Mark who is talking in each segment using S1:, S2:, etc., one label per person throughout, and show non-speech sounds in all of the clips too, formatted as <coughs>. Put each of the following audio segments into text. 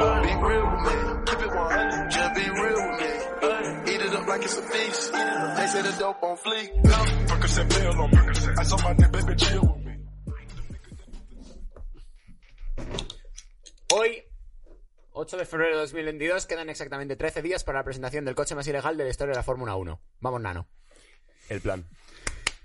S1: real with me. Keep it 100. Just be real with me. Eat it up like it's a feast. They say the dope on fleek. Percocet pill on me. I saw my nigga, baby, chill with me.
S2: Hoy, 8 de febrero de 2022, quedan exactamente 13 días para la presentación del coche más ilegal de la historia de la Fórmula 1. Vamos, nano.
S3: El plan.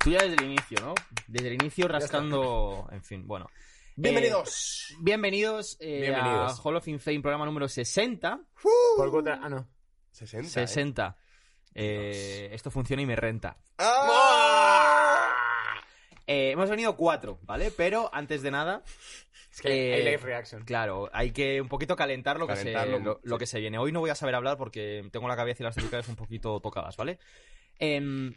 S4: Tú ya desde el inicio, ¿no? Desde el inicio rascando. En fin, bueno.
S3: Bienvenidos.
S4: Eh, bienvenidos, eh,
S2: Bienvenidos.
S4: a Hall of Fame, programa número 60.
S2: Por contra... Ah, no.
S3: 60.
S4: 60. Eh, esto funciona y me renta. Eh, hemos venido cuatro, ¿vale? Pero antes de nada,
S2: Es que hay
S4: Eh,
S2: live reaction.
S4: claro, hay que un poquito calentar lo, que,
S3: Calentarlo,
S4: se, lo, lo
S3: sí.
S4: que se viene. Hoy no voy a saber hablar porque tengo la cabeza y las cervicales un poquito tocadas, ¿vale? Em,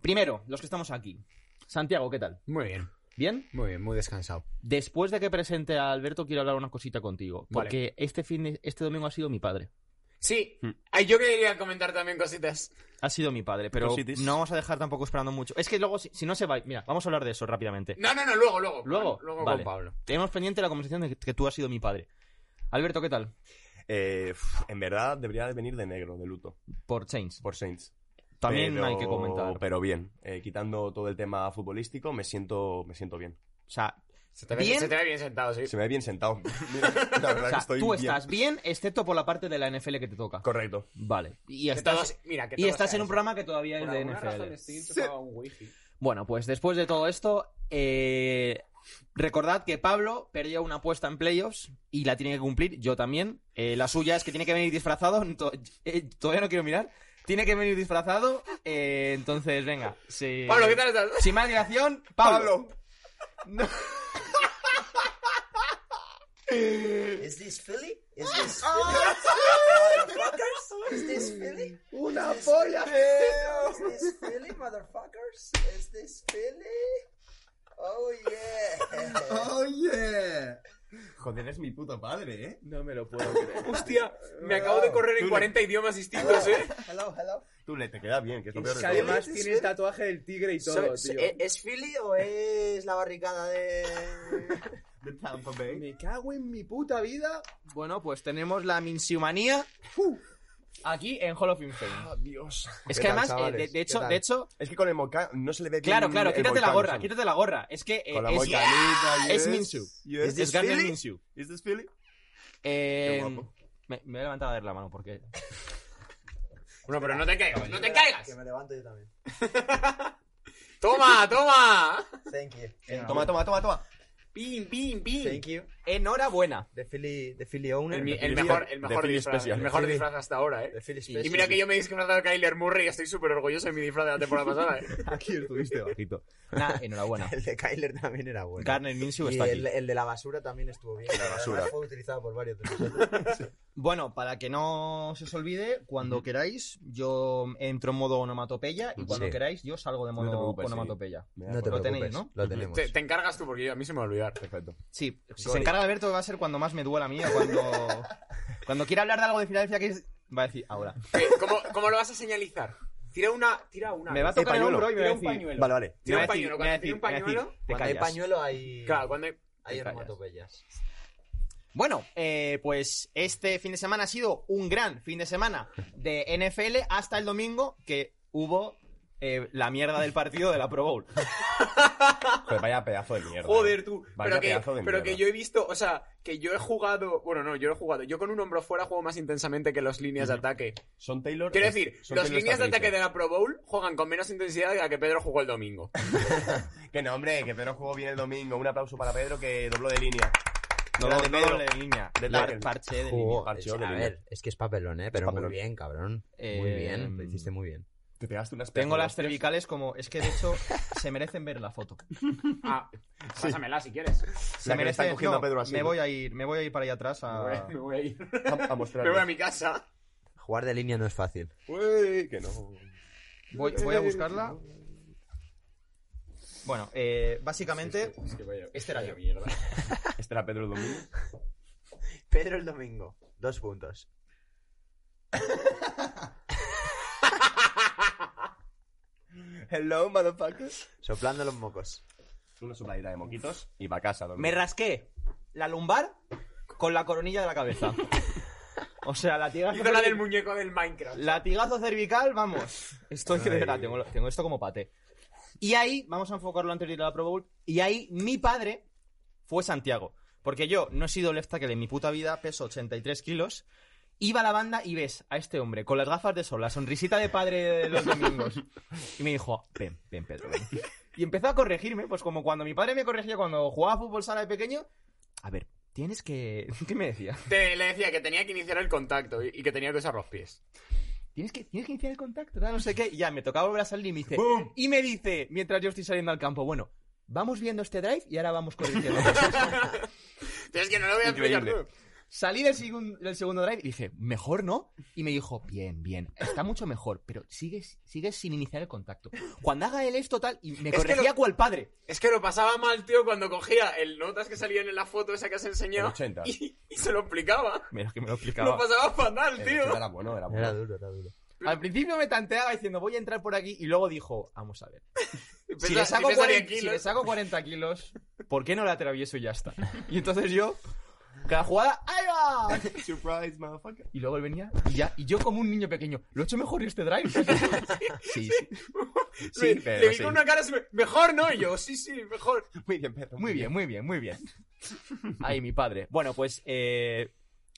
S4: primero, los que estamos aquí. Santiago, ¿qué tal?
S2: Muy bien,
S4: ¿Bien?
S2: muy bien, muy descansado.
S4: Después de que presente a Alberto, quiero hablar una cosita contigo.
S2: Vale.
S4: Porque este fin, de- este domingo ha sido mi padre.
S2: Sí, ay, yo quería comentar también cositas.
S4: Mm. Ha sido mi padre, pero
S3: Cositis.
S4: no vamos a dejar tampoco esperando mucho. Es que luego, si, si no se va... Mira, vamos a hablar de eso rápidamente.
S2: No, no, no, luego, luego.
S4: Luego,
S2: luego
S4: vale.
S2: con Pablo.
S4: Tenemos pendiente la conversación de que- que tú has sido mi padre. Alberto, ¿qué tal?
S3: Eh, pf, en verdad debería de venir de negro, de luto,
S4: Por Chains.
S3: por Saints.
S4: También
S3: Pero-
S4: hay que comentar.
S3: Pero bien, eh, quitando todo el tema futbolístico, me siento, me siento bien.
S4: O sea,
S2: Se te, ve,
S4: Bien.
S2: se te ve bien sentado, sí.
S3: Se me ve bien
S4: <laughs>
S3: sentado. Mira, la verdad
S4: o
S3: que
S4: sea,
S3: estoy
S4: tú
S3: bien.
S4: estás bien, excepto por la parte de la NFL que te toca.
S3: Correcto.
S4: Vale. Y
S2: Que
S4: estás,
S2: todos- mira, que
S4: y
S2: todos
S4: estás en
S2: sean
S4: un programa que todavía
S2: eso.
S4: es
S2: Por
S4: de
S2: alguna
S4: NFL.
S2: razón estoy enchufado a un wifi.
S4: Bueno, pues después de todo esto, eh, recordad que Pablo perdió una apuesta en playoffs y la tiene que cumplir, yo también. Eh, la suya es que tiene que venir disfrazado, <laughs> to- eh, todavía no quiero mirar. Tiene que venir disfrazado, eh, entonces venga. sí.
S2: Pablo, ¿qué tal estás?
S4: Sin más dilación, Pablo. No.
S5: Is this Philly? Is <laughs> this Philly? motherfuckers? Is this Oh, Philly?
S3: ¡Una
S5: Is this-
S3: polla!
S5: Is this Philly, motherfuckers? Is this Philly? Oh
S6: <laughs>
S5: yeah.
S3: ¡Oye! Joder, es mi puto padre, ¿eh?
S4: No me lo
S2: <laughs>
S4: puedo creer.
S2: Hostia, me acabo de correr en 40 idiomas distintos, ¿eh?
S5: Hello, hello.
S3: Tú le te queda bien, que es lo peor de
S6: Que
S3: todo.
S6: además
S5: Sí, sí,
S6: tiene el
S5: sí.
S6: tatuaje del tigre y todo,
S5: So- so-
S6: tío.
S5: ¿e- ¿Es Philly o es la barricada de...?
S3: De Tampa Bay.
S6: Me cago en mi puta vida.
S4: Bueno, pues tenemos la minsiumanía aquí en Hall of Fame.
S3: Ah, Dios.
S4: Es
S3: ¿Qué
S4: que
S3: tal,
S4: además, eh, de,
S3: chavales?
S4: de hecho,
S3: ¿Qué tal?
S4: de hecho,
S3: Es que con el moca no se le ve bien.
S4: claro, claro,
S3: el
S4: quítate la
S3: volcán,
S4: gorra,
S3: Sam.
S4: quítate la gorra. Es que eh,
S3: Con la
S4: es,
S3: volcanita.
S4: es
S3: yes.
S4: Minshew.
S3: Yes.
S4: es, es Gardner
S3: Philly?
S4: Minshew.
S3: ¿Is this Philly?
S4: Eh,
S3: Qué guapo.
S4: me, me voy a levantar a ver la mano porque.
S2: Bueno, pero no te caigas,
S4: <laughs>
S2: no te
S5: Que
S2: caigas.
S5: me levanto yo también.
S2: Toma, toma.
S5: Thank
S4: <laughs>
S5: you.
S7: Eh,
S3: Toma, toma, toma, toma.
S2: Pim, pim, pim.
S5: Thank you.
S4: Enhorabuena.
S5: The Philly, the Philly owner.
S2: El, mi- el
S3: Philly
S2: mejor,
S3: Special.
S2: el mejor
S3: De Philly
S2: disfraz,
S3: Special.
S2: el mejor
S5: Philly.
S2: disfraz hasta ahora,
S5: The
S2: ¿eh?
S5: Philly
S2: Y
S5: special.
S2: mira que yo me he disfrazado de Kyler Murray y estoy súper orgulloso de mi disfraz de la temporada
S7: <laughs>
S2: pasada,
S4: <laughs>
S2: ¿eh?
S3: Aquí estuviste bajito.
S4: Nah, enhorabuena.
S5: <laughs> El de Kyler también era bueno.
S4: Gardner Minshew
S5: Y
S4: está aquí.
S5: el, el de la basura también estuvo bien.
S3: la basura.
S5: Además, fue utilizado por varios de nosotros.
S4: Bueno, para que no se os olvide, cuando queráis, yo entro en modo onomatopeya y cuando
S5: Sí.
S4: queráis, yo salgo de
S3: te
S4: modo
S3: preocupes, sí.
S4: onomatopeya.
S5: No te
S4: Lo
S5: preocupes,
S4: tenéis, ¿no?
S5: Lo tenemos.
S2: Te, te encargas tú porque yo- a mí se me va a olvidar.
S3: Perfecto.
S4: Sí, si se
S5: Gori.
S4: encarga Alberto va a ser cuando más me duela a mí o cuando, cuando quiera hablar de algo de Filadelfia que es- va a decir ahora.
S2: ¿Qué? ¿Cómo, cómo lo vas a señalizar? Tira una, tira una.
S4: Me va a
S3: Sí,
S4: tocar el
S3: pañuelo.
S4: hombro y me va a
S2: Tira un
S4: decir...
S2: pañuelo.
S3: Vale, vale.
S2: Tira un
S4: me va a decir-
S2: pañuelo,
S4: me va a
S2: cuando tira un
S4: decir- me va a
S2: pañuelo.
S4: decir, te
S5: Cuando hay
S4: callas.
S5: pañuelo hay,
S2: Claro, cuando hay-
S5: hay
S4: te callas.
S5: onomatopeyas.
S4: Bueno, eh, pues este fin de semana ha sido un gran fin de semana de NFL hasta el domingo que hubo eh, la mierda del partido de la Pro Bowl.
S3: Joder, vaya pedazo de mierda.
S2: Joder,
S3: eh.
S2: tú.
S3: Vaya
S2: Pero, que,
S3: pedazo de
S2: pero que
S3: mierda.
S2: yo he visto, o sea, que yo he jugado. Bueno, no, yo no he jugado. Yo con un hombro fuera juego más intensamente que los líneas de ataque.
S3: Son Taylor.
S2: Quiero
S3: es-
S2: decir,
S3: son
S2: los
S3: Taylor
S2: líneas de
S3: está
S2: ataque de
S3: feliz.
S2: la Pro Bowl juegan con menos intensidad que la que Pedro jugó el domingo.
S3: <laughs> Que no, hombre, que Pedro jugó bien el domingo. Un aplauso para Pedro que dobló de línea.
S4: No,
S3: Grande
S4: no,
S3: Pedro.
S4: doble de línea.
S3: De
S4: Par-
S3: tackle.
S4: parche de
S3: Jugó.
S4: línea.
S3: Parcheo
S5: Es-
S3: de
S5: a
S3: línea.
S5: ver, es que es papelón, ¿eh? Pero
S3: papelón.
S5: muy bien, cabrón. muy
S4: Eh,
S5: bien, lo hiciste muy bien.
S3: Te pegaste unas
S4: Tengo
S3: pedazo de
S4: las
S3: hostias.
S4: cervicales como... Es que de hecho se merecen ver la foto.
S2: Ah, pásamela si quieres.
S4: Se
S3: La que le
S4: merecen-
S3: están cogiendo
S4: no,
S3: a Pedro así.
S4: Me
S3: ¿no?
S4: voy a ir, me voy a ir para allá atrás
S2: Me voy a-
S4: a...
S2: Me voy a ir.
S3: a, a
S2: Me voy a
S3: mostrarle.
S2: mi casa.
S5: Jugar de línea no es fácil.
S3: Uy, que no.
S4: Voy, voy a buscarla. Bueno, eh, básicamente...
S2: Es que vaya-
S4: Este era
S2: vaya
S4: yo.
S2: mierda.
S3: Este era Pedro el
S2: <laughs>
S3: domingo.
S5: <laughs> Pedro el domingo, dos puntos.
S3: Hello, motherfucker.
S5: Soplando los mocos.
S3: Una sopladita de moquitos y va a casa. dormir.
S4: Me rasqué la lumbar con la coronilla de la cabeza. O sea, latigazo,
S2: Hizo la del muñeco del Minecraft.
S4: latigazo cervical, vamos. Estoy que de
S3: Ay.
S4: verdad, tengo, lo- tengo esto como pate. Y ahí, vamos a enfocarlo anterior a la Pro Bowl. Y ahí, mi padre fue Santiago. Porque yo no he sido left tackle en mi puta vida, peso 83 kilos. Iba a la banda y ves a este hombre con las gafas de sol, la sonrisita de padre de los domingos. Y me dijo, ven, ven, Pedro, ven.
S5: <laughs>
S4: Y empezó a corregirme, pues como cuando mi padre me corregía cuando jugaba a fútbol sala de pequeño. A ver, tienes que... <laughs> ¿Qué me decía?
S2: Te- le decía que tenía que iniciar el contacto y, y que tenía que usar los pies.
S4: tienes que, tienes que iniciar el contacto, tal, no sé qué. Y ya, me tocaba volver a salir y me dice, y me dice, mientras yo estoy saliendo al campo, bueno, vamos viendo este drive y ahora vamos
S2: <laughs>
S4: corrigiendo.
S2: Es que no lo voy a explicar
S3: Increíble.
S2: tú.
S4: Salí del, segun- del segundo drive y dije, mejor no. Y me dijo, bien, bien, está mucho mejor, pero sigues, sigues sin iniciar el contacto. Cuando haga él esto, tal, y me
S2: Es que
S4: corregía
S2: lo-
S4: cual padre.
S2: Es que lo pasaba mal, tío, cuando cogía el notas que salían en la foto esa que has enseñado
S3: El 80.
S2: <laughs> Y, y se lo explicaba.
S4: Mira que me lo
S2: Lo pasaba fatal,
S3: El
S2: tío.
S3: 80 Eh, Era bueno, era
S5: Era
S3: bueno.
S5: duro, era duro.
S4: Al principio me tanteaba diciendo, voy a entrar por aquí, y luego dijo,
S2: <laughs>
S4: vamos a ver.
S2: Pesa-
S4: Si le, saco
S2: pesa 10
S4: 40, si
S2: kilos.
S4: le saco 40 kilos, ¿por qué no la atravieso y ya está? Y entonces yo, cada jugada,
S2: <laughs>
S4: ¡ahí va!
S3: Surprise, motherfucker.
S4: Y luego él venía y ya, y yo como un niño pequeño, lo he hecho mejor este
S2: <laughs>
S4: drive.
S3: Sí, sí.
S2: Le-
S3: Sí,
S2: le
S3: Pedro,
S2: vi
S3: sí.
S2: con una cara así, mejor, ¿no? Y yo, sí, sí, mejor.
S3: Muy bien, Pedro.
S4: Muy bien, muy bien, muy bien. Ay, mi padre. Bueno, pues eh,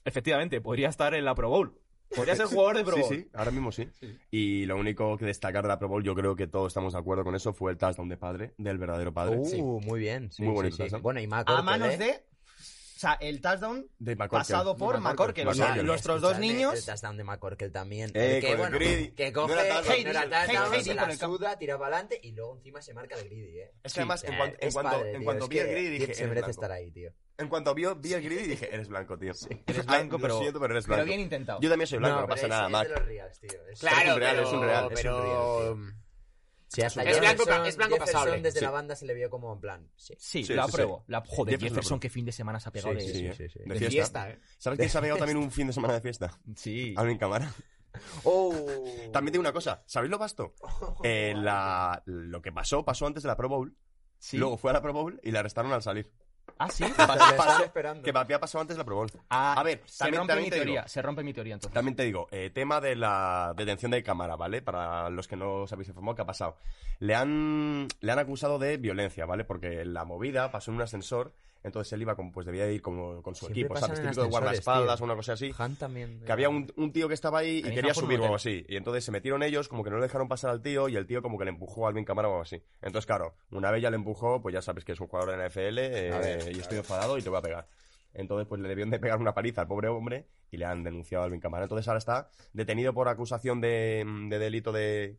S4: efectivamente, podría estar en la Pro Bowl. Podría ser jugador de Pro
S3: <laughs> Sí,
S4: Bowl.
S3: sí, ahora mismo sí. Y lo único que destacar de la Pro Bowl, yo creo que todos estamos de acuerdo con eso, fue el touchdown de padre, del verdadero padre.
S5: Uh,
S3: Sí.
S5: muy bien. Sí,
S3: Muy
S5: sí,
S3: bonito
S5: sí.
S3: touchdown.
S5: Bueno, y ¿eh? Maco.
S4: A manos de... O sea, el touchdown
S3: De McCorkle.
S4: pasado por
S3: De
S4: McCorkle. O sea,
S3: McCorkle.
S4: nuestros dos niños...
S5: El touchdown de McCorkell también.
S3: Eh,
S5: El que,
S3: con el
S5: bueno,
S3: Greedy.
S5: que
S3: No
S5: coge,
S3: era
S5: no
S3: touchdown.
S5: era
S4: Hey,
S5: touchdown,
S4: hey, hey,
S5: se
S4: por
S5: la
S4: el campo.
S5: suda, tira para adelante y luego encima se marca el Greedy, eh.
S3: Es que además, en
S5: Eh,
S3: cuanto, en
S5: es
S3: cuanto,
S5: padre,
S3: en
S5: tío,
S3: cuanto
S5: es
S3: vi el
S5: que
S3: grid, dije.
S5: Se
S3: "Eres
S5: merece
S3: blanco".
S5: estar ahí, tío.
S3: En cuanto vi, vi el grid, dije, eres blanco, tío.
S4: Eres
S3: Ay,
S4: blanco,
S3: lo
S4: pero,
S3: siento, pero eres
S4: pero
S3: blanco.
S4: bien intentado.
S3: Yo también soy blanco, no,
S5: pero
S3: pasa
S5: es,
S3: nada,
S5: es
S3: Mac.
S5: de los reals, tío. Es-
S2: Claro,
S3: es un real,
S2: pero,
S3: es un real, es
S5: un
S2: pero-
S5: Sí, hasta
S2: Es blanco
S5: Jefferson-
S2: pa- es blanco
S5: Jefferson
S2: pasable,
S5: Desde
S3: sí.
S5: la banda se le vio como en plan. Sí.
S4: Sí,
S3: Sí,
S4: lo
S3: sí, sí.
S4: apruebo. La... Joder,
S3: Jefferson lo
S4: Jefferson,
S3: aprueba.
S4: qué fin de semana se ha pegado de...
S5: Sí, sí,
S3: Sí,
S5: sí, sí.
S3: De
S2: De
S3: fiesta.
S2: fiesta, ¿eh?
S3: ¿Sabes quién se ha pegado también un fin de semana de fiesta?
S4: Sí.
S3: Hablo en
S4: <laughs>
S3: cámara.
S5: Oh.
S3: También digo una cosa, ¿sabéis lo vasto? Eh, la- lo que pasó, pasó antes de la Pro Bowl.
S4: Sí.
S3: Luego fue a la Pro Bowl y la arrestaron al salir. <laughs>
S4: Ah, sí.
S5: Lo estaba
S3: Pasó-
S5: esperando.
S3: que había pasado antes de la Pro Bowl.
S4: Ah,
S3: a ver,
S4: se
S3: también,
S4: rompe
S3: también
S4: mi
S3: te digo-
S4: teoría. Se rompe mi teoría entonces.
S3: También te digo, eh, tema de la detención de cámara, ¿vale? Para los que no os habéis informado, ¿qué ha pasado? Le han, le han acusado de violencia, ¿vale? Porque la movida pasó en un ascensor, entonces él iba con, pues debía ir como con su
S5: Siempre
S3: equipo,
S5: pasan
S3: ¿sabes?
S5: en
S3: Típico de
S5: ascensores,
S3: guardaespaldas
S5: tío.
S3: o una cosa así.
S5: Han también.
S3: Que había un, un tío que estaba ahí y
S4: En
S3: quería
S4: Japón,
S3: subir o algo
S4: un
S3: así. Y entonces se metieron ellos, como que no le dejaron pasar al tío, y el tío como que le empujó al bien cámara o algo así. Entonces, claro, una vez ya le empujó, pues ya sabes que es un jugador de la NFL, eh, y estoy enfadado y te voy a pegar. Entonces, pues le debieron de pegar una paliza al pobre hombre y le han denunciado al bien cámara. Entonces ahora está detenido por acusación de, de delito de.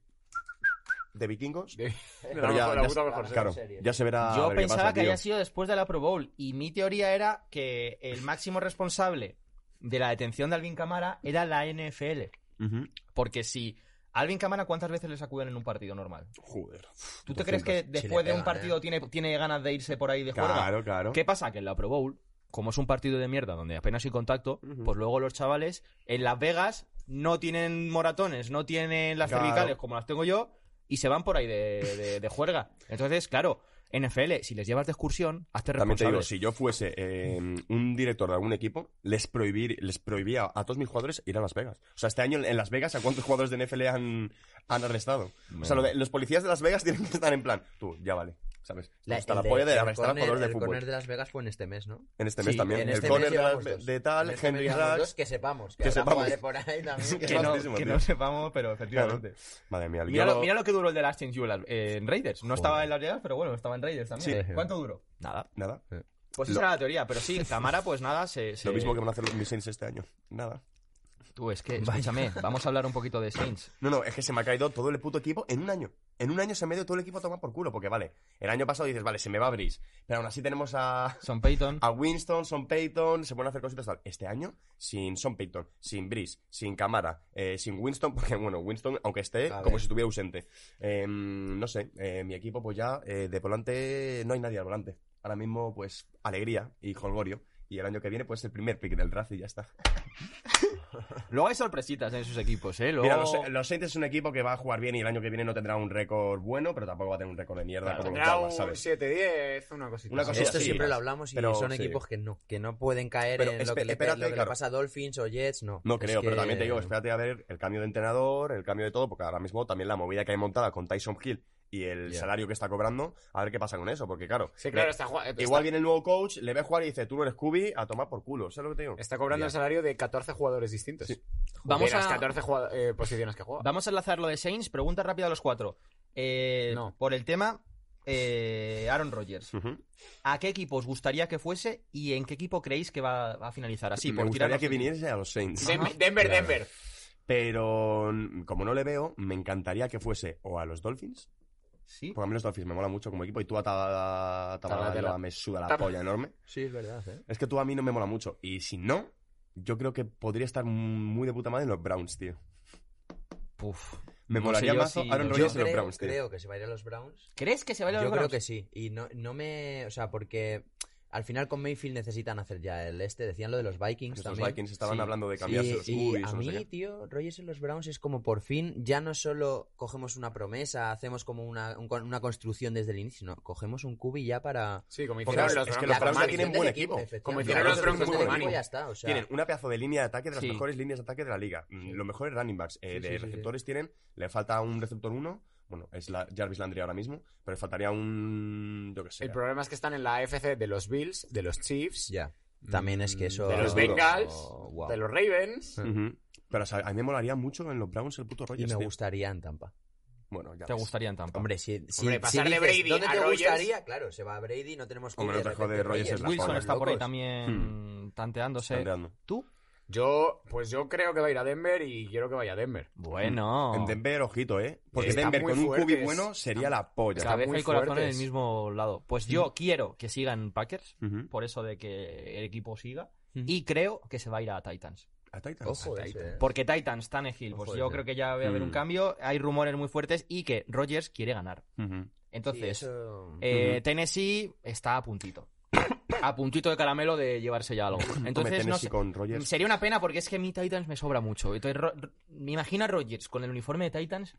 S3: de vikingos.
S2: De- <laughs>
S3: Pero
S2: la
S3: ya,
S2: mejor- la
S3: ya
S2: puta
S3: se-
S2: mejor
S3: claro,
S5: serie.
S3: ya se verá. a
S4: Yo
S3: ver qué
S4: pensaba
S3: pasa,
S4: que
S3: tío.
S4: había sido después de la Pro Bowl y mi teoría era que el máximo responsable de la detención de Alvin Camara era la NFL.
S3: Ujú.
S4: Porque si Alvin Camara, ¿cuántas veces le sacuden en un partido normal?
S3: Joder.
S4: ¿Tú
S3: Pues
S4: te crees que
S5: le
S4: después de un
S5: pegan,
S4: partido tiene, tiene ganas de irse por ahí de juerga?
S3: ¿eh? Claro, claro.
S4: ¿Qué pasa? Que en la Pro Bowl, como es un partido de mierda donde apenas hay contacto,
S3: Ujú.
S4: pues luego los chavales en Las Vegas no tienen moratones, no tienen las
S3: Claro.
S4: cervicales como las tengo yo y se van por ahí de, de- de juerga. Entonces, claro, NFL, si les llevas de excursión, hazte
S3: También te
S4: responsable.
S3: digo, si yo fuese eh, un director de algún equipo, les, prohibir, les prohibía a todos mis jugadores ir a Las Vegas. O sea, este año en- en Las Vegas, ¿a cuántos jugadores de NFL han, han arrestado? O sea, lo de- los policías de Las Vegas <laughs> tienen que estar en plan, tú, ya vale, ¿sabes? Hasta Pues la polla de, arrestar a jugadores de
S5: El corner
S3: fútbol.
S5: de Las Vegas fue en este mes, ¿no?
S3: En este
S4: Sí,
S3: mes también.
S5: En
S3: el
S5: este
S3: corner de,
S5: mes llevamos
S3: Las-
S5: dos.
S3: de
S5: En
S3: tal,
S5: este mes
S3: Henry
S5: llevamos
S3: Ruggs.
S5: dos, que sepamos. Que,
S3: Que
S5: habrá
S3: sepamos.
S5: padre por ahí también.
S3: Que no- Tristísimo, que tío. no
S4: sepamos, pero
S3: efectivamente. Madre mía, el
S4: Mira, lo,
S3: guión-
S4: mira lo que duró el de Last in Jewel en Raiders. No estaba en Las Vegas, pero bueno, estaba en Raiders también.
S5: Sí.
S4: ¿Cuánto duró? Nada.
S3: Nada.
S5: Eh.
S4: Pues esa
S3: Lo-
S4: era la teoría, pero sí, Camara, pues nada, se...
S3: <laughs>
S4: se-
S3: Lo mismo que van a hacer los mis Saints este año. Nada.
S4: Tú, es que, escúchame, vamos a hablar un poquito de Saints.
S3: <clears throat> No, no, es que se me ha caído todo el puto equipo en un año. En un año se me ha ido todo el equipo a tomar por culo, porque vale, el año pasado dices, vale, se me va a Breeze, pero aún así tenemos a,
S4: Son Payton.
S3: <laughs> a Winston, Son Payton, se ponen a hacer cositas tal. Este año, sin Son Payton, sin Breeze, sin Camara, eh, sin Winston, <laughs> porque bueno, Winston, aunque esté,
S5: A
S3: como
S5: ver.
S3: si estuviera ausente. Eh, no sé, eh, mi equipo pues ya, eh, de volante, no hay nadie al volante. Ahora mismo, pues, alegría y jolgorio. Y el año que viene, pues, el primer pick del draft y ya está.
S4: Luego hay sorpresitas en sus equipos, ¿eh? Luego...
S3: Mira, los, los Saints es un equipo que va a jugar bien y el año que viene no tendrá un récord bueno, pero tampoco va a tener un récord de mierda
S2: Claro,
S3: como los
S2: tendrá un
S3: Jaguars, ¿sabes?
S2: 7-10, una cosita.
S3: Una
S2: así.
S3: cosita
S5: Esto
S3: sí.
S5: Este siempre lo hablamos y
S3: Pero
S5: son
S3: sí.
S5: equipos que no, que no pueden caer
S3: Pero
S5: en lo
S3: espe-
S5: que, le,
S3: espérate,
S5: lo que le
S3: claro.
S5: pasa a Dolphins o Jets, no.
S3: No creo,
S5: Es
S3: pero
S5: que-
S3: también te digo, espérate a ver el cambio de entrenador, el cambio de todo, porque ahora mismo también la movida que hay montada con Tyson Hill y el
S4: Ya.
S3: salario que está cobrando, a ver qué pasa con eso, porque claro,
S2: Sí, claro,
S3: le-
S2: está, ju- está-
S3: igual viene el nuevo coach, le ve jugar y dice, tú no eres Kubi, a tomar por culo, ¿sabes lo que te digo?
S2: está cobrando el salario de 14 jugadores distintos.
S3: Sí.
S4: Vamos
S2: de las
S4: a-
S2: 14 jugado- eh, posiciones que juega.
S4: Vamos a enlazar lo de Saints. Pregunta rápida a los cuatro. Eh,
S2: No.
S4: Por el tema, eh, Aaron Rodgers.
S3: Ujú.
S4: ¿A qué equipo os gustaría que fuese y en qué equipo creéis que va va a finalizar? Así,
S3: me
S4: por
S3: gustaría
S4: tirarnos-
S3: que viniese a los Saints.
S2: Dem- Denver,
S3: Claro.
S2: Denver.
S3: Pero mm, como no le veo, me encantaría que fuese o a los Dolphins,
S4: Sí.
S3: porque a mí los Dolphins me mola mucho como equipo, y tú a Tabala- Tagovailoa me suda la
S2: Tab-
S3: polla enorme.
S5: Sí, es verdad, ¿eh?
S3: Es que tú a mí no me mola mucho, y si no, yo creo que podría estar muy de puta madre en los Browns, tío.
S4: Puf.
S3: Me
S4: No
S3: molaría
S4: sé yo
S3: más
S4: si-
S3: Aaron
S4: yo
S3: Rodgers en
S5: creo,
S3: los Browns, tío.
S5: creo que se va a ir a los Browns.
S4: ¿Crees que se va a ir a
S5: Yo
S4: los
S5: creo
S4: Browns?
S5: que sí. Y no, no me. O sea, porque al final con Mayfield necesitan hacer ya el este. Decían lo de los Vikings
S3: Estos
S5: también.
S3: Vikings estaban
S4: Sí.
S3: hablando de
S5: Y-
S3: cambiarse los
S5: y,
S3: cubis,
S5: a
S3: no sé
S5: mí,
S3: qué.
S5: tío, Rogers en los Browns es como por fin, ya no solo cogemos una promesa, hacemos como una, un- una construcción desde el inicio, no, cogemos un cubi ya para...
S2: Sí, como
S3: Porque
S2: hicieron
S3: es-
S2: los
S3: es que
S2: Broncos
S3: los
S2: con
S3: Browns ya
S2: Manning.
S3: tienen buen equipo.
S2: Como
S5: hicieron
S2: hicieron los Broncos con Manning.
S5: Ya está, o sea,
S3: Tienen una pedazo de línea de ataque de las
S4: Sí.
S3: mejores líneas de ataque de la liga. Mm, Los mejores running backs eh,
S5: Sí,
S3: de
S5: sí, sí,
S3: receptores tienen. Le falta un receptor uno. Bueno, es la Jarvis Landry ahora mismo. Pero le faltaría un. Yo qué sé.
S2: El problema es que están en la AFC de los Bills, de los Chiefs,
S5: ya. También es que eso...
S2: Mm, de los
S3: duro.
S2: Bengals,
S5: Oh, wow.
S2: de los Ravens.
S3: Ujú. Pero o sea, a mí me molaría mucho en los Browns el puto
S5: Y
S3: Rogers.
S5: me
S3: tío.
S5: gustaría en Tampa.
S3: Bueno, ya.
S4: Te
S3: ves.
S4: gustaría en Tampa.
S5: Hombre, si, si,
S2: Hombre,
S5: si
S2: pasar de
S5: dices,
S2: Brady
S5: ¿dónde
S2: a
S5: te
S2: Rodgers?
S5: gustaría? Claro, se va Brady, no tenemos
S3: Hombre,
S5: QB,
S3: no te jode,
S5: repente
S3: Rodgers es la Hmm.
S4: Wilson
S3: Joder,
S4: está por ahí
S5: locos.
S4: también tanteándose.
S3: Tanteando.
S4: ¿Tú?
S2: Yo, pues yo creo que va a ir a Denver y quiero que vaya a Denver.
S4: Bueno.
S3: En Denver, ojito, ¿eh? Porque
S2: Está
S3: Denver
S2: muy
S3: con un
S2: fuerte,
S3: cubi
S2: es-
S3: bueno sería la polla.
S2: está
S4: Cabeza
S2: muy
S4: y corazón en
S2: fuertes.
S4: el mismo lado. Pues yo quiero que sigan Packers,
S3: Hmm. Ujú.
S4: por eso de que el equipo siga. Y creo que se va a ir a Titans.
S3: A Titans.
S5: Ojo,
S3: A
S5: ese,
S3: Titans.
S5: eh.
S4: Porque Titans, Tannehill, pues
S5: Ojo,
S4: yo
S2: eh.
S5: ese.
S4: creo que ya va a haber un
S3: Mm.
S4: cambio. Hay rumores muy fuertes y que Rogers quiere ganar.
S3: Ujú.
S4: Entonces,
S5: Sí, eso-
S4: eh,
S3: Ujú.
S4: Tennessee está a puntito. a puntito de caramelo de llevarse ya algo.
S3: Hombre,
S4: Entonces, no
S3: Tennessee
S4: sé-
S3: con Rogers.
S4: Sería una pena porque es que a mí Titans me sobra mucho. Entonces, Ro- Ro- me imagino a Rogers con el uniforme de Titans.
S3: Y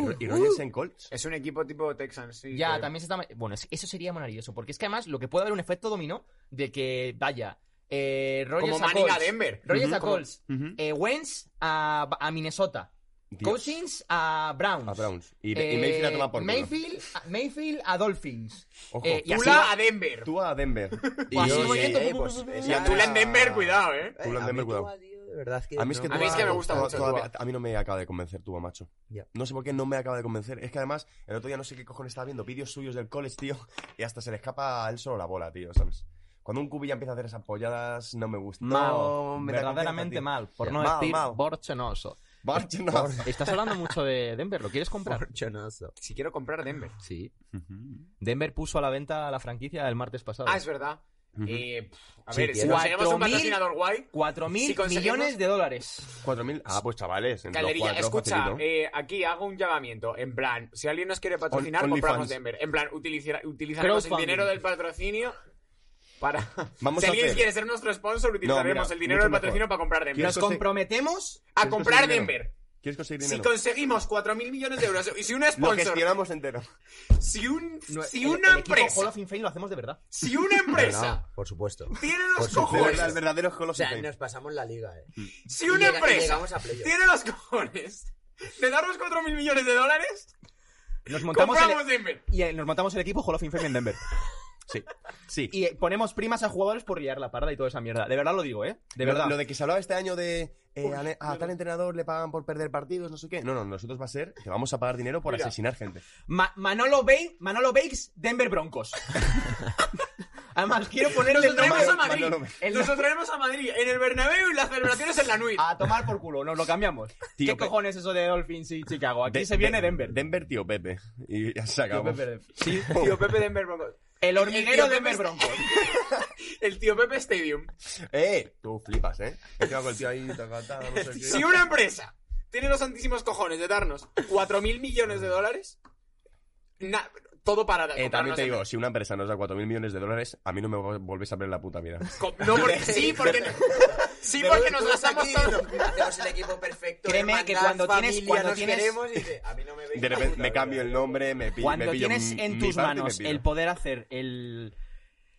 S4: Uh,
S3: Ro- y
S4: uh,
S3: Rogers en Colts.
S2: Es un equipo tipo Texans, sí.
S4: ya,
S2: que-
S4: también se está. Bueno, es- eso sería maravilloso. Porque es que además lo que puede haber un efecto dominó de que vaya. Eh, Rogers
S2: Como
S4: a
S2: Manning a
S4: Colts,
S2: Denver.
S4: Rogers
S3: Ujú,
S4: a
S3: como-
S4: Colts.
S3: Ujú.
S4: eh, Wentz a, a Minnesota.
S3: Dios.
S4: Cousins a Browns.
S3: A Browns. Y, y
S4: Eh,
S3: Mayfield a tomar por culo.
S4: Mayfield, a, Mayfield a Dolphins.
S3: Ojo.
S4: eh, y así-
S2: Tula a Denver.
S3: Tú a
S4: <laughs>
S3: Denver.
S4: Y así
S3: yo-
S4: voy yendo,
S3: eh,
S4: pum,
S3: pues,
S4: pum, pum,
S3: esa-
S2: Y a Tula en Denver, cuidado, eh.
S5: Eh,
S3: Tú,
S5: a
S3: Denver,
S5: mí tú,
S3: cuidado.
S5: adiós, de verdad que
S3: A mí es que,
S5: no-
S3: Tua-
S2: A mí es que me gusta mucho
S3: todavía-
S2: Tua.
S3: a mí no me acaba de convencer Tua, macho.
S5: Ya.
S3: No sé por qué no me acaba de convencer. Es que además, el otro día no sé qué cojones estaba viendo, vídeos suyos del college, tío, <laughs> y hasta se le escapa a él solo la bola, tío, ¿sabes? Cuando un cubi ya empieza a hacer esas polladas, no me gusta.
S4: Mal.
S3: No, me da
S4: verdaderamente
S3: confianza, tío.
S4: mal. Por
S3: Ya.
S4: no
S3: Mal,
S4: decir
S3: mal.
S4: borchonoso.
S3: Barche, no.
S4: Estás hablando mucho de Denver. ¿Lo quieres comprar?
S5: Porchonoso.
S2: Si quiero comprar Denver.
S4: Sí. Denver puso a la venta la franquicia el martes pasado.
S2: Ah, es verdad.
S3: Ujú.
S2: Eh, pf, a
S5: Sí,
S2: ver, si
S5: quiero.
S2: conseguimos un
S4: 4.000
S2: patrocinador guay,
S4: 4.000
S2: Si conseguimos-
S4: millones de dólares.
S3: 4.000. Ah, pues chavales. entre los
S2: Calderilla,
S3: cuatro,
S2: escucha,
S3: facilito.
S2: eh, aquí hago un llamamiento. En plan, si alguien nos quiere patrocinar,
S3: Only
S2: compramos
S3: fans.
S2: Denver. En plan, utilizar- utilizaremos el
S4: Crowdfunding.
S2: dinero del patrocinio para.
S3: <laughs> Vamos
S2: si
S3: a
S2: alguien
S3: hacer-
S2: quiere ser nuestro sponsor, utilizaremos
S3: mira,
S2: el dinero
S3: mucho
S2: del
S3: mejor.
S2: patrocinio para comprar Denver.
S3: ¿Quieres
S4: Nos
S3: conseguir-
S4: comprometemos
S2: A
S3: ¿Quieres
S2: comprar
S3: conseguir dinero?
S2: Denver.
S3: ¿Quieres conseguir
S2: Si
S3: dinero?
S2: conseguimos 4.000 millones de euros y si un
S3: Lo
S2: sponsor,
S3: gestionamos entero.
S2: si, un,
S4: No,
S2: si
S4: el-
S2: una
S4: el equipo Hall
S2: empresa,
S4: of Fame lo hacemos de verdad.
S2: si una
S5: No,
S2: empresa
S5: no, por supuesto.
S2: tiene
S5: Por
S2: los
S5: supuesto.
S3: De
S2: cojones,
S3: verdad, el verdadero Hall
S5: O
S3: of
S5: sea,
S3: Fame.
S5: nos pasamos la liga, eh.
S2: si una
S5: Y llega- y
S2: empresa
S5: llegamos a playoff.
S2: tiene los cojones de darnos 4.000 millones de dólares,
S4: Nos montamos
S2: compramos
S4: el,
S2: Denver.
S4: y eh, nos montamos el equipo Hall of Fame en Denver.
S3: Sí. Sí.
S4: Y eh, ponemos primas a jugadores por liar la parda y toda esa mierda. De verdad lo digo, ¿eh? De
S3: Lo-
S4: verdad.
S3: Lo, de que se hablaba este año de eh, a, le- a tal entrenador le pagan por perder partidos, no sé qué. No, no, nosotros va a ser que vamos a pagar dinero por asesinar gente.
S4: Ma- Manolo, Bay- Manolo Bakes, Denver
S3: <laughs>
S4: Broncos. Además, quiero ponerle
S2: Nos lo
S4: el nombre.
S2: traemos a Madrid.
S3: Manolo Messi.
S2: El- Nos lo traemos a Madrid en el Bernabéu y las celebraciones en la Nui.
S4: A tomar por culo, nos lo cambiamos.
S3: Tío,
S4: ¿Qué
S3: pe-
S4: cojones eso de Dolphins y Chicago? Aquí
S3: De-
S4: se viene
S3: de-
S4: Denver.
S3: Denver, tío Pepe. Y ya se
S4: Tío
S3: acabó.
S4: Pepe, sí.
S2: Tío Pepe Denver Broncos.
S4: El hormiguero
S2: tío
S4: Denver
S2: Pepe-
S4: Broncos.
S2: El tío Pepe Stadium.
S3: ¡Eh! Tú flipas, ¿eh? Encima con el tío ahí, taca, taca,
S2: <laughs>
S3: no sé qué.
S2: Si una empresa tiene los santísimos cojones de darnos 4.000 millones de dólares, na- todo para
S3: Eh,
S2: comprarnos
S3: también te digo,
S2: Denver.
S3: si una
S2: <laughs>
S3: empresa
S4: <laughs>
S3: nos da 4.000 millones de dólares, a mí no me vol- volvéis a ver en la puta vida.
S2: Co- No, porque sí, porque Sí, porque nos
S5: estamos
S2: gastamos todo.
S5: Tenemos el equipo perfecto.
S4: Créeme que cuando
S5: hermandad,
S4: tienes-
S5: familia,
S4: cuando
S5: nos
S4: tienes-
S5: queremos y dice, a mí no me veis
S3: De
S5: la
S3: repente
S5: puta
S3: me cambio el
S5: vida.
S3: nombre, me pi-
S4: Cuando
S3: me pillo
S4: tienes
S3: mi-
S4: en
S3: mi
S4: tus
S3: parte y me
S4: manos
S3: pillo.
S4: el poder hacer el,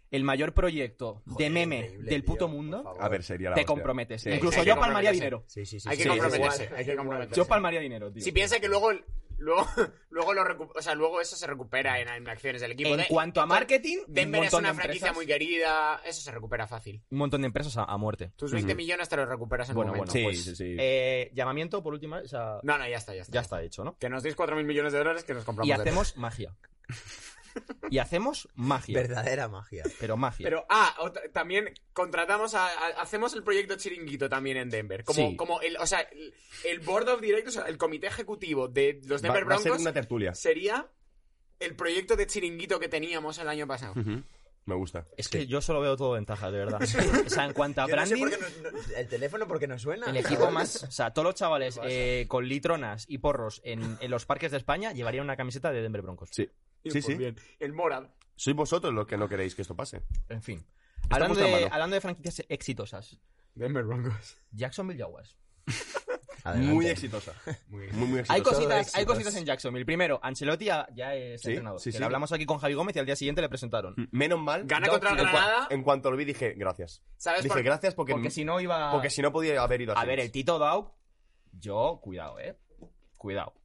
S4: el mayor proyecto de
S5: Joder,
S4: meme
S5: increíble,
S4: del puto
S5: tío, por
S4: mundo,
S5: favor.
S3: A ver, sería la
S4: te
S3: hostia.
S4: comprometes.
S3: Sí.
S4: Incluso
S2: Hay que
S4: yo palmaría
S2: comprometerse.
S4: dinero.
S5: Sí, sí, sí.
S2: Hay que
S5: sí, sí,
S2: comprometerse,
S5: sí.
S2: hay que comprometerse.
S4: Yo palmaría dinero, tío.
S2: Si piensa que luego, luego, <laughs> luego, lo recu- o sea, luego eso se recupera en, en acciones del equipo.
S4: en
S2: De-
S4: cuanto a marketing, un
S2: Denver es
S4: montón,
S2: una
S4: de
S2: franquicia
S4: empresas,
S2: muy querida, eso se recupera fácil.
S4: un montón de empresas a, a muerte.
S2: Tus 20
S3: Ujú.
S2: millones te los recuperas en
S4: Bueno,
S2: un momento.
S3: Sí,
S4: pues,
S3: sí, sí.
S4: Eh, llamamiento, por última o sea,
S2: No, no, ya está, ya está.
S4: ya está hecho, ¿no?
S2: Que nos deis 4.000 millones de dólares que nos compramos.
S4: Y
S2: de-
S4: hacemos magia. Y hacemos magia.
S5: Verdadera magia.
S4: Pero magia.
S2: Pero, ah, otra- también contratamos a, a- Hacemos el proyecto Chiringuito también en Denver. Como,
S4: Sí.
S2: como el, o sea, el, el board of directors, o sea, el comité ejecutivo de los
S3: Va,
S2: Denver
S3: va a ser
S2: Broncos
S3: una tertulia.
S2: sería el proyecto de Chiringuito que teníamos el año pasado.
S3: Ujú. Me gusta.
S4: es que yo solo veo todo ventajas, de verdad. O sea, en cuanto
S2: <laughs>
S4: a
S5: Yo no sé
S4: branding,
S5: por qué no- no- el teléfono porque no suena.
S4: el equipo más. O sea, todos los chavales eh, con litronas y porros en, en los parques de España llevarían una camiseta de Denver Broncos.
S3: Sí.
S2: Y,
S3: Sí,
S2: pues,
S3: sí.
S2: bien, el Morad.
S3: Sois vosotros los que no queréis que esto pase.
S4: En fin. Hablando
S3: puesto en
S4: de,
S3: mano.
S4: hablando de franquicias exitosas,
S2: Denver Broncos.
S4: Jacksonville Jaguars.
S5: Adelante.
S3: Muy exitosa.
S2: Muy bien.
S3: Muy, muy
S4: Hay
S3: exitosa.
S4: cositas, hay
S5: éxitos.
S4: cositas en Jacksonville. Primero, Ancelotti ya, ya es
S3: Sí,
S4: entrenador.
S3: sí,
S4: que
S3: sí. Mm,
S4: lo hablamos aquí con Javi Gómez y al día siguiente le presentaron.
S3: Menos mal.
S2: Gana
S4: Yo-
S2: contra el
S3: en, cua-
S2: Granada.
S3: en cuanto lo vi dije, gracias.
S2: ¿Sabes
S3: Dije,
S2: por qué?
S3: gracias porque,
S4: Porque si no iba.
S3: porque si no podía haber ido a
S4: A ver, el
S3: Saints.
S4: Tito Dau. Yo, cuidado, eh. Cuidado.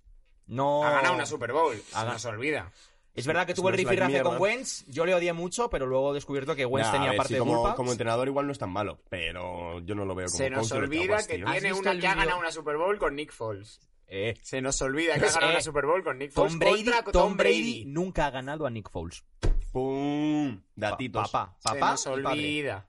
S4: No.
S2: Ha ganado una Super Bowl.
S4: Ha
S2: Se
S4: gan-
S2: nos olvida.
S4: Es verdad que
S3: Es
S4: tuvo el
S3: una slack
S4: rifirrafe con
S3: mierda.
S4: Wentz. Yo le odié mucho, pero luego he descubierto que Wentz
S3: Nah, a
S4: Pues tenía
S3: ver,
S4: parte
S3: sí,
S4: de
S3: como,
S4: culpa.
S3: como entrenador igual no es tan malo, pero yo no lo veo como
S2: Se nos
S3: coach de los
S2: olvida
S3: Jaguars,
S2: que
S3: tío.
S2: tiene
S4: ¿Has visto
S2: una
S4: el
S2: que ha
S4: vídeo?
S2: ganado una Super Bowl con Nick Foles.
S4: Eh,
S2: Se nos olvida que ha
S4: Pues,
S2: ganado
S4: eh,
S2: una Super Bowl con Nick Foles.
S4: Tom Brady,
S2: contra
S4: Tom Brady nunca ha ganado a Nick Foles.
S3: ¡Pum! Datitos.
S4: Papá,
S2: Se
S4: papá.
S2: nos
S4: y padre.
S2: olvida.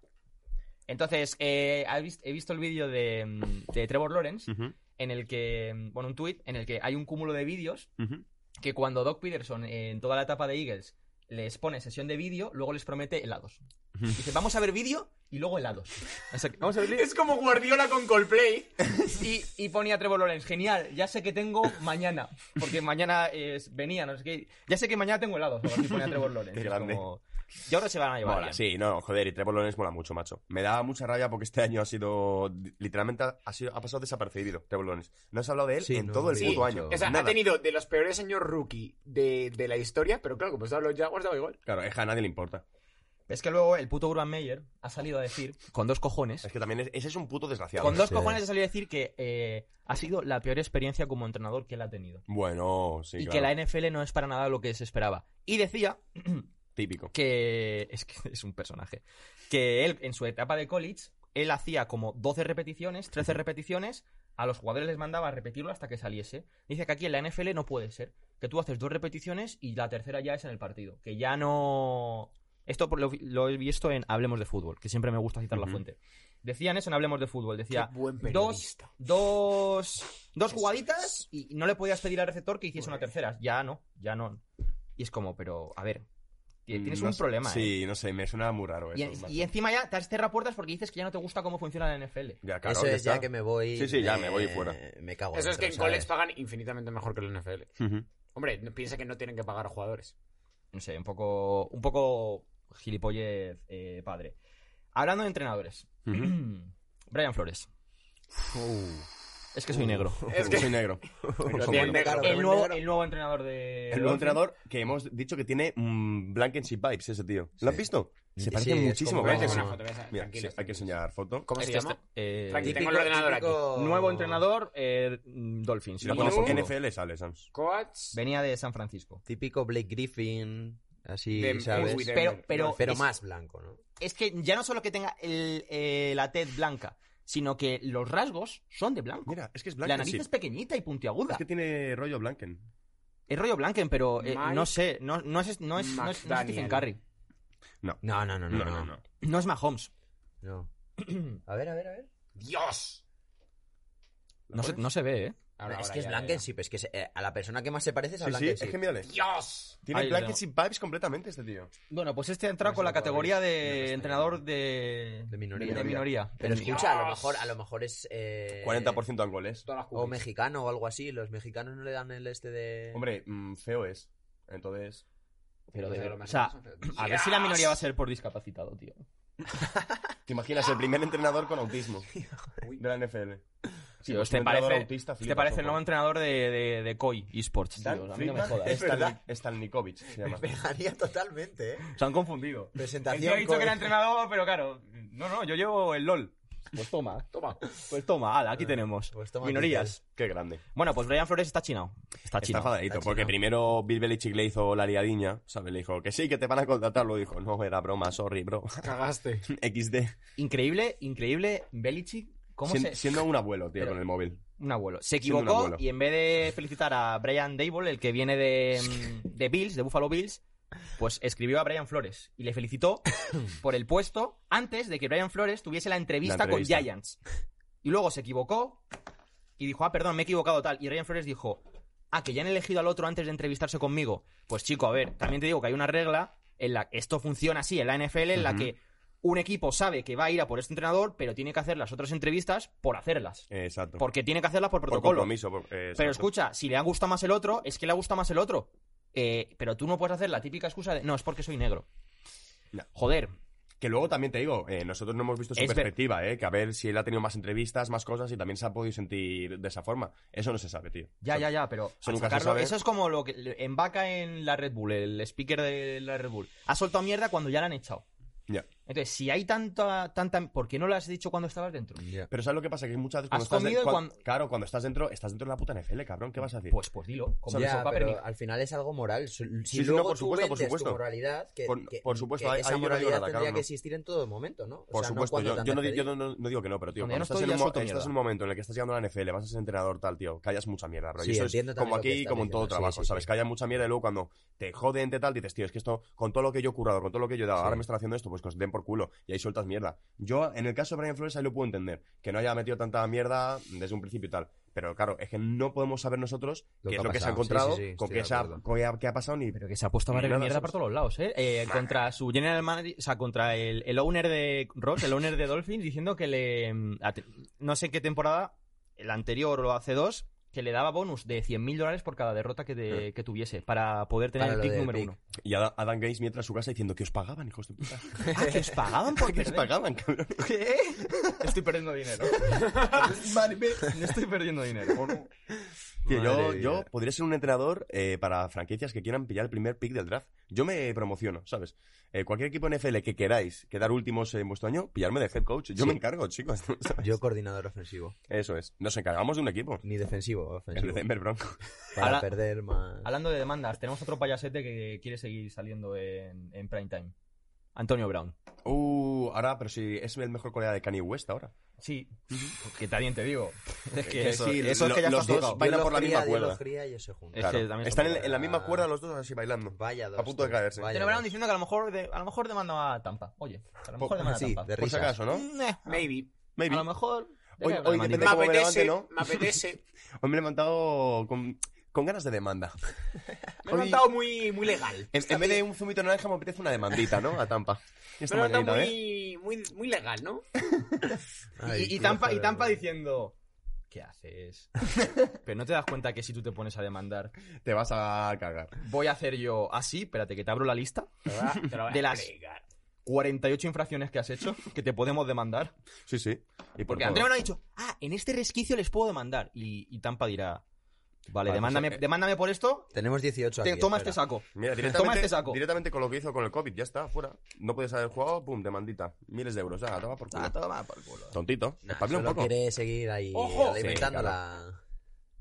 S4: Entonces, eh, ¿has vis- he visto el vídeo de, mm, de Trevor Lawrence
S3: Ujú,
S4: en el que, mm, bueno, un tuit en el que hay un cúmulo de vídeos
S3: ujú.
S4: que cuando Doc Peterson eh, en toda la etapa de Eagles les pone sesión de vídeo, luego les promete helados. Dice, vamos a ver vídeo y luego helados. O sea, que vamos a ver vídeo.
S2: Es como Guardiola con
S3: <laughs>
S2: Coldplay.
S4: Y, y ponía Trevor Lawrence, genial, ya sé que tengo mañana, porque mañana es- venía, no sé qué, ya sé que mañana tengo helados, o algo así ponía Trevor
S3: <laughs>
S4: Lawrence.
S3: Qué
S4: Es
S3: grande.
S4: como- Y ahora se van a llevar.
S3: Mola,
S4: bien.
S3: sí, no, joder, y Trevor Lawrence mola mucho, macho. Me da mucha rabia porque este año ha sido, literalmente, ha, sido, ha pasado desapercibido Trevor Lawrence. No has hablado de él
S5: Sí,
S3: en
S5: no,
S3: todo el
S5: sí.
S3: puto año.
S2: O sea, ha
S3: Nada.
S2: tenido de los peores años rookie de, de la historia, pero claro, como estaban los Jaguars, daba igual.
S3: Claro, es que a nadie le importa.
S4: Es que luego el puto Urban Meyer ha salido a decir, con dos cojones,
S3: Es que también es- ese es un puto desgraciado.
S4: con dos
S5: sí.
S4: cojones ha salido a decir que eh, ha sido la peor experiencia como entrenador que él ha tenido.
S3: Bueno, sí,
S4: y
S3: claro.
S4: que la NFL no es para nada lo que se esperaba. Y decía
S3: <clears throat> Típico.
S4: que <laughs> es que es un personaje. Que él, en su etapa de college, él hacía como 12 repeticiones, 13 repeticiones, a los jugadores les mandaba a repetirlo hasta que saliese. Dice que aquí en la NFL no puede ser. Que tú haces dos repeticiones y la tercera ya es en el partido. Que ya no. Esto por- lo, lo he visto en Hablemos de Fútbol, que siempre me gusta citar la
S3: Ujú.
S4: fuente. Decían eso en Hablemos de Fútbol. Decía,
S2: Qué buen
S4: dos,
S2: periodista.
S4: dos, dos jugaditas y no le podías pedir al receptor que hiciese una tercera. Ya no, ya no. Y es como, pero, a ver, ti- tienes
S3: Mm, No
S4: un
S3: sé-
S4: problema. ¿eh?
S3: Sí, no sé, me suena muy raro
S4: Y,
S3: eso.
S4: en-
S3: macho.
S4: y encima ya te has cerrado puertas porque dices que ya no te gusta cómo funciona la NFL.
S3: Ya, claro,
S5: Eso
S3: ya
S5: es ya
S3: está.
S5: que me voy. eh,
S3: Sí, sí, ya me voy fuera.
S5: Me cago
S2: Eso es que
S5: dentro,
S2: en college
S5: ¿sabes?
S2: pagan infinitamente mejor que el NFL.
S3: Ujú.
S2: Hombre, no- piensa que no tienen que pagar a jugadores.
S4: No sé, un poco, un poco gilipollez eh, padre. Hablando de entrenadores,
S3: Ujú.
S4: <clears throat> Brian Flores. Es que
S3: <laughs>
S4: soy negro.
S2: Es
S4: <laughs>
S2: que-
S3: soy negro.
S2: Lo
S3: Soy
S2: tiene
S3: negro.
S2: negro.
S4: El
S5: Pero
S4: nuevo,
S5: negro.
S4: el nuevo entrenador de.
S3: El nuevo entrenador que hemos dicho que tiene mm, Blankenship vibes, ese tío. ¿Lo has visto? Se
S5: Sí,
S3: parece
S5: es
S3: muchísimo
S5: como-
S3: a
S5: Vete
S2: Vete
S5: con
S2: con una
S3: Blankenship.
S2: foto, ves,
S3: Mira,
S2: tranquilos,
S3: sí, hay que
S2: tranquilos.
S3: enseñar foto.
S2: ¿Cómo se
S4: Este-
S2: llama?
S4: eh,
S2: Tranqui, tengo el ordenador aquí.
S4: Nuevo entrenador, eh, Dolphins.
S3: Si lo
S4: Y
S3: pones
S4: luego-
S3: en NFL sale, Sams.
S2: Coach.
S4: Venía de San Francisco.
S5: Típico Blake Griffin, así,
S2: De-
S5: ¿sabes?
S2: Uy, de-
S4: Pero, pero,
S5: Pero
S4: es,
S5: más blanco, ¿no?
S4: es que ya no solo que tenga el, eh, la tez blanca, sino que los rasgos son de blanco.
S3: Mira, es que es
S4: la nariz
S3: Blankenship.
S4: es pequeñita y puntiaguda.
S3: Es que tiene rollo Blanken.
S4: Es rollo Blanken, pero eh,
S2: Mike
S4: no sé, no, no es, no es, no es, no es
S2: McDaniel.
S4: Stephen Curry.
S5: No, no, no, no. No.
S4: No es Mahomes.
S5: no. A ver, a ver, a ver.
S2: Dios.
S4: No se, no se ve, ¿eh?
S2: Ahora,
S5: es
S2: ahora,
S5: que es
S2: ya,
S5: Blankenship, es que se- eh, a la persona que más se parece es a
S3: Sí, sí,
S5: Blankenship.
S3: es que mírale.
S2: ya. Dios.
S3: Tiene
S4: Ahí lo
S3: Blankenship vibes completamente este tío.
S4: Bueno, pues este ha entrado con la categoría de entrenador de,
S5: De minoría.
S4: de minoría.
S5: Pero
S4: Técnico.
S5: escucha, a lo
S2: Dios.
S5: mejor, a lo mejor es. eh,
S3: 40% angoles.
S2: Todas las
S5: O
S2: cookies.
S5: mexicano o algo así. Los mexicanos no le dan el este de.
S3: Hombre, mm, feo es. Entonces...
S4: Pero de-
S2: Pero de lo
S4: o sea,
S2: menos-
S4: a ver si la minoría va a ser por discapacitado, tío.
S3: <laughs> ¿Te imaginas el primer entrenador
S2: <laughs>
S3: con autismo de la NFL?
S4: Tío,
S3: pues
S4: este
S3: un entrenador
S4: parece,
S3: autista,
S4: este
S3: flipas,
S4: parece el
S3: ojo.
S4: nuevo entrenador de, de, de Koi Esports, tío.
S3: Dan
S4: A mí no me
S3: Friedman
S4: jodas.
S2: Es verdad.
S3: Stalni- Stalnikovic se llama.
S2: Pegaría totalmente, ¿eh?
S4: <laughs> Se han confundido. El tío
S2: Presentación.
S4: ha dicho
S2: con-
S4: que era entrenador, pero claro, no, no, yo llevo el LOL. Pues toma,
S2: Toma.
S4: pues toma, ala, aquí tenemos.
S5: Pues toma,
S4: Minorías.
S3: Qué grande.
S4: Bueno, pues Brian Flores está chinado. Está
S3: Está
S4: chinado.
S3: enfadadito, porque primero Bill Belichick le hizo la liadiña, ¿sabes? Le dijo que sí, que te van a contratar. Lo dijo, no, era broma, sorry, bro. <laughs>
S2: Cagaste.
S3: XD.
S4: Increíble, increíble. Belichick, ¿cómo
S3: Sien-
S4: se...?
S3: Siendo un abuelo, tío,
S4: Pero-
S3: con el móvil.
S4: Un abuelo. Se
S3: Siendo un
S4: equivocó
S3: abuelo.
S4: y en vez de felicitar a Brian Dable, el que viene de, mm, de Bills, de Buffalo Bills, pues escribió a Brian Flores y le
S3: <coughs>
S4: felicitó por el puesto antes de que Brian Flores tuviese la entrevista,
S3: La entrevista.
S4: con Giants. Y luego se equivocó y dijo, ah, perdón, me he equivocado tal. Y Brian Flores dijo, ah, que ya han elegido al otro antes de entrevistarse conmigo. Pues chico, a ver, también te digo que hay una regla en la esto funciona así en la NFL, en la
S3: Ujú.
S4: que un equipo sabe que va a ir a por este entrenador, pero tiene que hacer las otras entrevistas por hacerlas.
S3: Eh, Exacto.
S4: Porque tiene que hacerlas por
S3: Por
S4: protocolo.
S3: compromiso. por- eh,
S4: pero
S3: exacto.
S4: escucha, si le ha gustado más el otro, es que le ha gustado más el otro. Eh, pero tú no puedes hacer la típica excusa de no, es porque soy negro.
S3: No.
S4: Joder,
S3: Que luego también te digo, eh, nosotros no hemos visto su
S4: Es ver-
S3: perspectiva, ¿eh? Que a ver si él ha tenido más entrevistas, más cosas y también se ha podido sentir de esa forma. Eso no se sabe, tío.
S4: ya, ya, ya, pero
S3: Eso
S4: al
S3: nunca se
S4: sacarlo-
S3: sabe.
S4: eso es como lo que en vaca en la Red Bull, el speaker de la Red Bull. Ha soltado mierda cuando ya la han echado.
S3: Ya.
S4: Entonces, si hay tanta, tanta, ¿por qué no lo has dicho cuando estabas dentro?
S3: Pero ¿sabes lo que pasa? Que muchas veces cuando
S4: Has
S3: estás,
S4: comido y
S3: cuan-
S4: cuando-
S3: Claro, cuando estás dentro, estás dentro de la puta NFL, cabrón. ¿Qué vas a decir?
S4: Pues, pues dilo, como
S5: Ya,
S4: sopa
S5: pero
S4: pernil.
S5: al final es algo moral. Si
S3: sí, no,
S5: luego
S3: por
S5: tú
S3: supuesto, por
S5: vendes tu
S3: supuesto.
S5: moralidad, que,
S3: Por-
S5: que-
S3: por supuesto,
S5: que
S3: ahí- ahí
S5: esa
S3: yo no digo
S5: moralidad
S3: nada,
S5: tendría
S3: claro, no.
S5: que existir en todo momento, ¿no? O
S3: Por
S5: sea, no
S3: supuesto,
S5: cuando te
S3: yo,
S5: han
S3: yo no, di- yo
S5: despedido.
S3: no- no- no digo que no, pero tío,
S4: Cuando ya
S3: cuando
S4: no
S3: estás,
S4: estoy,
S3: en
S4: ya
S3: un, mo-
S4: suelto
S3: estás en un
S4: mierda.
S3: momento en el que estás llegando a la NFL, vas a ser entrenador tal, tío, callas mucha mierda, bro.
S5: Sí,
S3: y eso
S5: entiendo
S3: es
S5: también
S3: como
S5: lo que
S3: aquí y
S5: estás
S3: como en todo
S5: diciendo, sí,
S3: trabajo,
S5: sí,
S3: ¿sabes?
S5: sí.
S3: Callas mucha mierda y luego cuando te joden, te tal, dices, tío, es que esto, con todo lo que yo he currado, con todo lo que yo he dado, ahora me están haciendo esto, pues que os den por culo. Y ahí sueltas mierda. Yo, en el caso de Brian Flores, ahí lo puedo entender. Que no haya metido tanta mierda desde un principio y tal. Pero claro, es que no podemos saber nosotros
S5: Lo
S3: qué
S5: que
S3: es
S5: ha
S3: lo que se ha
S5: pasado. Sí, sí,
S3: encontrado,
S5: sí,
S3: con
S5: estoy
S3: qué
S5: de
S3: se ha-
S5: acuerdo.
S3: con qué ha- qué ha pasado ni
S4: Pero que se ha puesto a
S3: Ni
S4: barrer
S3: nada,
S4: mierda
S3: ¿sabes?
S4: por todos los lados, ¿eh? Eh, Contra su general manager, o sea, contra el, el owner de Ross, el owner de Dolphins, diciendo que le... mm, a te- No sé en qué temporada, el anterior o hace dos, que le daba bonus de 100.000 dólares por cada derrota que, te- que tuviese para poder tener
S5: Para
S4: el
S5: lo
S4: pick
S5: del
S4: número
S5: pick.
S4: uno.
S3: Y Adam Adam Gates mientras en su casa diciendo que os pagaban, hijos de
S5: <laughs>
S3: puta.
S4: Ah, que os pagaban por
S3: ¿Qué os
S4: perder.
S3: pagaban, cabrón?
S4: <laughs> ¿Qué? Estoy
S2: <laughs>
S4: perdiendo dinero. No estoy perdiendo dinero.
S3: <laughs> Tío, yo,
S2: Madre
S3: yo
S2: mía.
S3: podría ser un entrenador eh, para franquicias que quieran pillar el primer pick del draft. Yo me promociono, ¿sabes? Eh, cualquier equipo NFL que queráis quedar últimos en vuestro año, pillarme de head coach. Yo me encargo, chicos. ¿sabes?
S5: <laughs> Yo coordinador ofensivo.
S3: Eso es. Nos encargamos de un equipo.
S5: Ni defensivo,
S3: El de
S5: ofensivo.
S3: Denver Broncos.
S5: Para
S4: Ahora-
S5: perder más.
S4: Hablando de demandas, tenemos otro payasete que quiere seguir saliendo en, en prime time. Antonio Brown.
S3: Uh, ahora, pero si es el mejor colega de Kanye West ahora.
S4: Sí, que también
S3: <laughs>
S4: te digo. Es que
S3: Eso-
S4: sí,
S3: lo-
S4: eso es que ya
S3: los
S4: estás
S3: dos
S4: tocado.
S5: Dios
S3: bailan
S5: los
S3: por la
S5: cría,
S3: misma
S5: Dios
S3: cuerda.
S5: los cría y ellos se juntan.
S4: Es que también
S3: Están
S4: son
S3: en, en la misma
S5: Ah.
S3: cuerda los dos así bailando.
S5: Vaya dos.
S3: A punto de
S5: tío.
S3: caerse.
S5: Vaya
S4: Antonio Brown
S5: dos.
S4: diciendo que a lo mejor de- a lo mejor demanda a Tampa. Oye, a lo mejor
S3: Por-
S4: demanda
S5: sí,
S4: a Tampa.
S5: de
S3: Por si
S5: risas.
S3: acaso, ¿no?
S4: Eh,
S2: Maybe.
S3: Maybe.
S4: A lo mejor.
S3: Hoy-
S4: Deja
S3: hoy
S2: Me
S3: depende
S4: la demandita.
S3: cómo me
S2: apetece,
S3: levante,
S2: me
S3: <laughs>
S2: apetece.
S3: Hoy me he levantado con, con ganas de demanda. <laughs>
S2: Me he levantado muy, muy legal.
S3: En, en vez de un zumito de naranja me apetece una demandita, ¿no? A Tampa. Esta
S2: Me he levantado
S3: mañanita, ¿eh?
S2: muy, muy, muy legal, ¿no?
S5: Ay,
S4: y, y
S5: tío,
S4: Tampa, y
S5: joder,
S4: Tampa
S5: bro.
S4: diciendo. ¿Qué haces? Pero no te das cuenta que si tú te pones a demandar,
S3: Te vas a cagar.
S4: voy a hacer yo así, espérate que te abro la lista,
S2: Ah, Te lo voy a
S4: De las-
S2: explicar.
S4: 48 infracciones que has hecho, que te podemos demandar.
S3: Sí, sí. Y por
S4: Porque
S3: todo.
S4: Antonio Brown ha dicho, ah, en este resquicio les puedo demandar. Y, y Tampa dirá, vale,
S3: Vale,
S4: demándame,
S3: pues, eh,
S4: demándame por esto,
S5: Tenemos 18
S4: te-
S5: aquí,
S4: toma
S5: espera.
S4: este saco.
S3: Mira,
S4: Toma
S3: directamente,
S4: este saco.
S3: directamente con lo que hizo con el COVID, ya está, fuera. No puedes haber jugado, pum, demandita. Miles de euros, ya, toma por culo.
S4: Ah, toma por culo.
S3: Tontito,
S5: Nah,
S3: espabila un
S5: solo
S3: poco.
S5: quiere seguir ahí
S2: Ojo.
S5: alimentando
S3: Sí,
S5: la-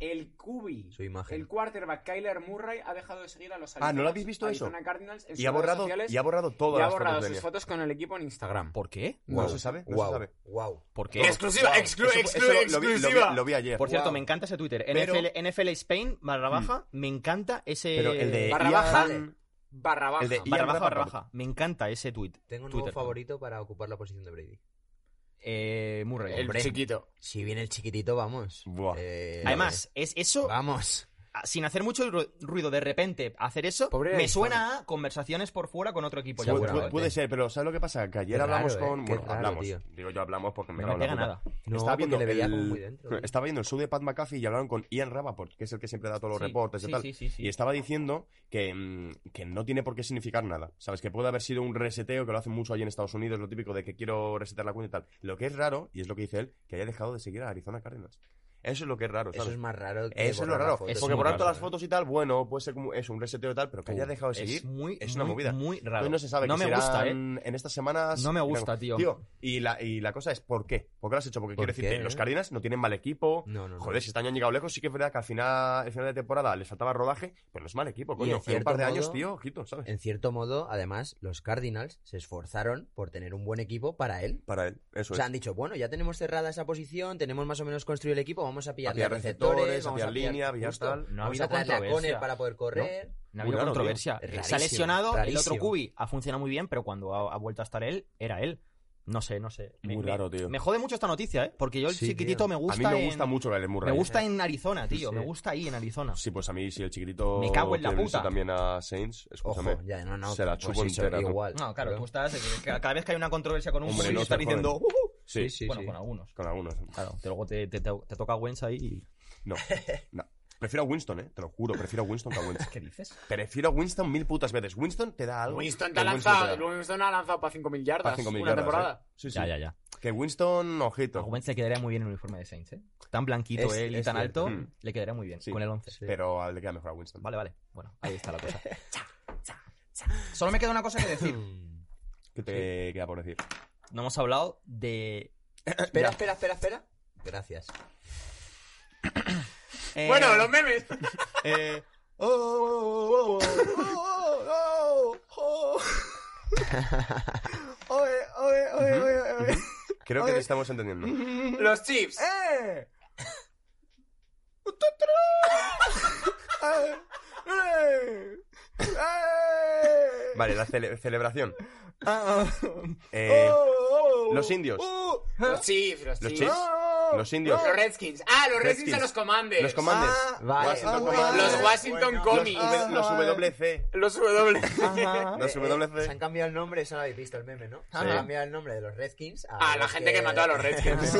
S2: El cubi.
S5: su imagen.
S2: El quarterback Kyler Murray ha dejado de seguir a los
S3: Ah, ¿no lo
S2: Arizona-
S3: habéis visto eso?
S2: Arizona Cardinals en
S3: Y
S2: sus
S3: ha
S2: redes
S3: borrado,
S2: sociales
S3: y ha borrado todas
S2: y ha
S3: las
S2: borrado
S3: fotos de
S2: sus
S3: Nia.
S2: fotos con el equipo en Instagram.
S4: ¿Por qué?
S3: No se sabe, no
S5: wow,
S3: se sabe.
S5: Wow.
S4: ¿Por qué?
S2: Exclusiva, exclu-
S3: Eso-
S2: exclu-
S3: eso lo- lo vi- lo vi- Lo
S2: exclusiva.
S3: vi, ayer.
S4: Por cierto,
S5: Wow.
S4: me encanta ese Twitter.
S3: Pero-
S4: NFL, NFL Spain, barra baja, me encanta ese...
S3: Mm. Pero el de
S2: Barra
S3: Ian-
S2: baja. Barra baja.
S3: El de-
S4: Barra
S3: Ian
S4: baja, barra
S3: Rappaport.
S4: baja. Me encanta ese tweet.
S5: Tengo un nuevo
S4: Twitter.
S5: favorito para ocupar la posición de Brady.
S4: Eh, Murray.
S2: El
S5: Hombre.
S2: chiquito.
S5: Si viene el chiquitito, vamos.
S3: Buah.
S5: Eh,
S4: Además, es eso...
S5: Vamos.
S4: a- sin hacer mucho ru- ruido, de repente hacer eso,
S2: Pobre
S4: me
S2: Arizona.
S4: suena a conversaciones por fuera con otro equipo. ya ¿eh?
S3: Pu- pu-
S4: fuera.
S3: puede, ser, pero ¿sabes lo que pasa? Que ayer
S5: Qué raro,
S3: hablamos
S5: eh,
S3: con.
S5: qué
S3: Bueno,
S5: raro,
S3: hablamos.
S5: tío.
S3: Digo yo hablamos porque me
S4: No me
S3: cago en
S4: pega
S3: la puta.
S4: nada.
S5: No,
S3: estaba
S5: porque
S3: viendo,
S5: le veía como
S3: el,
S5: muy dentro, tío.
S3: estaba viendo el show de Pat McAfee y hablaron con Ian Rappaport, que es el que siempre da todos los
S4: Sí,
S3: reportes
S4: sí,
S3: y tal.
S4: sí, sí, sí.
S3: Y estaba diciendo que, mm, que no tiene por qué significar nada. ¿Sabes? Que puede haber sido un reseteo, que lo hacen mucho allí en Estados Unidos, lo típico de que quiero resetear la cuenta y tal. Lo que es raro, y es lo que dice él, que haya dejado de seguir a Arizona Cardinals. Eso es lo que es raro,
S5: Eso
S3: ¿sabes?
S5: es más raro. que
S3: Eso es lo
S5: borrar la
S3: raro.
S5: foto.
S4: Es
S3: porque
S4: muy
S3: por
S4: raro, eh.
S3: tanto las fotos y tal, bueno, puede ser como es un reseteo y tal, pero que haya dejado de seguir.
S4: es muy,
S3: es una
S4: muy,
S3: movida.
S4: muy raro.
S3: Entonces no se sabe
S4: No
S3: que
S4: me gusta, ¿eh?
S3: serán en estas semanas.
S4: No me gusta, tío.
S3: y la, y la cosa es, ¿por qué? ¿Por qué lo has hecho? Porque
S5: ¿Por
S3: quiero decirte,
S5: qué?
S3: los Cardinals no tienen mal equipo.
S5: No, no, no.
S3: Joder, si este año han llegado lejos, sí que es verdad que al final, al final de temporada les faltaba rodaje, pero no es mal equipo,
S5: en
S3: Pues coño. En un
S5: cierto
S3: par de años,
S5: modo-
S3: tío, ojito, ¿sabes?
S5: En cierto modo, además, los Cardinals se esforzaron por tener un buen equipo para él.
S3: Para él, eso
S5: O sea,
S3: es.
S5: han dicho, bueno, ya tenemos cerrada esa posición, tenemos más o menos construido el equipo, vamos a pillar
S3: A pillar
S5: receptores,
S3: receptores, a
S5: vamos
S3: pillar línea, a pillar
S5: justo,
S3: tal.
S4: No ha
S5: vamos a
S4: habido
S5: traerle a Conner
S4: controversia.
S5: para poder
S4: No ha
S5: correr.
S3: Muy raro,
S4: habido
S3: tío.
S4: controversia. se
S5: Rarísimo,
S4: ha lesionado, el
S5: rarísimo.
S4: otro Cubi ha funcionado muy bien, pero cuando ha, ha vuelto a estar él, era él. No sé, no sé. Me-
S3: Muy
S4: me-
S3: raro, tío.
S4: Me jode mucho esta noticia, ¿eh? Porque yo el
S5: Sí,
S4: chiquitito
S5: tío.
S4: me
S3: A mí
S4: gusta.
S3: me gusta
S4: en...
S3: mucho Kyler Murray. ¿eh?
S4: Me gusta en Arizona, tío.
S5: Sí,
S4: Me
S5: sí.
S4: gusta ahí en Arizona.
S3: Sí, pues a mí, si el chiquitito.
S4: Me cago en la
S3: quiere irse
S4: puta.
S3: también a Saints,
S5: Ojo,
S3: escúchame.
S5: ya, no, no.
S3: se la
S5: pues
S3: chupo
S5: sí, soy
S3: entera, tú.
S5: igual.
S4: No, claro,
S5: Pero-
S4: tú estás. eh, ca- Cada vez que hay una controversia con un
S3: Hombre,
S4: Cubi,
S3: no
S4: estás
S3: se
S4: diciendo.
S3: joden.
S4: "Uh, uh".
S5: Sí,
S3: Sí,
S5: sí,
S4: bueno,
S5: sí.
S4: con algunos.
S3: Con algunos.
S4: Claro, te- luego te, te- te- te toca Wentz ahí y.
S3: No, no. Prefiero a Winston, eh. Te lo juro, prefiero a Winston que a Wentz.
S4: <laughs> ¿Qué dices?
S3: Prefiero a Winston mil putas veces. Winston te da algo.
S2: Winston
S3: que
S2: te ha lanzado,
S3: Winston te da
S2: Winston ha lanzado para 5.000 yardas
S3: para 5.000
S2: una
S3: yardas,
S2: temporada.
S3: ¿eh? Sí, sí.
S4: Ya, ya, ya.
S3: Que Winston,
S4: A
S3: ojito.
S4: Wentz le quedaría muy bien el uniforme de Saints, ¿eh? Tan blanquito
S5: Es-
S4: él y
S5: es
S4: tan
S5: cierto.
S4: alto,
S3: Mm.
S4: le quedaría muy bien
S3: Sí.
S4: con el 11.
S5: Sí.
S3: Pero al- le queda mejor a Winston.
S4: Vale, vale. Bueno, ahí está
S3: <laughs>
S4: la cosa. Solo me queda una cosa que decir.
S5: Mm.
S3: ¿Qué te queda por decir?
S4: No hemos hablado de.
S5: <coughs> Espera, espera, espera, espera. Gracias.
S4: eh,
S2: Bueno, los memes.
S4: <laughs> eh, oh, oh, oh, oh, oh, oh, oh, oh. Oe, oe, oe, oe, oe.
S3: Creo que te estamos entendiendo.
S2: los chips.
S4: ¡Eh! ¡Eh!
S3: Vale, la cele- celebración.
S4: Ah,
S3: Eh,
S4: oh, oh,
S3: los indios.
S4: oh.
S2: Los chips, los
S3: Los
S2: chips.
S3: Chiefs. Los indios.
S2: Oh. Los Redskins. Ah, los Redskins,
S3: Redskins.
S2: a los Commanders.
S3: Los Commanders.
S4: Ah,
S5: Vale.
S3: Washington
S4: ah,
S3: Commanders.
S2: Los Washington
S3: Los-
S2: Commies.
S3: Los, WC.
S2: Los W.
S4: Ajá.
S3: Los
S5: Se han
S3: WC.
S5: cambiado el nombre, eso lo habéis visto el meme, ¿no? Se han
S3: Ajá.
S5: cambiado el nombre de los Redskins
S2: A la gente Ah, que mató a los <laughs>
S5: <laughs>
S2: Redskins.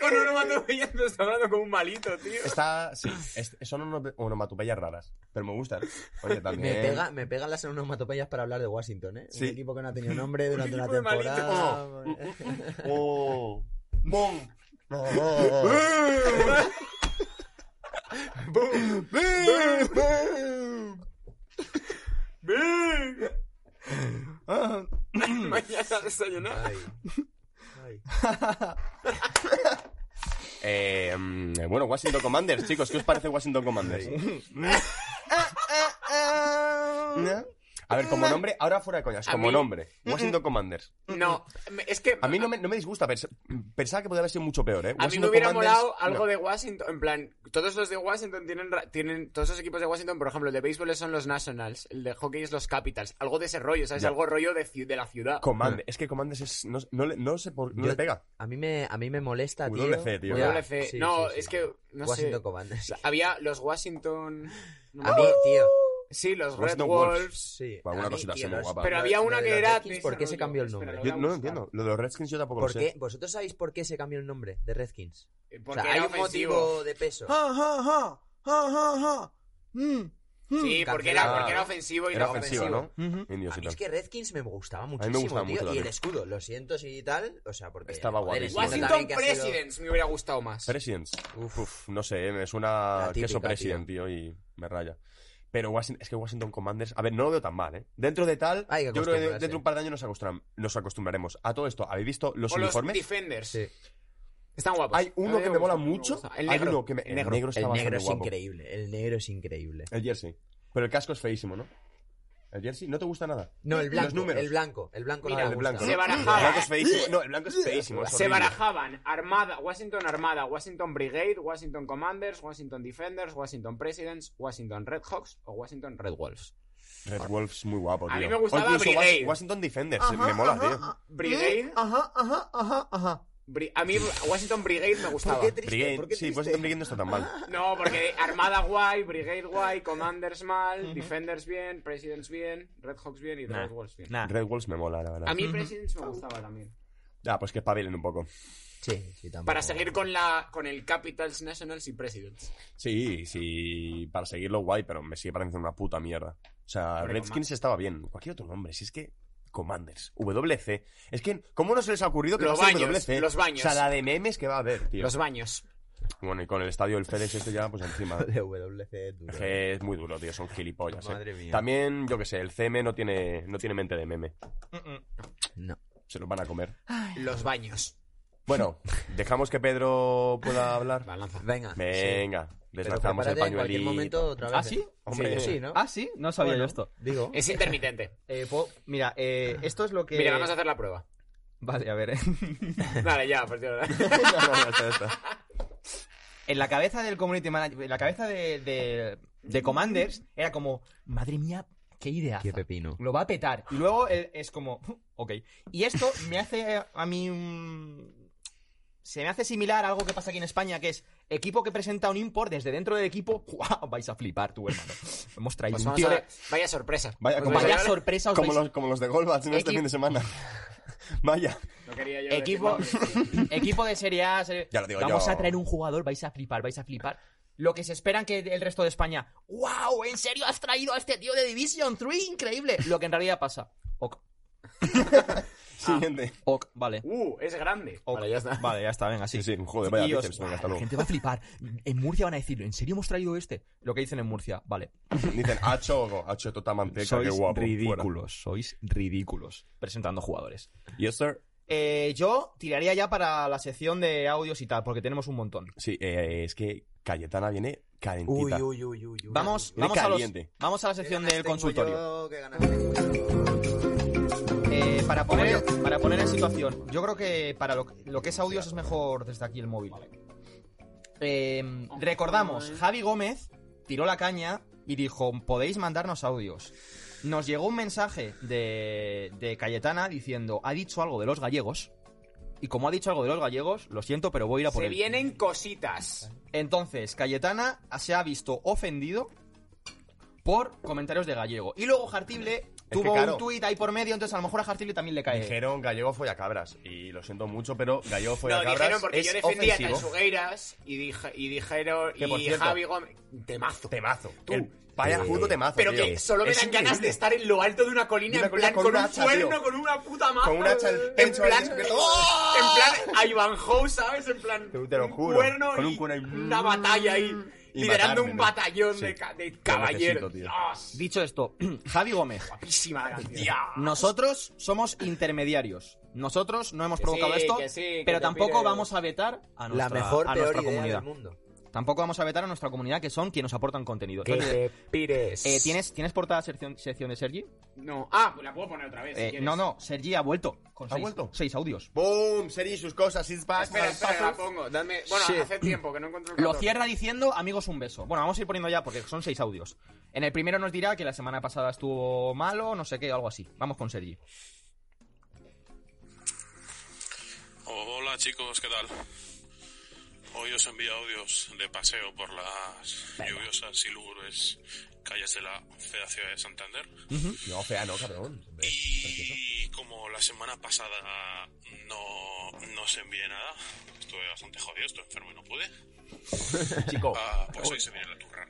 S2: Con onomatopeya nos está hablando como un malito, tío.
S3: Está, sí, es- son unos- onomatopeyas raras, pero me gustan. <laughs> Oye, también.
S5: Me, pega, me pegan las onomatopeyas para hablar de Washington, ¿eh?
S3: Sí.
S5: Un equipo que no ha tenido nombre durante una
S2: <laughs> equipo de malito.
S5: temporada.
S3: Oh. Bon.
S2: Mañana a desayunar.
S5: Ay. Ay.
S3: Eh, mm, bueno, Washington Commanders, chicos, ¿qué os parece Washington Commanders? ¿No? A ver, como nombre, ahora fuera de coñas,
S2: A
S3: como
S2: mí-
S3: nombre, Washington Commanders.
S2: No, me- es que
S3: A mí no me, no me disgusta, pens- pensaba que podía haber sido mucho peor, ¿eh?
S2: a mí me
S3: Washington
S2: hubiera
S3: Commanders,
S2: molado algo
S3: no.
S2: de Washington. En plan, todos los de Washington tienen, ra- tienen. Todos los equipos de Washington, por ejemplo, el de béisbol son los Nationals, el de hockey es los Capitals. Algo de ese rollo, ¿sabes?
S3: Ya.
S2: Algo rollo de, ci- de la ciudad.
S3: Commanders, es que Commanders es, no, no le, no sé por, no
S5: Yo-
S3: le pega.
S5: A mí me, a mí me molesta, tío.
S3: WC, tío.
S5: Ya,
S2: WC.
S5: sí,
S2: no,
S5: sí, sí.
S2: es que. No
S5: Washington
S2: sé.
S5: Commanders.
S2: Había los Washington. no me
S5: A mí,
S2: acuerdo.
S5: tío.
S2: sí, los Red
S3: Washington
S2: Wolves.
S3: Wolves.
S5: Sí.
S3: Alguna
S5: a mí,
S3: cosita
S5: tío,
S3: así muy
S5: los-
S3: guapa.
S2: Pero
S5: lo-
S2: había
S5: lo
S2: una
S5: de
S2: que
S5: los
S2: era.
S5: Redskins,
S2: de
S5: ¿Por
S2: ese
S5: qué se
S2: rollo.
S5: cambió el
S2: Espera,
S5: nombre?
S2: lo voy a
S3: Yo no lo
S2: buscar.
S3: entiendo, lo de los Redskins yo tampoco
S5: ¿Por
S3: lo
S5: qué?
S3: sé.
S5: ¿Vosotros sabéis por qué se cambió el nombre de Redskins? O
S2: Porque
S5: sea, hay
S2: era
S5: un
S2: ofensivo.
S5: motivo de peso. Hmm.
S2: Sí, porque era,
S5: Cancelado.
S2: porque era ofensivo y
S3: Era
S2: no
S3: ofensivo, ¿no?
S4: Ujú.
S3: Indios
S5: A
S3: y
S5: mí
S3: tal.
S5: es que Redskins me gustaba muchísimo,
S3: me gustaba
S5: tío.
S3: mucho
S5: y el
S3: también.
S5: escudo, lo siento y tal. O sea, porque.
S3: Estaba guapísimo.
S5: entiendo
S2: Washington
S5: también que ha sido-
S2: Presidents me hubiera gustado más.
S3: Presidents.
S5: Uf.
S3: Uf, no sé, eh, me suena
S5: La típica,
S3: queso president, tío. y me raya. Pero Washi- es que Washington Commanders, a ver, no lo veo tan mal, ¿eh? Dentro de tal,
S5: Hay que
S3: yo creo que
S5: acostumbrarse.
S3: dentro de un par de años nos, acostumbram- nos acostumbraremos a todo esto. ¿Habéis visto los
S2: o los
S3: uniformes?
S2: Defenders.
S5: Sí.
S2: Están guapos.
S3: Hay uno que me mola mucho.
S2: El
S3: hay
S2: negro.
S3: uno que me-
S5: El negro,
S3: negro está bastante
S5: es
S3: guapo.
S5: increíble. El negro es increíble.
S3: El jersey. Pero el casco es feísimo, ¿no? ¿El jersey? ¿No te gusta nada?
S5: No, el
S3: Los
S5: blanco.
S3: números.
S5: El blanco. El blanco
S2: Mira,
S5: no
S3: Ah,
S5: me
S3: el
S5: gusta.
S3: blanco.
S2: Se
S3: ¿no?
S2: barajaba.
S3: El blanco es feísimo. No, el blanco es feísimo. es
S2: Se
S3: horrible.
S2: barajaban Armada, Washington Armada, Washington Brigade, Washington Commanders, Washington Defenders, Washington Presidents, Washington Redhawks o Washington Red Wolves.
S3: Red Wolves muy guapo, tío.
S2: A mí me gustaba
S3: O incluso Was-
S2: Brigade.
S3: Washington Defenders, eh,
S6: Ajá,
S3: me mola,
S6: ajá,
S3: tío.
S6: ah,
S2: Brigade.
S6: mm, Ajá, ajá, ajá, ajá.
S2: Bri- a mí Washington Brigade me gustaba.
S6: qué triste?
S3: Brigade,
S6: ¿Por qué
S3: sí,
S6: triste?
S3: Washington Brigade no está tan <laughs> mal.
S2: No, porque Armada guay, Brigade guay, Commanders mal, Defenders bien, Presidents bien, Red Hawks bien y The
S4: Nah.
S2: Red Wolves bien.
S4: Nah.
S3: Red Wolves me mola, la
S2: A
S3: verdad.
S2: mí Presidents me gustaba también.
S3: Ah, pues que espabilen un poco.
S5: Sí, sí, tampoco.
S2: Para seguir con la con el Capitals, Nationals y Presidents.
S3: Sí, sí, para seguirlo guay, pero me sigue pareciendo una puta mierda. O sea,
S2: Hombre,
S3: Redskins estaba bien. Cualquier otro nombre, si es que... Commanders, WC. Es que, ¿cómo no se les ha ocurrido que
S2: Los
S3: va a ser
S2: baños,
S3: WC?
S2: los baños.
S3: O sea, la de memes que va a haber, tío.
S2: Los baños.
S3: Bueno, y con el estadio del FedEx este ya, pues encima.
S5: <laughs> De WC es duro. eh.
S3: Es que es muy duro, tío, son gilipollas. eh.
S5: Madre mía.
S3: También, yo que sé, el CM no tiene, no tiene mente de meme.
S5: No.
S3: Se los van a comer.
S2: Los baños.
S3: Bueno, dejamos que Pedro pueda hablar.
S2: Balanza.
S5: Venga. sí.
S3: Venga,
S5: Pero
S3: deslazamos el
S5: prepárate, en cualquier
S3: pañuelito.
S5: momento otra vez.
S4: ¿Ah, sí?
S3: Hombre,
S5: Sí, sí, ¿no?
S4: Ah, sí, no sabía
S5: Bueno,
S4: yo esto.
S5: Digo.
S2: Es
S5: <laughs>
S2: intermitente.
S4: Eh, puedo- Mira, eh, esto es lo que.
S2: Mira, vamos a hacer la prueba.
S4: Vale, a ver. eh.
S2: <laughs> Vale, ya, pues ya.
S3: No, no, ya está, ya está.
S4: <laughs> en la cabeza del community manager, en la cabeza de, de, de Commanders, era como, madre mía, qué idea.
S5: Qué pepino.
S4: Lo va a petar. Y luego eh, es como, <laughs> ok. Y esto me hace a mí un- Se me hace similar a algo que pasa aquí en España, que es equipo que presenta un import desde dentro del equipo. <laughs> ¡guau! Vais a flipar, tú, hermano. Hemos traído
S2: Pues
S4: un
S2: vamos
S4: tío
S2: a
S4: de-
S2: ver. Vaya sorpresa.
S3: Vaya,
S2: Pues
S3: como-
S4: Vaya
S2: vaya-
S4: sorpresa os
S3: Como
S4: vais-
S3: los, como los de Golbats en este
S4: Equi-
S3: fin de semana. <laughs> Vaya.
S2: No quería yo decir
S4: Equipo,
S2: nombres.
S4: <laughs> equipo de Serie A. Serie-
S3: Ya lo digo
S4: Vamos
S3: yo.
S4: a traer un jugador, vais a flipar, vais a flipar. Lo que se esperan que el resto de España. <laughs> ¡Wow! ¿En serio has traído a este tío de Division 3? ¡Increíble! Lo que en realidad pasa. Ok, <laughs>
S3: Siguiente.
S4: ok, vale.
S2: Uh, es grande.
S4: Ok.
S2: Vale, ya está.
S4: Vale, ya está, venga,
S3: Sí,
S4: sí.
S3: sí, joder, vaya
S4: Y os-
S3: bíceps, venga,
S4: "Buah,
S3: hasta
S4: la
S3: luego.
S4: gente va a flipar. En Murcia van a decir, ¿en serio hemos traído este? Lo que dicen en Murcia, vale.
S3: Dicen, hacho, ogo, hacho, tota manteca, qué
S4: sois
S3: guapo.
S4: ridículos, sois ridículos presentando jugadores.
S3: Fuera. Yes, sir.
S4: Eh, yo tiraría ya para la sección de audios y tal, porque tenemos un montón.
S3: Sí, eh, es que Cayetana viene
S5: Uy,
S3: calentita.
S5: uy, uy, uy, uy.
S4: Vamos,
S3: Viene
S4: vamos, a, los-
S3: caliente.
S4: vamos a la
S5: Qué
S4: sección
S5: ganas
S4: del
S5: tengo
S4: consultorio.
S5: yo, qué ganas tengo yo.
S4: Eh, para, poner, para poner en situación, yo creo que para lo, lo que es audios es mejor desde aquí el móvil. Eh, recordamos, Javi Gómez tiró la caña y dijo, podéis mandarnos audios. Nos llegó un mensaje de, de Cayetana diciendo, ha dicho algo de los gallegos. Y como ha dicho algo de los gallegos, lo siento, pero voy a ir a por
S2: Se
S4: él.
S2: vienen cositas.
S4: Entonces, Cayetana se ha visto ofendido por comentarios de gallego. Y luego Jartible
S3: que,
S4: tuvo
S3: claro.
S4: un tuit ahí por medio, entonces a lo mejor a Jartible también le cae.
S3: Dijeron gallego follacabras. Y lo siento mucho, pero gallego
S2: No,
S3: follacabras
S2: dijeron porque
S3: es
S2: yo defendía a
S3: ofensivo.
S2: Tansugueiras y, dije- y dijeron.
S3: Que, por
S2: Y
S3: cierto,
S2: Javi Gómez. Temazo.
S3: Temazo.
S2: Tú.
S3: El vaya
S5: Eh,
S3: puto temazo,
S2: Pero
S3: tío.
S2: que solo me
S3: Es
S2: dan ganas
S3: increíble.
S2: de estar en lo alto de una colina, <laughs>
S3: Una
S2: en
S3: colina
S2: plan,
S3: con
S2: con,
S3: un
S2: un
S3: hacha,
S2: cuerno,
S3: tío.
S2: con una puta maza.
S3: Con un hacha al
S2: En
S3: pecho,
S2: plan,
S3: ahí,
S2: en
S3: que-
S2: plan, a Ivan Howe, ¿sabes? En plan,
S3: ¡oh! Te- te lo
S2: un
S3: juro,
S2: cuerno
S3: con
S2: y
S3: un cuerno ahí.
S2: una batalla ahí,
S3: Y
S2: liderando
S3: matarme,
S2: un
S3: ¿no?
S2: batallón
S3: Sí.
S2: de, ca- de
S3: Lo necesito,
S2: caballeros.
S3: tío.
S2: Dios,
S4: Dicho esto, <clears throat> Javi Gómez,
S2: guapísima la canción.
S4: nosotros somos intermediarios. Nosotros no hemos
S2: Que
S4: provocado
S2: sí,
S4: esto,
S2: que sí, que
S4: pero
S2: te
S4: tampoco
S2: pires.
S4: vamos a vetar a
S5: La
S4: nuestra,
S5: mejor,
S4: a
S5: peor
S4: nuestra
S5: idea
S4: comunidad.
S5: del mundo.
S4: Tampoco vamos a vetar a nuestra comunidad, que son quienes aportan contenido.
S2: Que
S4: Entonces,
S2: te pires.
S4: eh, ¿tienes, ¿Tienes portada sección, sección de Sergi?
S2: No. Ah, pues la puedo poner otra vez. si
S4: Eh,
S2: quieres.
S4: no, no, Sergi ha vuelto. Con
S3: ¿Ha
S4: seis,
S3: vuelto?
S4: Seis audios.
S3: ¡Boom! Serie y sus cosas, it's back.
S2: Espera, espera, la
S3: Pasos.
S2: pongo. Dame. Bueno,
S4: Sí.
S2: hace tiempo que no encuentro el
S4: Lo
S2: botón.
S4: cierra diciendo, amigos, un beso. Bueno, vamos a ir poniendo ya porque son seis audios. En el primero nos dirá que la semana pasada estuvo malo, no sé qué, algo así. Vamos con Sergi.
S8: Hola chicos, ¿qué tal? Hoy os envío audios de paseo por las lluviosas y lúgubres calles de la fea ciudad de Santander.
S3: No, fea no, cabrón. Hombre, precioso.
S8: Y como la semana pasada no, no os envié nada, estuve bastante jodido, estoy enfermo y no pude.
S3: <laughs> Chico,
S8: Ah, pues hoy se viene la turra.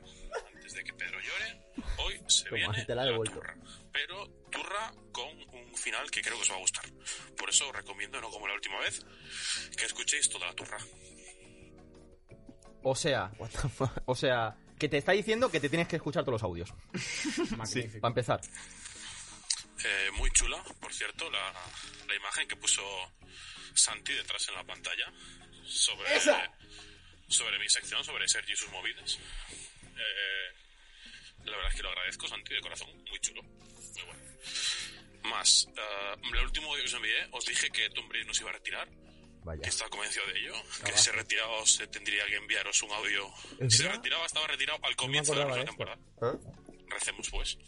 S8: Antes de que Pedro llore, hoy se
S5: Toma,
S8: viene
S5: te la he
S8: la
S5: devuelto.
S8: turra. Pero turra con un final que creo que os va a gustar. Por eso os recomiendo, no como la última vez, que escuchéis toda la turra.
S4: O sea, o sea, que te está diciendo que te tienes que escuchar todos los audios.
S2: Magnífico.
S4: Para empezar.
S8: Eh, muy chula, por cierto, la, la imagen que puso Santi detrás en la pantalla sobre, sobre mi sección, sobre Sergi y sus móviles. Eh, la verdad es que lo agradezco, Santi, de corazón, muy chulo, muy bueno. Más, eh, el último día que os envié, os dije que Tom Brady nos iba a retirar, que
S5: Vaya.
S8: estaba convencido de ello, que si se retiraba os tendría que enviaros un audio. Si se retiraba, estaba retirado al comienzo de la
S5: acordaba ¿eh?
S8: próxima
S5: de
S8: temporada.
S3: ¿eh?
S8: Recemos pues.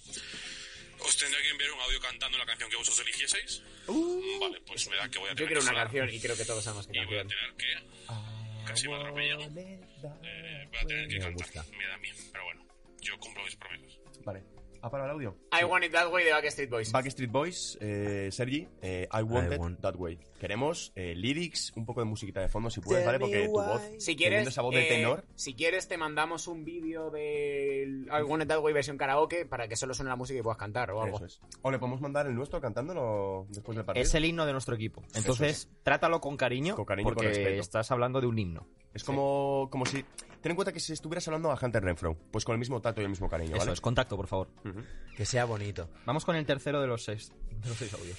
S8: Os tendría que enviar un audio cantando la canción que vosotros eligieseis. vale, pues me da que voy a tener
S2: Yo quiero
S8: que
S2: una
S8: solar.
S2: canción y creo que todos sabemos qué
S8: Y voy a
S2: canción.
S8: tener que. Casi me atropellan. Eh, voy a tener que
S5: Me
S8: cantar.
S5: gusta.
S8: Me da miedo, pero bueno. Yo cumplo mis promesas.
S3: Vale. ¿Ha parado el audio?
S2: I Want It That Way de Backstreet Boys.
S3: Backstreet Boys, eh, Sergi, eh, I Want
S5: I
S3: It
S5: want-
S3: That Way. Queremos eh, lyrics, un poco de musiquita de fondo, si puedes, ¿vale? Porque tu voz,
S2: Si
S3: teniendo
S2: quieres,
S3: esa voz de
S2: eh,
S3: tenor,
S2: si quieres te mandamos un vídeo del I Want It That Way versión karaoke para que solo suene la música y puedas cantar o algo.
S3: eso es. O le podemos mandar el nuestro cantándolo después del partido.
S4: Es el himno de nuestro equipo. Entonces, trátalo con cariño,
S3: Con cariño y con
S4: porque
S3: respeto.
S4: estás hablando de un himno.
S3: Es como, como si... Ten en cuenta que si estuvieras hablando a Hunter Renfro, pues con el mismo tacto y el mismo cariño,
S4: Eso
S3: ¿vale?
S4: es, contacto, por favor.
S3: Ujú.
S5: Que sea bonito.
S4: Vamos con el tercero de los seis, de los seis audios.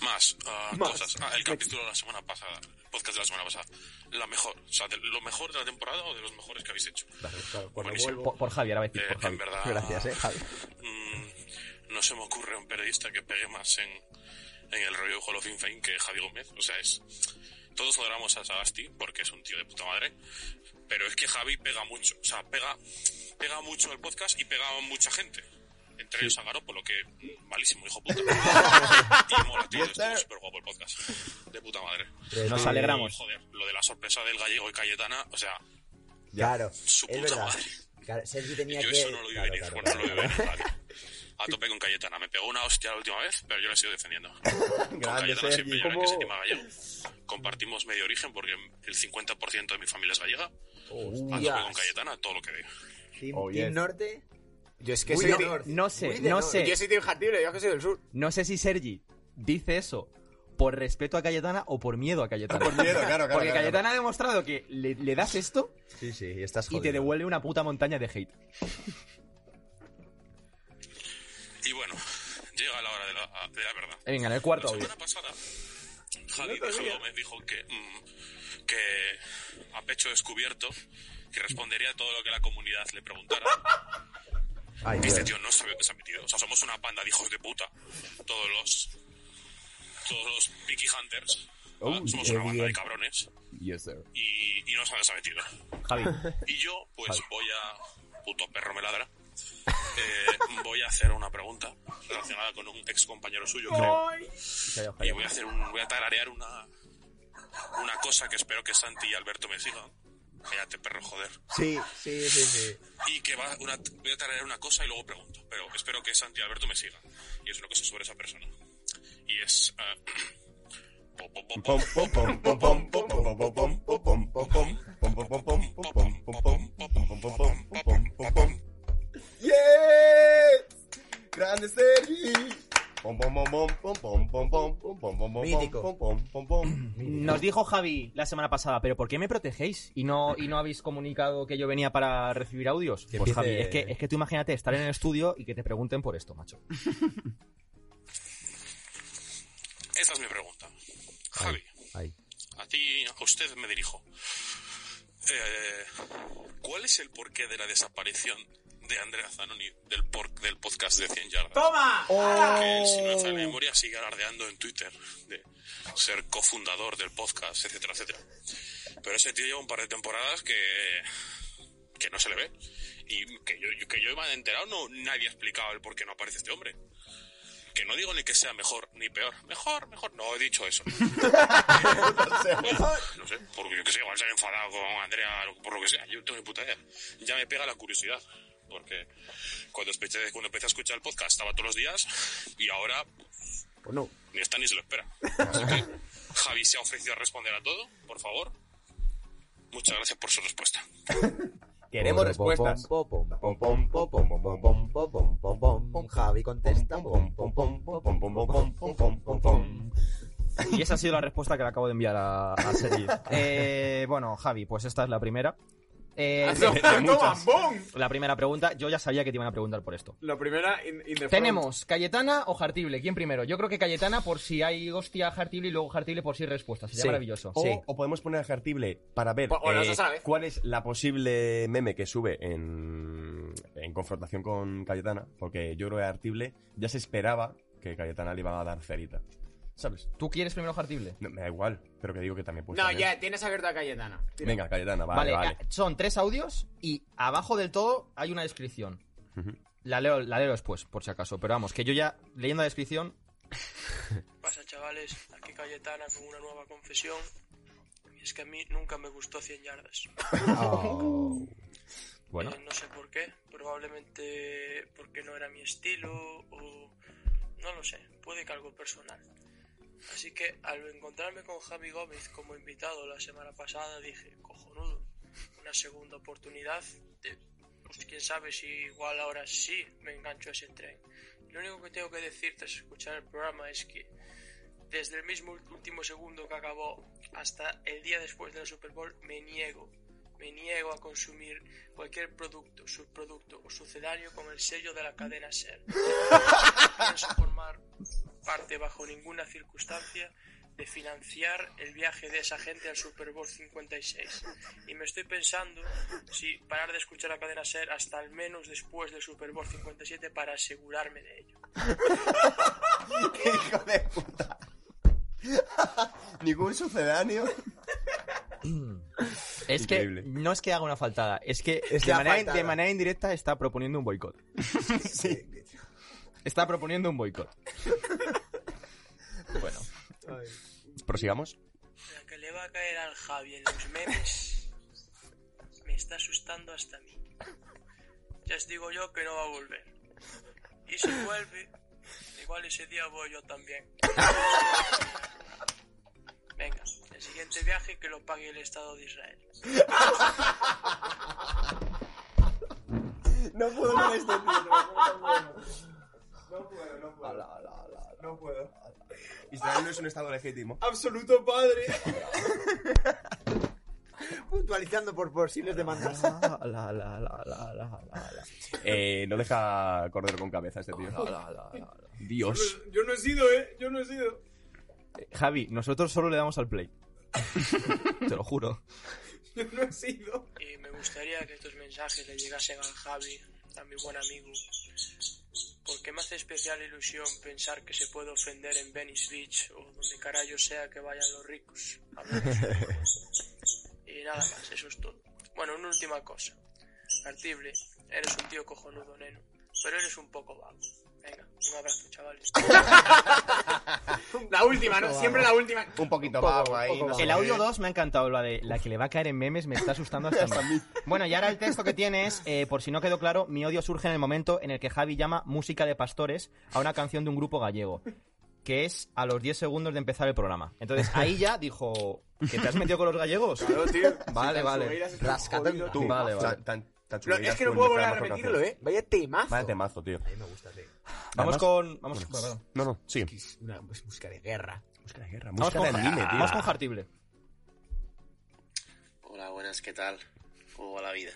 S8: Más, ah, cosas. Ah, el capítulo de la semana pasada. El podcast de la semana pasada. La mejor. O sea, de lo mejor de la temporada o de los mejores que habéis hecho. Buenísimo.
S4: Por, por Javi, ahora voy a decir,
S8: Eh,
S4: por Javi.
S8: en verdad.
S5: Gracias, eh, Javi.
S8: mm, no se me ocurre un periodista que pegue más en, en el rollo Hall of Fame que Javi Gómez. O sea, es. Todos adoramos a Sagasti porque es un tío de puta madre. Pero es que Javi pega mucho. O sea, pega, pega mucho el podcast y pega a mucha gente. Entre ellos a Garoppolo, que mm, malísimo, hijo puta. y mola, tío. Es súper guapo el podcast. De puta madre.
S4: Nos alegramos.
S8: Y, joder, lo de la sorpresa del gallego y Cayetana, o sea,
S5: Claro,
S8: Su
S5: es
S8: puta
S5: verdad.
S8: madre.
S5: Claro, Sergi tenía
S8: yo
S5: que.
S8: eso no lo vi
S5: claro,
S8: venir.
S5: claro,
S8: bueno,
S5: claro.
S8: no lo vi
S5: <laughs>
S8: venir, vale. A tope con Cayetana. Me pegó una hostia la última vez, pero yo la sigo defendiendo. con
S3: Ah,
S8: Cayetana siempre yo era el que se estima gallego. Compartimos medio origen porque el 50% de mi familia es gallega. A tope con
S5: Hostias.
S8: Cayetana, todo lo que diga.
S5: Team,
S3: Oh,
S5: Team
S3: yes.
S5: Norte.
S2: Yo es que
S5: Muy
S2: soy
S5: bien.
S2: de-
S4: No sé,
S5: Muy de
S4: no
S5: norte.
S4: sé.
S2: yo soy de Injatible, yo que soy del sur.
S4: No sé si Sergi dice eso por respeto a Cayetana o por miedo a Cayetana.
S3: Por miedo, claro, claro,
S4: Porque
S3: claro,
S4: Cayetana ha demostrado que le, le das esto
S5: Sí, sí, y estás
S4: y te
S5: jodido.
S4: devuelve una puta montaña de hate.
S8: Y bueno, <laughs> llega la hora de la, de la verdad.
S4: Venga, en el cuarto
S8: La
S4: audio.
S8: semana pasada, Javi me dijo que, mm, que a pecho descubierto que respondería a todo lo que la comunidad le
S4: <laughs>
S8: preguntara.
S5: Ay,
S8: Este
S5: Dios.
S8: tío no sabe dónde se ha metido. O sea, somos una panda de hijos de puta. Todos los. Todos los Picky Hunters.
S4: Oh,
S8: ¿va? Ah, somos una banda de cabrones. Y, y no sabe dónde se ha metido.
S4: Javi,
S8: Y yo, pues voy a. Puto perro me ladra. Eh, <laughs> voy a hacer una pregunta relacionada con un ex compañero suyo, creo. Y voy a hacer un, voy a tararear una. Una cosa que espero que Santi y Alberto me sigan. Cállate, perro, joder.
S5: Sí, sí, sí, sí.
S8: Y que va una, voy a traer una cosa y luego pregunto. Pero espero que Santi Alberto me siga. Y es una cosa sobre esa persona. Y es. ah, po, po, po, po,
S3: Pom, pom, pom, pom, pom, pom, pom, pom, pom, pom, pom, pom, pom, pom, pom, pom, pom, pom, pom, pom, pom, pom, pom, pom, pom, pom, pom. ¡Yes! ¡Grande Sergi! Pom, pom, pom, pom, pom, pom, pom, pom, pom, pom, pom, pom,
S5: Mítico.
S3: pom, pom, pom, pom.
S4: nos dijo Javi la semana pasada, pero ¿por qué me protegéis y no, y no habéis comunicado que yo venía para recibir audios?
S5: Que
S4: Pues
S5: empiece-
S4: Javi, es que, es que tú imagínate estar en el estudio y que te pregunten por esto, macho.
S8: Esa es mi pregunta. Javi,
S5: Ay.
S8: a ti, a usted me dirijo. Eh, ¿Cuál es el porqué de la desaparición de Andrea Zanoni del, por- del podcast de 100 yardas?
S2: ¡Toma!
S8: que él, si no me falla la memoria, sigue alardeando en Twitter de ser cofundador del podcast, etcétera, etcétera. Pero ese tío lleva un par de temporadas que, que no se le ve. Y que yo, que yo me he enterado, no, nadie ha explicado el por qué no aparece este hombre. Que no digo ni que sea mejor ni peor. Mejor, mejor. No he dicho <laughs> eso. no sé, porque yo que sé, igual se han enfadado con Andrea, por lo que sea. Yo no tengo ni puta idea. Ya me pega la curiosidad. Porque cuando empecé, cuando empecé a escuchar el podcast estaba todos los días y ahora
S3: Oh,
S2: Pues no.
S8: ni está ni se lo espera. Así que, Javi se ha ofrecido a responder a todo, por favor. Muchas gracias por su respuesta.
S3: Queremos respuestas.
S5: Pom, pom, pom, pom, pom, pom, pom, pom, pom, pom, pom, pom, pom, pom. Javi contesta. Pom, pom, pom, pom, pom, pom, pom, pom, pom, pom, pom.
S4: Y esa ha sido la respuesta que le acabo de enviar a, a
S3: <laughs>
S4: Sergi. Eh, bueno, Javi, pues esta es la primera. <laughs> Eh,
S2: ¡Toma, boom!
S4: la primera pregunta, yo ya sabía que te iban a preguntar por esto.
S2: La primera, in, in the front.
S4: Tenemos Cayetana o Jartible. ¿Quién primero? Yo creo que Cayetana por si hay hostia Jartible y luego Jartible por si hay respuesta. Sería
S5: Sí.
S4: maravilloso.
S3: O,
S5: Sí.
S3: o podemos poner a Jartible para ver
S8: Pues,
S2: O- o las
S3: eh,
S2: dos a la vez.
S3: cuál es la posible meme que sube en, en confrontación con Cayetana, porque yo creo que Jartible ya se esperaba que Cayetana le iba a dar cerita. ¿Sabes?
S4: ¿Tú quieres primero Jartible?
S3: No, me da igual, pero que digo que también puede
S2: No,
S3: también.
S2: ya, tienes abierta a Cayetana. Tira.
S3: Venga,
S4: <laughs>
S3: Cayetana, Pues vale, vale.
S4: eh, son tres audios y abajo del todo hay una descripción.
S3: Ujú.
S4: La leo, la leo después, por si acaso. Pero vamos, que yo ya, leyendo la descripción,
S9: Pasa chavales, aquí Cayetana con una nueva confesión. Y es que a mí nunca me gustó 100 yardas.
S7: Oh,
S4: bueno,
S9: Eh, no sé por qué, probablemente porque no era mi estilo o no lo sé, puede que algo personal. Así que al encontrarme con Javi Gómez como invitado la semana pasada dije, cojonudo, una segunda oportunidad, de- pues quién sabe si igual ahora sí me engancho a ese tren. Lo único que tengo que decir tras escuchar el programa es que desde el mismo último segundo que acabó hasta el día después del Super Bowl me niego me niego a consumir cualquier producto, subproducto o sucedáneo con el sello de la cadena SER. No pienso formar parte bajo ninguna circunstancia de financiar el viaje de esa gente al Super Bowl 56. Y me estoy pensando si parar de escuchar la cadena SER hasta al menos después del Super Bowl 57 para asegurarme de ello.
S3: Hijo de puta.
S7: ¿eh?
S3: <laughs> Ningún sucedáneo.
S4: es que
S3: Increíble.
S4: no es que haga una faltada, es que
S6: Es
S4: de,
S6: la
S4: manera,
S6: faltada.
S4: de manera indirecta está proponiendo un boicot.
S3: Sí.
S4: Está proponiendo un boicot.
S3: Bueno. Prosigamos.
S9: La que le va a caer al Javi en los memes me está asustando hasta a mí. Ya os digo yo que no va a volver. Y si vuelve, igual ese día voy yo también. Venga, el siguiente viaje que lo pague el Estado de Israel.
S3: <laughs> No puedo con este tío. No puedo, no puedo. No puedo. Israel no es un estado legítimo.
S2: Absoluto
S3: <laughs>
S2: padre.
S6: Puntualizando por posibles
S5: <laughs>
S6: demandas.
S3: Eh, no deja cordero con cabeza este tío. Dios.
S2: Yo no he sido, ¿eh? Yo no he
S3: <laughs>
S2: sido.
S3: pues,
S4: Eh, Javi, nosotros solo le damos al play. Te lo juro.
S2: Yo no he sido.
S9: Y me gustaría que estos mensajes le llegasen al Javi, a mi buen amigo, porque me hace especial ilusión pensar que se puede ofender en Venice Beach o donde carajo sea que vayan los ricos. a ver eso. y nada más, eso es todo. Bueno, una última cosa. Artible, eres un tío cojonudo, neno, pero eres un poco vago. Venga, un abrazo,
S2: <laughs>
S9: chavales.
S2: La última, ¿no? Siempre la última.
S3: Un poquito
S2: Un poco,
S3: vago ahí.
S2: un poco
S3: no sé
S4: El audio
S3: qué.
S4: 2 me ha encantado, la de la que le va a caer en memes me está asustando hasta a mí. Bueno, y ahora el texto que tienes, eh, por si no quedó claro, mi odio surge en el momento en el que Javi llama música de pastores a una canción de un grupo gallego, que es a los 10 segundos de empezar el programa. Entonces ahí ya dijo, ¿que te has metido con los gallegos? Vale, vale.
S5: Rascatón.
S3: Tú,
S5: Vale, vale.
S3: tan- tan- tan
S2: Lo-
S3: chulerías
S2: es que no
S3: tú,
S2: puedo
S3: te
S2: volver a
S3: damos con
S2: repetirlo,
S3: canciones.
S2: ¿eh? Vaya temazo.
S3: Vaya temazo, tío.
S5: A mí me gusta, tío.
S4: Vamos
S3: Además-
S4: con... Vamos, perdón.
S3: No, no, sí.
S2: Es Una pues, música de guerra.
S3: Música de guerra,
S4: Vamos
S3: música
S4: con,
S3: de anime, tío.
S4: vamos con Jartible.
S10: Hola, buenas, ¿qué tal? ¿Cómo va la vida?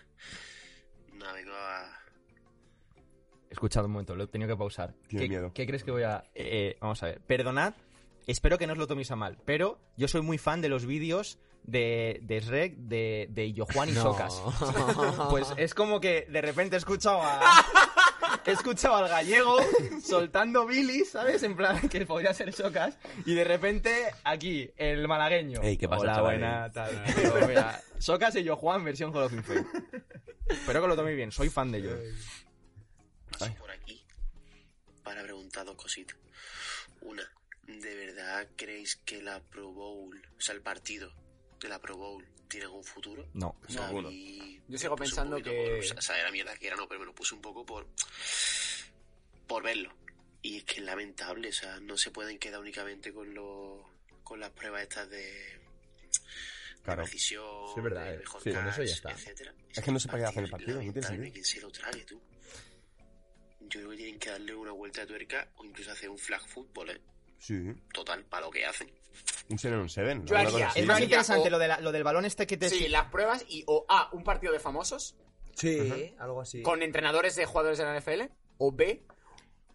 S10: Nada, vengo a...
S4: Escuchad un momento, lo he tenido que pausar.
S3: Tiene
S4: ¿Qué,
S3: miedo.
S4: qué crees que voy a...? eh, eh, vamos a ver, perdonad, espero que no os lo toméis a mal, pero yo soy muy fan de los vídeos de, de Shrek, de, de Yojuan
S3: <laughs>
S4: y Socas. Pues es como que de repente he escuchado a... He escuchado al gallego soltando Billy, ¿sabes? En plan que podría ser Socas. Y de repente aquí, el malagueño.
S3: Ey, ¿qué pasa,
S4: Hola,
S3: chavales?
S4: buena, tal. Digo, mira, Socas y Yojuan versión Call of Duty. Espero que lo toméis bien, soy fan de ellos.
S10: Paso por aquí para preguntar dos cositas. Una, ¿de verdad creéis que la Pro Bowl, o sea, el partido de la Pro Bowl, tiene algún futuro?
S4: No.
S10: O sea,
S3: Seguro.
S10: a mí
S2: Yo sigo
S10: me puso
S2: pensando
S10: un poquito
S2: que-
S10: por- o sea, era mierda que era, no, pero me lo puse un poco por... por verlo. Y es que es lamentable, o sea, no se pueden quedar únicamente con los... con las pruebas estas de...
S3: Claro.
S10: de precisión,
S5: Sí, es verdad,
S10: de
S5: eh.
S10: mejor
S5: Sí, con
S10: catch,
S5: eso ya está.
S10: etcétera.
S3: Es que no sé para qué hacen el partido, no tiene
S10: lamentable
S3: sentido.
S10: quien se lo trague, tú. Yo creo que tienen que darle una vuelta de tuerca o incluso hacer un flag football, ¿eh?
S3: Sí.
S10: Total, para lo que hacen.
S3: Un 7 en un 7.
S2: Yo haría-
S4: Es
S2: Sí.
S4: más
S2: María,
S4: interesante
S2: o-
S4: lo, de la- lo del balón este que te...
S2: Sí, las pruebas y o A, un partido de famosos
S5: Sí, algo así.
S2: con entrenadores de jugadores de la NFL o B,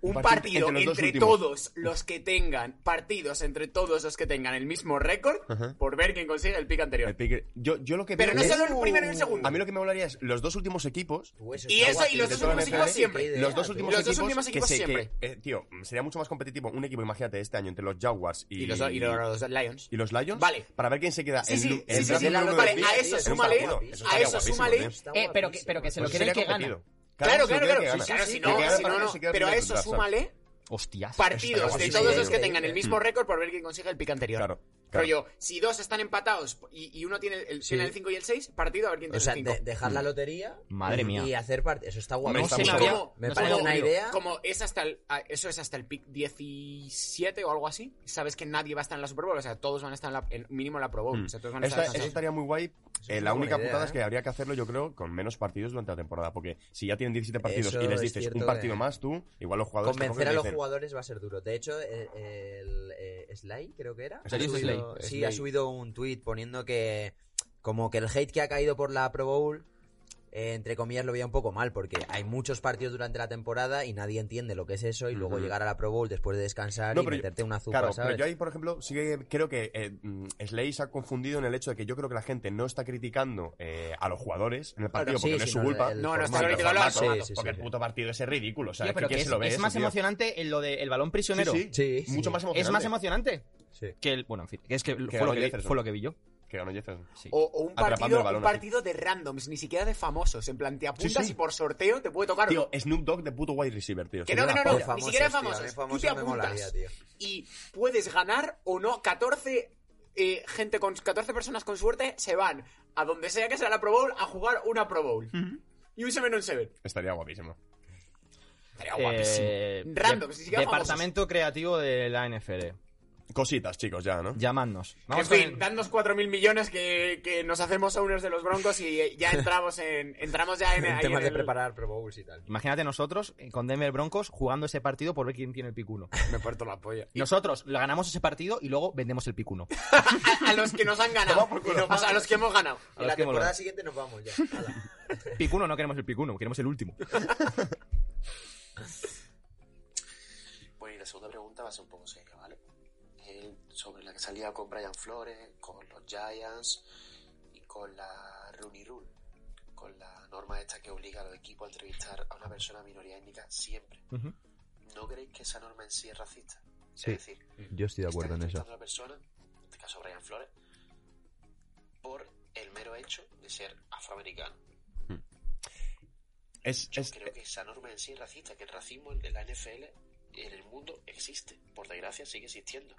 S2: un
S3: Un
S2: partido
S3: partido
S2: entre,
S3: entre los dos últimos.
S2: todos los que tengan partidos entre todos los que tengan el mismo récord
S3: Ajá.
S2: por ver quién consigue el pick anterior.
S3: Yo, yo lo que
S2: Pero
S3: veo
S2: no
S3: es-
S2: solo el primero y el segundo.
S3: A mí lo que me molaría es los dos últimos equipos.
S5: Tú, eso
S2: Y
S5: está
S2: eso,
S5: guay,
S2: y los
S5: tío,
S2: dos
S5: de toda la
S2: últimos equipos
S5: NFL,
S2: siempre.
S5: qué idea,
S3: Los dos
S5: tío.
S3: últimos
S2: Los dos
S3: equipos.
S2: últimos equipos
S3: que se- que-
S2: siempre.
S3: eh, tío, sería mucho más competitivo un equipo, imagínate, este año entre los Jaguars y,
S2: Y, los, y los Lions.
S3: y los Lions.
S2: Vale.
S3: Para ver quién se queda
S2: Sí,
S3: en
S2: sí,
S3: en
S2: sí, sí,
S3: draft
S2: sí,
S3: número
S2: claro,
S3: uno
S2: vale,
S3: del
S2: a
S3: pick.
S2: eso
S3: Eso está
S2: súmale,
S3: guapo,
S2: a
S3: estaría
S2: eso
S3: guapísimo,
S2: súmale.
S3: tío.
S5: Está
S4: Eh, pero, que,
S5: guapísimo.
S4: pero que se lo
S3: Pues
S4: quede el
S3: sería
S4: que gana.
S3: competido.
S2: Claro,
S3: se lo
S2: claro,
S3: tiene
S2: claro.
S3: que
S2: Sí,
S3: ganar.
S2: claro, si
S3: Que
S2: no,
S3: gana
S2: si
S3: para
S2: no,
S3: que
S2: no.
S3: se quede
S2: Pero a
S3: primero,
S2: eso
S3: ya está.
S2: súmale
S4: Hostias.
S2: partidos de
S3: sí,
S2: todos
S3: sí,
S2: los
S3: sí,
S2: que
S3: sí. Mm.
S2: tengan el mismo récord por ver quién consigue el pick anterior.
S3: Claro. claro.
S2: Rollo, si dos están empatados y, y uno tiene el,
S5: Sí.
S2: tiene el 5 y el 6, partido a ver quién
S5: O
S2: tiene
S5: sea,
S2: el 5.
S5: de- dejar la lotería
S4: Madre
S5: y-
S4: mía.
S5: y hacer parte. Eso está guapo.
S3: No se me
S5: Está
S3: había-
S5: guapo. me
S4: no se me
S5: parece
S4: había
S5: una
S4: ocurrido.
S5: idea.
S2: Como es hasta el, a- eso es hasta el pick 17 o algo así, sabes que nadie va a estar en la Super Bowl, o sea, todos van a estar en la, en- mínimo en la Pro Bowl.
S3: Mm.
S2: O sea, todos van a
S3: Esta-
S2: estar
S3: eso
S2: en
S3: estaría muy guay.
S5: Es
S3: Eh,
S5: una
S3: la
S5: buena
S3: única
S5: idea,
S3: putada
S5: ¿eh?
S3: es que habría que hacerlo, yo creo, con menos partidos durante la temporada. Porque si ya tienen 17 partidos
S5: Eso
S3: y les
S5: es
S3: dices
S5: cierto
S3: un partido
S5: que-
S3: más, tú, igual los jugadores. te
S5: Convencer
S3: cogen
S5: a
S3: y
S5: los
S3: dicen,
S5: jugadores va a ser duro. De hecho, el, el, eh, Sly, creo que era. ha
S4: Darius
S5: subido-
S4: Slay.
S5: Sí,
S4: Slay.
S5: ha subido un tweet poniendo que como que el hate que ha caído por la Pro Bowl, eh, entre comillas, lo veía un poco mal, porque hay muchos partidos durante la temporada y nadie entiende lo que es eso, y luego llegar a la Pro Bowl después de descansar
S3: No,
S5: y
S3: pero yo-
S5: meterte una azúcar,
S3: Claro,
S5: ¿sabes?
S3: pero yo ahí, por ejemplo, sí que creo que eh, mm, Slay se ha confundido en el hecho de que yo creo que la gente no está criticando eh, a los jugadores en el partido
S5: sí,
S3: porque no es
S5: sí,
S3: su
S5: no,
S3: culpa.
S5: el- el
S2: No, no, está
S5: formato,
S2: criticando
S5: el
S2: al
S5: formato,
S2: formato,
S5: sí, sí,
S3: porque
S5: sí.
S3: el puto partido ese es ridículo. O sea,
S4: Tío,
S3: ¿qué-
S4: pero
S3: ¿quién
S4: que
S3: se
S4: es,
S3: lo ve
S4: es
S3: eso,
S4: más
S3: tío?
S4: emocionante en lo del balón prisionero.
S3: Sí, sí.
S5: Sí, sí.
S3: Mucho más emocionante.
S4: Es más emocionante
S5: Sí.
S4: que el. Bueno, en fin. que Es que
S3: Que
S4: fue lo
S3: ganó
S4: que, vi-
S3: Jefferson.
S4: fue lo que vi yo.
S3: Que ganó Jefferson.
S4: Sí.
S2: O, o un
S3: Atrapando
S2: partido,
S3: el balón
S2: un
S3: así.
S2: partido de randoms, ni siquiera de famosos. En plan, te apuntas
S3: sí.
S2: y por sorteo te puede tocar.
S3: Tío, Snoop Dogg de puto wide receiver, tío.
S2: Que
S3: Sería
S2: no, que
S3: una
S2: no, no,
S3: polla.
S5: Por
S2: ni siquiera
S5: famosos,
S2: famosos.
S5: tío, de
S2: Tú te
S5: famosos me
S2: apuntas
S5: molaría, tío.
S2: y puedes ganar o no. 14 eh, gente con 14 personas con suerte se van a donde sea que sea la Pro Bowl a jugar una Pro Bowl. Y un 7 on 7.
S3: Estaría guapísimo.
S2: Estaría guapísimo.
S4: Eh,
S2: Random,
S4: de-
S2: si siquiera famosos.
S4: Departamento creativo de la NFL.
S3: Cositas, chicos, ya, ¿no?
S4: Llamadnos.
S2: En
S4: Vamos con
S2: fin,
S4: el-
S2: dadnos 4.000 millones que, que nos hacemos owners de los broncos y eh, ya entramos en entramos ya en,
S5: En
S2: eh, ahí
S5: temas
S2: en
S5: de
S2: el-
S5: preparar Pro Bowls y tal.
S4: Imagínate nosotros eh, con Denver Broncos jugando ese partido por ver quién tiene el pick 1.
S2: <laughs> Me puerto la polla.
S4: Nosotros lo ganamos ese partido y luego vendemos el pick
S2: <laughs>
S4: 1.
S2: A, a los que nos han ganado. O sea, a los que hemos ganado.
S4: A los
S5: En la
S4: que hemos
S5: temporada
S4: ganado.
S5: siguiente nos vamos ya. Hala.
S4: Pick 1 no queremos el pick 1, queremos el último.
S10: Bueno, y Pues la segunda pregunta va a ser un poco seria, ¿vale? El- sobre la que salía con Brian Flores, con los Giants y con la Rooney Rule, con la norma esta que obliga a los equipos a entrevistar a una persona de minoría étnica siempre.
S4: Ujú.
S10: ¿No creéis que esa norma en sí es racista?
S5: Sí,
S10: es decir,
S5: Yo estoy de acuerdo en
S10: están
S5: eso.
S10: entrevistando a una persona, en este caso Brian Flores, por el mero hecho de ser afroamericano.
S3: Es,
S10: Yo
S3: es,
S10: creo que esa norma en sí es racista, que el racismo en la NFL en el mundo existe, por desgracia sigue existiendo.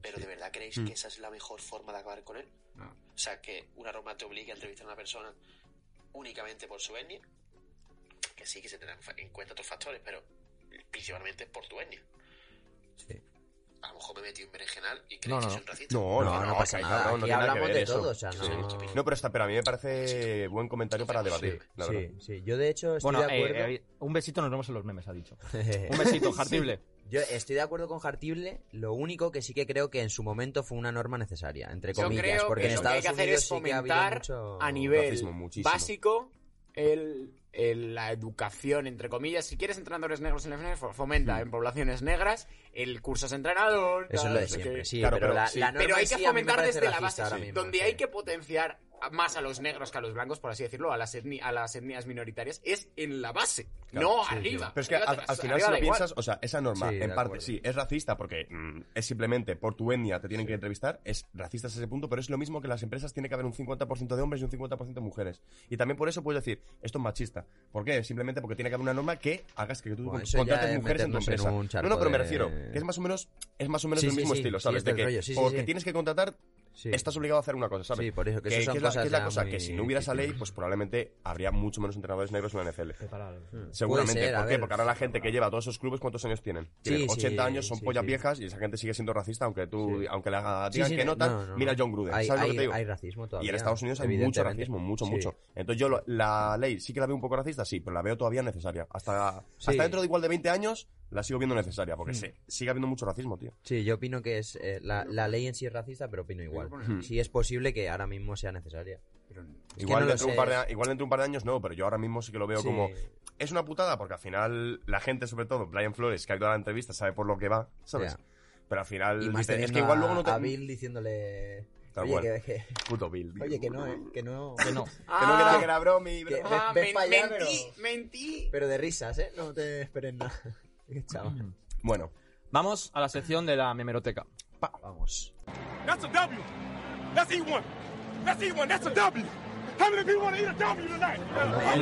S10: Pero de verdad creéis que esa es la mejor forma de acabar con él? O sea, que una norma te obligue a entrevistar a una persona únicamente por su etnia, que sí que se tendrán fa- en cuenta otros factores, pero principalmente por tu etnia.
S5: Sí.
S10: A lo mejor me metí un berenjenal y creéis
S5: No, no,
S10: que soy
S5: no.
S10: un racista.
S3: No, no,
S5: No,
S3: no,
S5: no pasa
S3: que,
S5: nada.
S3: cabrón, no
S5: Aquí
S3: tiene nada que
S5: hablamos
S3: ver
S5: de
S3: eso.
S5: todo, o sea, no-
S3: No, pero está, pero a mí me parece buen comentario para debatir, la
S5: Sí,
S3: verdad.
S5: sí. Yo, de hecho, estoy
S4: Bueno,
S5: de acuerdo.
S4: eh, eh, un besito, nos vemos en los memes, ha
S5: <laughs>
S4: dicho. Un besito, Jartible.
S5: Yo estoy de acuerdo con Jartible, lo único que sí que creo que en su momento fue una norma necesaria, entre
S2: Yo
S5: comillas,
S2: creo
S5: porque
S2: que
S5: en
S2: lo que hay
S5: Estados
S2: que hacer
S5: Unidos
S2: es
S5: sí que ha habido
S2: fomentar
S5: mucho
S2: a nivel
S3: racismo, muchísimo.
S2: básico el, el- la educación, entre comillas. Si quieres entrenadores negros en la NFL, fo- fomenta en poblaciones negras el curso de entrenador.
S5: Hmm. Eso
S2: tal,
S5: es lo de
S2: no sé
S5: siempre,
S2: qué.
S5: sí,
S3: Claro,
S5: pero,
S3: pero
S5: la,
S3: sí.
S5: la norma
S2: Pero hay
S5: en
S2: que
S5: sí a mí me
S2: fomentar
S5: parece
S2: desde la
S5: racista
S2: base,
S5: ahora mismo,
S2: donde
S5: sí.
S2: hay que potenciar a- más a los negros que a los blancos, por así decirlo, a las, etni- a las etnias minoritarias, es en la base,
S3: Claro,
S2: no
S3: sí,
S2: arriba.
S3: Pero es que al,
S2: Arriba
S3: al
S2: da-
S3: final,
S2: arriba
S3: si lo
S2: da igual.
S3: piensas, o sea, esa norma,
S5: Sí, de
S3: en parte,
S5: acuerdo.
S3: sí, es racista porque mm, es simplemente por tu etnia te tienen que entrevistar, es racista hasta ese punto, pero es lo mismo que en las empresas tiene que haber un 50% de hombres y un 50% de mujeres. Y también por eso puedes decir, esto es machista. ¿Por qué? Simplemente porque tiene que haber una norma que hagas que tú
S5: Bueno,
S3: con-
S5: eso ya
S3: contrates
S5: es
S3: mujeres en tu
S5: meternos en
S3: empresa.
S5: un charco
S3: no, no, pero me
S5: de-
S3: refiero, que es más o menos, es más o menos
S5: Sí,
S3: el
S5: sí,
S3: mismo
S5: sí,
S3: estilo,
S5: sí,
S3: ¿sabes?
S5: este
S3: de que
S5: es rollo, sí, sí,
S3: porque
S5: sí.
S3: tienes que contratar,
S5: Sí.
S3: estás obligado a hacer una cosa, ¿sabes?
S5: Sí, por eso, que
S3: que,
S5: eso son
S3: que es la,
S5: cosas
S3: que es la
S5: ya
S3: cosa
S5: muy
S3: que si no hubiera esa ley, pues probablemente habría mucho menos entrenadores negros en la NFL. Seguramente.
S5: Hmm. Puede ser, a
S3: ¿Por qué?
S5: ver.
S3: Porque ahora la gente que lleva todos esos clubes, ¿cuántos años tienen? Tienen
S5: sí,
S3: 80 años, son
S5: sí,
S3: pollas
S5: sí.
S3: viejas y esa gente sigue siendo racista, aunque tú,
S5: Sí.
S3: aunque le haga,
S5: Sí,
S3: digan
S5: sí,
S3: que
S5: no,
S3: no tal,
S5: no, no.
S3: mira a John Gruden.
S5: Hay,
S3: ¿Sabes lo que
S5: hay-
S3: te digo?
S5: hay racismo todavía.
S3: y en Estados Unidos hay mucho
S5: evidentemente.
S3: racismo, mucho,
S5: Sí.
S3: mucho. Entonces yo, lo- la ley sí que la veo un poco racista, sí, pero la veo todavía necesaria. Hasta,
S5: Sí. Hmm.
S3: hasta dentro de igual de 20 años la sigo viendo necesaria, porque se- sigue habiendo mucho racismo, tío.
S5: Sí, yo opino que es eh, la, la ley en sí es racista, pero opino igual. Sí es posible que ahora mismo sea necesaria. que
S3: Igual,
S5: no lo
S3: dentro un
S5: sé.
S3: par de, igual dentro de un par de años no, pero yo ahora mismo sí que lo veo
S5: Sí.
S3: como... Es una putada porque al final la gente, sobre todo Brian Flores, que ha ido a la entrevista, sabe por lo que va, ¿sabes?
S5: Ya.
S3: Pero al final...
S5: Y más
S3: dice, es
S5: teniendo
S3: que igual
S5: a-
S3: luego no te...
S5: a Bill diciéndole
S3: Tal
S5: oye,
S3: cual.
S5: que, que-
S3: Puto
S5: <laughs>
S3: Bill. tío.
S5: oye, que no, eh,
S2: <laughs>
S5: que <laughs> no.
S3: Que
S4: Que no.
S3: no, que era-
S2: Ah,
S3: que era bromi, bro.
S5: que-
S2: ah,
S5: ves- ves
S2: men-
S5: pa' allá,
S2: mentí, mentí.
S5: Pero de risas, ¿eh? No te esperes nada. <laughs> Qué
S2: Mm.
S5: chaval.
S3: Bueno,
S4: Vamos a la sección de la memeroteca.
S5: Vamos.
S1: E That's a W. That's E1. That's E1. That's a W. How many of you want to eat a W tonight?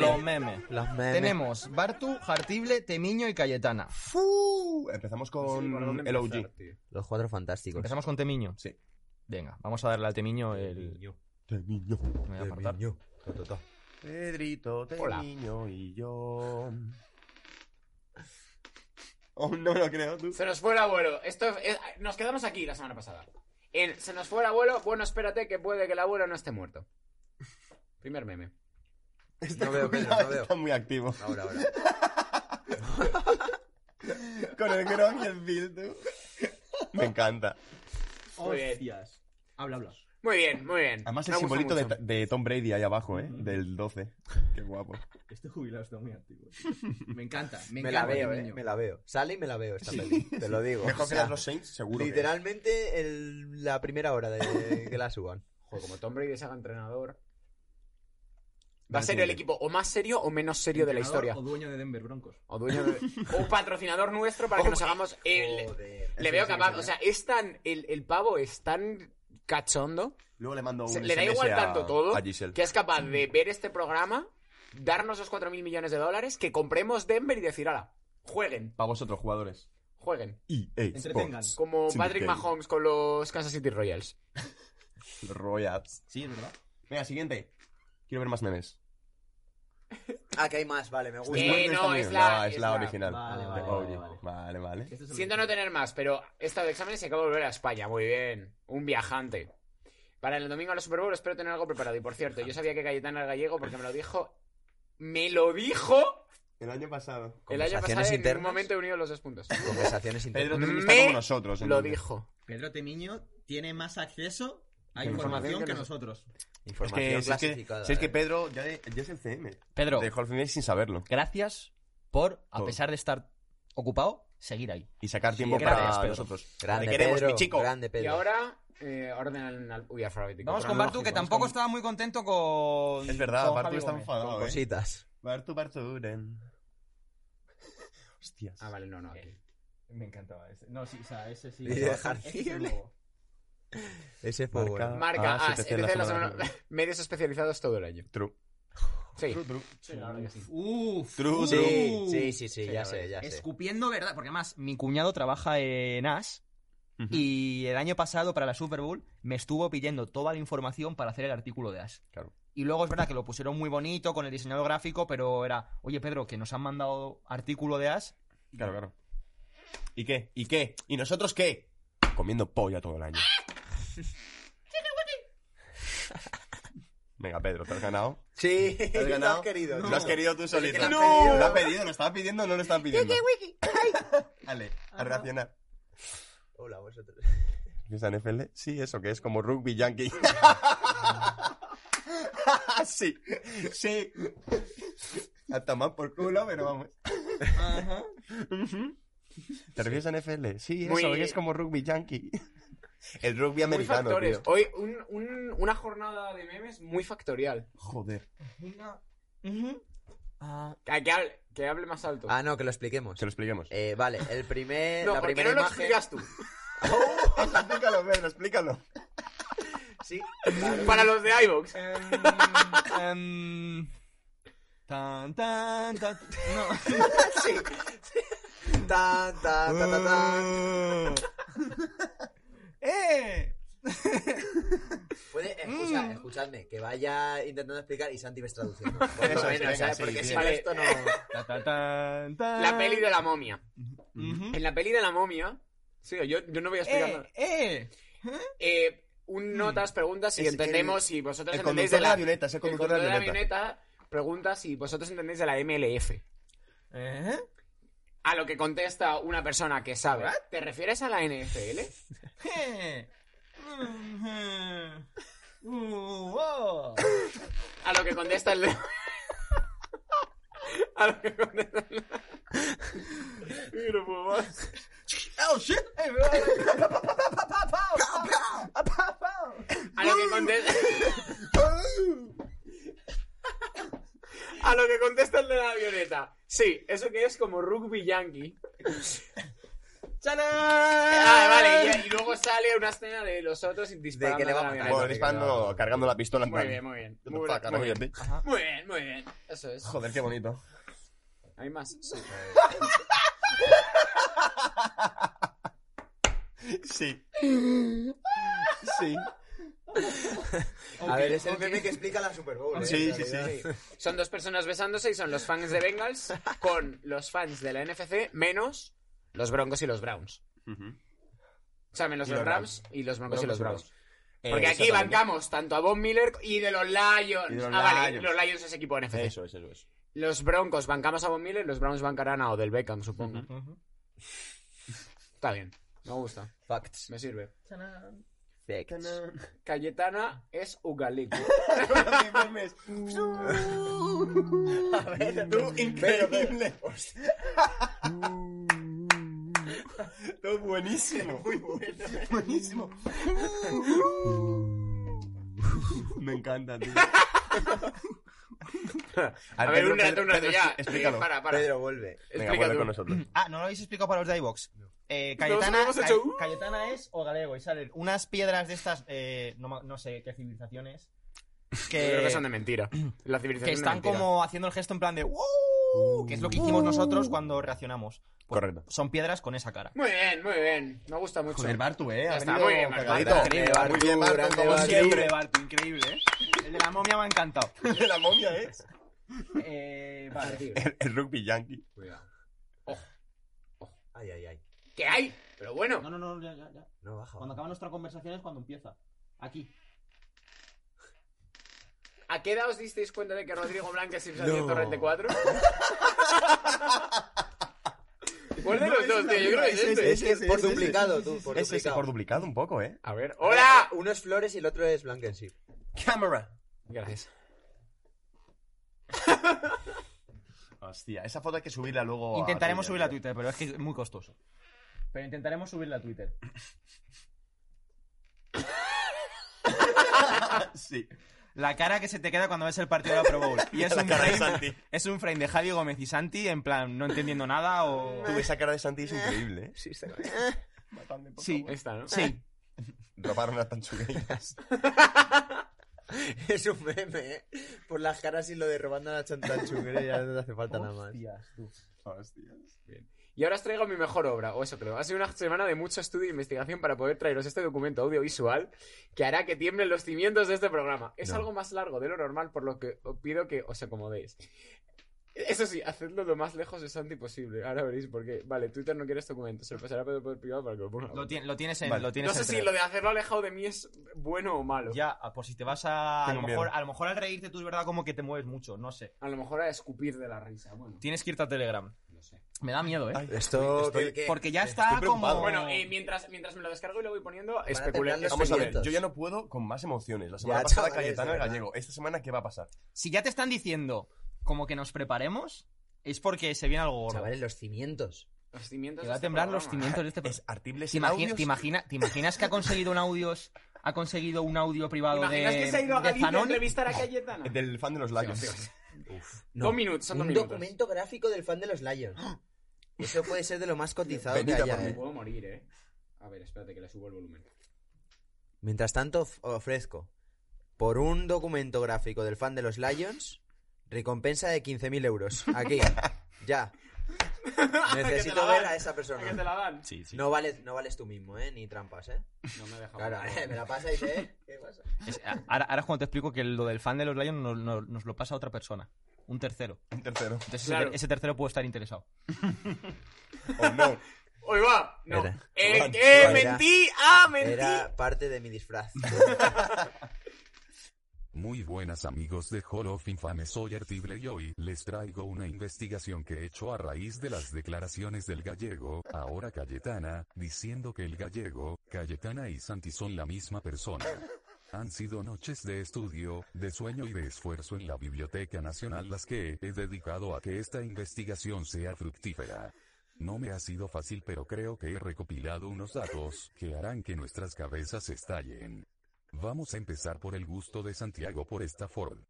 S4: Los memes.
S5: Los memes.
S4: Tenemos Bartu, Jartible, Temiño y Cayetana.
S3: ¡Fu! Uh, Empezamos con el OG.
S5: Los cuatro fantásticos.
S4: Empezamos con Temiño.
S3: Sí.
S4: Venga, vamos a darle al Temiño el.
S3: Temiño.
S4: Me voy a apartar.
S3: Pedrito, Temiño y
S5: <laughs>
S3: yo. Oh, no me lo creo tú.
S2: Se nos fue el abuelo. Esto es- eh, nos quedamos aquí la semana pasada. En Se nos fue el abuelo, bueno, espérate que puede que el abuelo no esté muerto. Primer meme.
S5: No veo, Pedro, no veo.
S3: Está muy activo.
S5: Ahora, ahora.
S3: <laughs> Con el Gron y el Bill, tú. Me encanta.
S2: Muy bien.
S4: Habla, habla.
S2: Muy bien, muy bien.
S3: Además, el
S2: Me gusta
S3: simbolito de,
S2: mucho.
S3: de Tom Brady ahí abajo, ¿eh? Del 12. Qué guapo.
S4: Este jubilado está muy activo. Me encanta. Me,
S5: Me la veo, eh. Me la veo. Sale y me la veo esta peli. Te lo digo.
S3: Mejor
S5: O
S3: que
S5: sea,
S3: las los Saints, seguro. que
S5: Literalmente el- la primera hora de que la suban.
S2: Joder, como Tom Brady se haga entrenador. Va a
S3: Vale,
S2: ser
S3: tú,
S2: el
S3: Brady.
S2: equipo o más serio o menos serio de la historia.
S4: dueño de Denver Broncos.
S2: O dueño de- o patrocinador nuestro para que nos hagamos el... Le veo capaz, o sea, es tan... El, el pavo es tan cachondo,
S3: Luego le mando un
S2: se- le da
S3: SMS
S2: igual
S3: a-
S2: tanto todo,
S3: a Giselle.
S2: que es capaz de ver este programa, darnos los 4.000 millones de dólares, que compremos Denver y decir, ala, jueguen,
S3: Para vosotros, jugadores.
S2: jueguen.
S3: EA
S4: Entretengan.
S3: E Sports.
S2: Como Patrick
S3: Syndicate.
S2: Mahomes con los Kansas City Royals.
S3: Los <laughs> Royals.
S4: Sí, es verdad.
S3: Venga, siguiente. Quiero ver más memes.
S5: Ah, que hay más, vale, me gusta.
S2: Eh,
S3: Este
S2: no,
S3: también.
S2: es la-
S3: No, es
S2: es
S3: la
S2: la-
S3: original.
S4: Vale,
S3: De
S4: vale,
S3: Oye.
S4: vale,
S3: Vale, vale.
S2: Siento no tener más, pero he estado de exámenes y acabo de volver a España. Muy bien. Un viajante. Para el domingo a la Super Bowl espero tener algo preparado. Y por cierto, yo sabía que Cayetana era gallego porque me lo dijo. ¡Me lo dijo!
S3: El año pasado.
S2: El año pasado
S5: Conversaciones
S2: en un
S5: internas.
S2: momento he unido los dos puntos.
S5: Conversaciones
S3: Pedro
S5: internas.
S3: también está
S2: Me
S3: como nosotros.
S2: Lo
S3: entonces.
S2: dijo.
S4: Pedro Temiño tiene más acceso a
S3: Que
S4: información
S2: información
S4: que
S2: que
S4: nosotros.
S3: Es que,
S5: Información
S3: si es que-
S5: clasificada. eh.
S3: si es que Pedro ya, ya es el CM.
S4: Pedro,
S3: Te dejó el CM sin saberlo.
S4: gracias por, a
S3: Todo.
S4: pesar de estar ocupado, seguir ahí.
S3: Y sacar tiempo
S4: gracias,
S3: para
S4: Pedro.
S3: nosotros.
S5: Grande
S3: Te queremos,
S5: Pedro,
S3: mi chico.
S5: grande Pedro.
S2: Y ahora, eh, orden al- uy, alfabético.
S4: Vamos con Bartu, que tampoco estaba muy contento con.
S3: Es verdad,
S4: con
S3: Bartu
S4: Javi
S3: está
S4: Gómez.
S3: enfadado, ¿eh?
S5: Cositas.
S3: Bartu, Barturen. Hostias.
S2: Ah, vale, no, no. aquí.
S4: Eh, Me encantaba ese. No, sí, o sea, ese sí.
S5: Y
S4: ese
S5: de
S4: es
S5: Jarcible.
S4: nuevo.
S5: Ese fue
S3: Marca.
S5: bueno.
S2: Marca
S3: Ah,
S2: a
S3: STC la semana
S2: <laughs> medios especializados todo el año.
S3: True.
S2: Sí.
S3: True, true.
S2: Sí, la verdad que sí.
S4: Uf,
S3: True,
S4: uf.
S5: Sí, sí, sí, sí, ya
S2: Sí,
S5: sé, ya sé.
S4: Escupiendo verdad, porque además mi cuñado trabaja en As y el año pasado para la Super Bowl me estuvo pidiendo toda la información para hacer el artículo de As.
S3: Claro.
S4: Y luego es verdad que lo pusieron muy bonito con el diseñador gráfico, pero era, oye Pedro, que nos han mandado artículo de As.
S3: Claro, claro. ¿Y qué? ¿Y qué? ¿Y nosotros qué? Comiendo polla todo el año. Venga, Pedro, te has ganado.
S5: Sí,
S3: <laughs> ¿Lo has ganado?
S5: querido.
S3: Lo has querido tú solito.
S5: lo has
S3: no,
S5: pedido.
S3: lo has pedido, lo estaba pidiendo o no lo estaba pidiendo. <laughs> Vale, a reaccionar.
S5: Hola, vosotros.
S3: ¿Qué es la NFL? Sí, eso, que es como rugby yankee. <laughs> sí, sí. Hasta más por culo, pero vamos. Ujú. ¿Te refieres a NFL? Sí, eso,
S2: Muy-
S3: que es como rugby yankee. El rugby
S2: Muy
S3: americano,
S2: factores.
S3: tío.
S2: Hoy un- un- una jornada de memes muy factorial.
S3: Joder.
S2: Ah, Que hable, que hable más alto.
S5: Ah, no, que lo expliquemos.
S3: Se lo expliquemos.
S5: Eh, vale, el primer,
S2: no,
S5: la
S2: porque
S5: primera
S2: no lo
S5: imagen.
S2: explicas tú.
S3: <laughs> explícalo, Pedro, explícalo.
S2: Sí. Para los de iVoox.
S4: tan, tan, tan.
S5: Tan, tan, tan, tan, tan.
S3: Oh.
S4: ¡Eh!
S5: Puede,
S2: Mm.
S5: escucha, escuchadme, que vaya intentando explicar y Santi me
S3: <laughs>
S5: está traduciendo.
S3: Eso es,
S5: Bueno, o sea,
S3: venga, sí,
S5: porque
S3: bien.
S5: si no
S2: Vale.
S5: esto <laughs> no.
S4: Ta, ta, tan, tan.
S2: La peli de la momia.
S4: Ujú.
S2: En la peli de la momia. Sí, yo, yo no voy a explicar nada.
S4: ¡Eh! ¡Eh!
S2: Eh, un notas pregunta si
S3: Hmm. Es
S2: entendemos,
S3: el-
S2: si vosotros
S3: El
S2: entendéis
S3: conductor
S2: de
S3: de la
S2: la.
S3: avioneta, es el
S2: el
S3: conductor de la
S2: la
S3: avioneta.
S2: avioneta pregunta si vosotros entendéis de la MLF.
S4: ¿Eh?
S2: A lo que contesta una persona que sabe. ¿Te refieres a la NFL?
S4: Eh. Uh, wow.
S2: A lo que contesta el. de- a lo que contesta el. pues, Y no puedo más.
S4: Oh shit! Eh, me va a- Pa, pa, pa, pa, pa, pa.
S2: A lo que contesta. A lo que contesta el de la avioneta. Sí, eso que es como rugby yankee.
S4: ¡Chalán!
S2: Ah, vale, y, y luego sale una escena de los otros disparando.
S5: que le va
S2: a la
S5: a matar.
S2: avioneta.
S3: Bueno, disparando, cargando la pistola. en
S2: Muy
S3: plan,
S2: bien, muy bien.
S3: "What the
S2: Muy,
S3: fuck, ahora
S2: muy
S3: voy
S2: bien.
S3: a ti".
S2: Muy bien, muy bien. Eso es.
S3: Joder, qué bonito.
S2: ¿Hay más? <laughs> Sí.
S3: Sí. Sí.
S5: A ver, es
S6: El
S5: el
S6: meme que explica la Super Bowl. ¿eh?
S3: Sí,
S6: En
S3: sí, sí.
S6: realidad.
S2: Son dos personas besándose y son los fans de Bengals
S6: <laughs>
S2: con los fans de la NFC menos los Broncos y los Browns.
S3: Ujú.
S2: O sea, menos
S3: Y
S2: los
S3: los
S2: Rams y los Broncos y los Browns.
S3: Eh,
S2: Porque aquí
S3: exactamente.
S2: bancamos tanto a Von Miller y de los Lions.
S3: Y de los
S2: ah, vale,
S3: Lions.
S2: los Lions es equipo NFC.
S3: Eso es, eso es.
S2: Los Broncos bancamos a Von Miller, los Browns bancarán a Odell Beckham, supongo. Está bien, me gusta,
S5: facts.
S2: me sirve.
S5: Facts.
S2: Cayetana es <laughs> Ugalito.
S6: Tú, increíble.
S3: Todo buenísimo. Muy bueno. Buenísimo. Me encanta, tío.
S2: A ver, un rato, un rato, ya. Eh,
S3: Explícalo.
S2: para, para.
S5: Pedro vuelve.
S3: Venga,
S2: Explica
S3: vuelve
S2: tú.
S3: con nosotros.
S4: <clears throat> Ah, no lo habéis explicado para los de iVox. Eh,
S2: Nos
S4: Cayetana,
S2: hemos
S4: Ca-
S2: hecho, uh.
S4: Cayetana es o galego y salen unas piedras de estas, eh, no, ma- no sé
S2: <laughs>
S4: qué civilizaciones,
S2: Yo creo
S4: que,
S2: que son de mentira. La
S4: que
S2: civilización es
S4: están
S2: mentira. Uh.
S4: como haciendo el gesto en plan de "Wow", que es lo que hicimos nosotros cuando reaccionamos. Pues
S3: Correcto.
S4: Son piedras con esa cara.
S2: Muy bien, muy bien. Me gusta mucho.
S3: Bartu, eh.
S2: Ya está, muy bien, Bartu.
S5: Grande Bartu,
S3: Muy bien, Bartu,
S5: grande
S3: como
S5: Bartu.
S3: siempre.
S4: Bartu, increíble, ¿eh? El de la momia me
S7: <laughs>
S4: ha encantado.
S3: De la momia, eh.
S4: Eh,
S2: <laughs>
S4: vale.
S3: El, el rugby yankee.
S2: Cuidado.
S5: Ay, ay, ay.
S2: ¿Qué hay? Pero bueno.
S4: No, no, no, ya, ya, ya.
S5: No baja.
S4: Cuando acaba nuestra conversación es cuando empieza. Aquí.
S2: ¿A qué edad os disteis cuenta de que Rodrigo Blanques hizo <laughs> 134? ¿Cuál de los dos, tío? Yo creo que es este.
S5: Es que por duplicado, tú. Por
S3: Es ese
S5: duplicado.
S3: por duplicado un poco, eh.
S2: A ver. oh. ¡Hola!
S5: Uno es Flores y el otro es Blankenship.
S3: Cámara.
S2: Gracias.
S3: Hostia, esa foto hay que subirla luego.
S4: Intentaremos subirla a Twitter, pero es que es muy costoso. Pero intentaremos subirla a <laughs> Twitter.
S3: Sí.
S4: La cara que se te queda cuando ves el partido de la Pro Bowl.
S3: <laughs>
S4: Y es
S3: La
S4: un
S3: cara de
S4: frame,
S3: Santi.
S4: es un frame de Javi Gómez y Santi, en plan, no entendiendo nada o.
S3: Tú, esa cara de Santi es increíble, eh.
S2: <laughs>
S3: Sí, está
S4: Sí,
S2: Esta,
S7: <laughs>
S2: ¿no?
S4: sí.
S3: Robaron
S2: <laughs>
S3: a Tanchugueiras.
S5: Es un meme, ¿eh? Por las caras y lo de robando a la chantanchugre ya no te hace falta nada más.
S3: Hostias.
S2: Y ahora os traigo mi mejor obra, o eso creo. Ha sido una semana de mucho estudio e investigación para poder traeros este documento audiovisual que hará que tiemblen los cimientos de este programa. Es
S5: No.
S2: algo más largo de lo normal, por lo que os pido que os acomodéis. Eso sí, hacedlo lo más lejos de Santi posible. Ahora veréis por qué. Vale, Twitter no quiere este documento. Se lo pasará a Pedro por privado para que lo ponga.
S4: Lo, tien- lo tienes en.
S3: Vale.
S4: Lo tienes
S2: No sé
S4: en
S2: si
S4: Telegram.
S2: lo de hacerlo alejado de mí es bueno o malo.
S4: Ya, pues si te vas a. A
S3: Tengo
S4: lo, mejor,
S3: miedo.
S4: a lo mejor al reírte tú es verdad como que te mueves mucho, no sé.
S2: A lo mejor a escupir de la risa. Bueno,
S4: Tienes que irte a Telegram.
S2: no sé.
S4: Me da miedo, ¿eh?
S5: Esto...
S3: Estoy-
S5: ¿qué- qué?
S4: Porque ya está
S3: preocupado.
S4: como.
S2: Bueno, eh, mientras, mientras me lo descargo y lo voy poniendo,
S5: a temblar
S2: especulé.
S5: los
S3: Vamos a ver,
S5: Sentimientos.
S3: yo ya no puedo con más emociones. La semana
S5: Ya,
S3: pasada
S5: chavales,
S3: Cayetana
S5: de
S3: el
S5: verdad.
S3: gallego. Esta semana, ¿qué va a pasar?
S4: Si ya te están diciendo como que nos preparemos, es porque se viene algo gordo.
S5: Chavales, los cimientos.
S2: Los cimientos
S4: Te
S2: de
S4: va a
S2: este
S4: temblar los
S2: programa.
S4: cimientos de este
S3: Es
S4: programa.
S3: artibles
S4: ¿Te,
S3: sin
S4: imagi-
S3: audios.
S4: te imagina- ¿Te imaginas que ha conseguido un audio, ha conseguido un audio privado de,
S2: ¿Imaginas que se ha ido a
S4: de
S2: Galicia a
S4: Zanoni?
S2: entrevistar a Cayetana?
S3: Del fan <laughs> de los Lions. <laughs>
S5: No,
S2: Dos minutos, son dos
S5: Un
S2: minutos.
S5: documento gráfico del fan de los
S3: <gasps>
S5: Lions. Eso puede ser de lo más cotizado que
S3: Venid a
S5: haya,
S3: por
S5: ¿eh?
S3: mí.
S2: Puedo morir, eh. A ver, espérate que le subo el volumen.
S5: Mientras tanto, of- ofrezco por un documento gráfico del fan de los Lions recompensa de 15.000 euros.
S2: <laughs>
S5: Aquí, ya.
S2: Que te
S5: Necesito
S2: la
S5: ver
S2: dan.
S5: a esa
S2: ¿A que
S5: persona.
S2: te la dan?
S3: Sí, sí.
S5: No vales, no vales tú mismo, ¿eh? Ni trampas, ¿eh?
S2: No me deja.
S5: Claro,
S2: poner.
S5: me la pasa y dice, ¿eh? ¿Qué pasa?
S4: Es-
S3: ah.
S4: ahora, ahora es cuando te explico que lo del fan de los Lions no- no- nos lo pasa otra persona. Un tercero.
S3: Un tercero.
S4: Entonces
S2: Claro.
S4: ese, ese tercero puede estar interesado.
S3: Oh, no.
S2: ¡Hoy va! No.
S5: Era.
S2: ¡Eh,
S3: Era.
S2: eh, mentí! ¡Ah, mentí!
S5: Era parte de mi disfraz.
S1: Muy buenas amigos de Hall of Infame, soy Artible y hoy les traigo una investigación que he hecho a raíz de las declaraciones del gallego, ahora Cayetana, diciendo que el gallego, Cayetana y Santi son la misma persona. Han sido noches de estudio, de sueño y de esfuerzo en la Biblioteca Nacional las que he dedicado a que esta investigación sea fructífera. No me ha sido fácil pero creo que he recopilado unos datos que harán que nuestras cabezas estallen. Vamos a empezar por el gusto de Santiago por Stafford.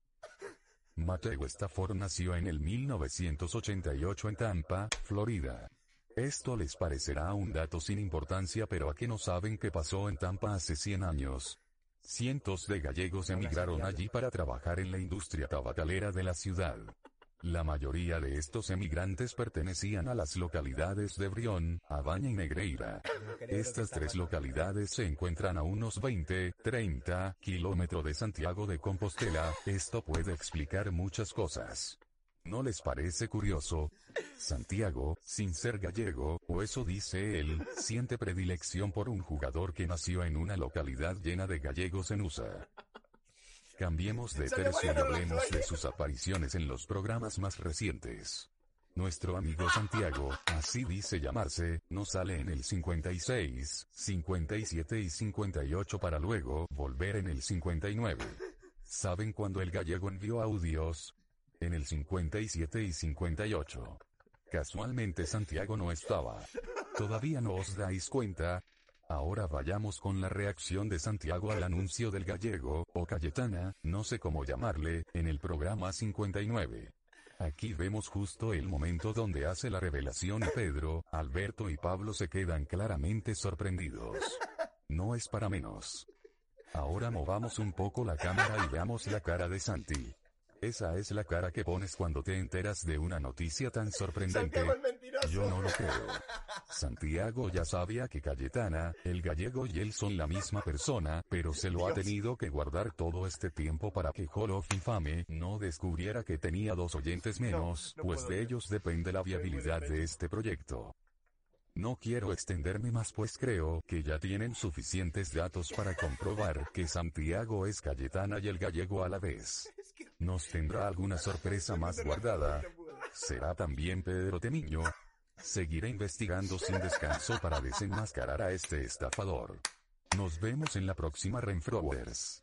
S1: Mateo Stafford nació en el 1988 en Tampa, Florida. Esto les parecerá un dato sin importancia, pero a que no saben qué pasó en Tampa hace 100 años. Cientos de gallegos emigraron allí para trabajar en la industria tabacalera de la ciudad. La mayoría de estos emigrantes pertenecían a las localidades de Brión, Abaña y Negreira. Estas tres localidades se encuentran a unos 20, 30 kilómetros de Santiago de Compostela. Esto puede explicar muchas cosas. ¿No les parece curioso? Santiago, sin ser gallego, o eso dice él, siente predilección por un jugador que nació en una localidad llena de gallegos en USA. Cambiemos de tercio y hablemos de sus apariciones en los programas más recientes. Nuestro amigo Santiago, así dice llamarse, no sale en el 56, 57 y 58 para luego volver en el 59. ¿Saben cuándo el gallego envió audios? En el 57 y 58. Casualmente Santiago no estaba. ¿Todavía no os dais cuenta? Ahora vayamos con la reacción de Santiago al anuncio del gallego, o Cayetana, no sé cómo llamarle, en el programa 59. Aquí vemos justo el momento donde hace la revelación y Pedro, Alberto y Pablo se quedan claramente sorprendidos. No es para menos. Ahora movamos un poco la cámara y veamos la cara de Santi. Esa es la cara que pones cuando te enteras de una noticia tan sorprendente.
S6: Santiago el mentiroso.
S1: Yo no lo creo. Santiago ya sabía que Cayetana, el gallego y él son la misma persona, pero se lo ha tenido que guardar todo este tiempo para que Jolof infame no descubriera que tenía dos oyentes menos,
S6: No, no
S1: pues
S6: puedo
S1: de
S6: ver.
S1: ellos depende la viabilidad de este proyecto. No quiero extenderme más pues creo que ya tienen suficientes datos para comprobar que Santiago es Cayetana y el gallego a
S6: <laughs>
S1: la vez. Nos tendrá alguna sorpresa más guardada. ¿Será también Pedro Temiño? Seguiré investigando sin descanso para desenmascarar a este estafador. Nos vemos en la próxima Renfrowers.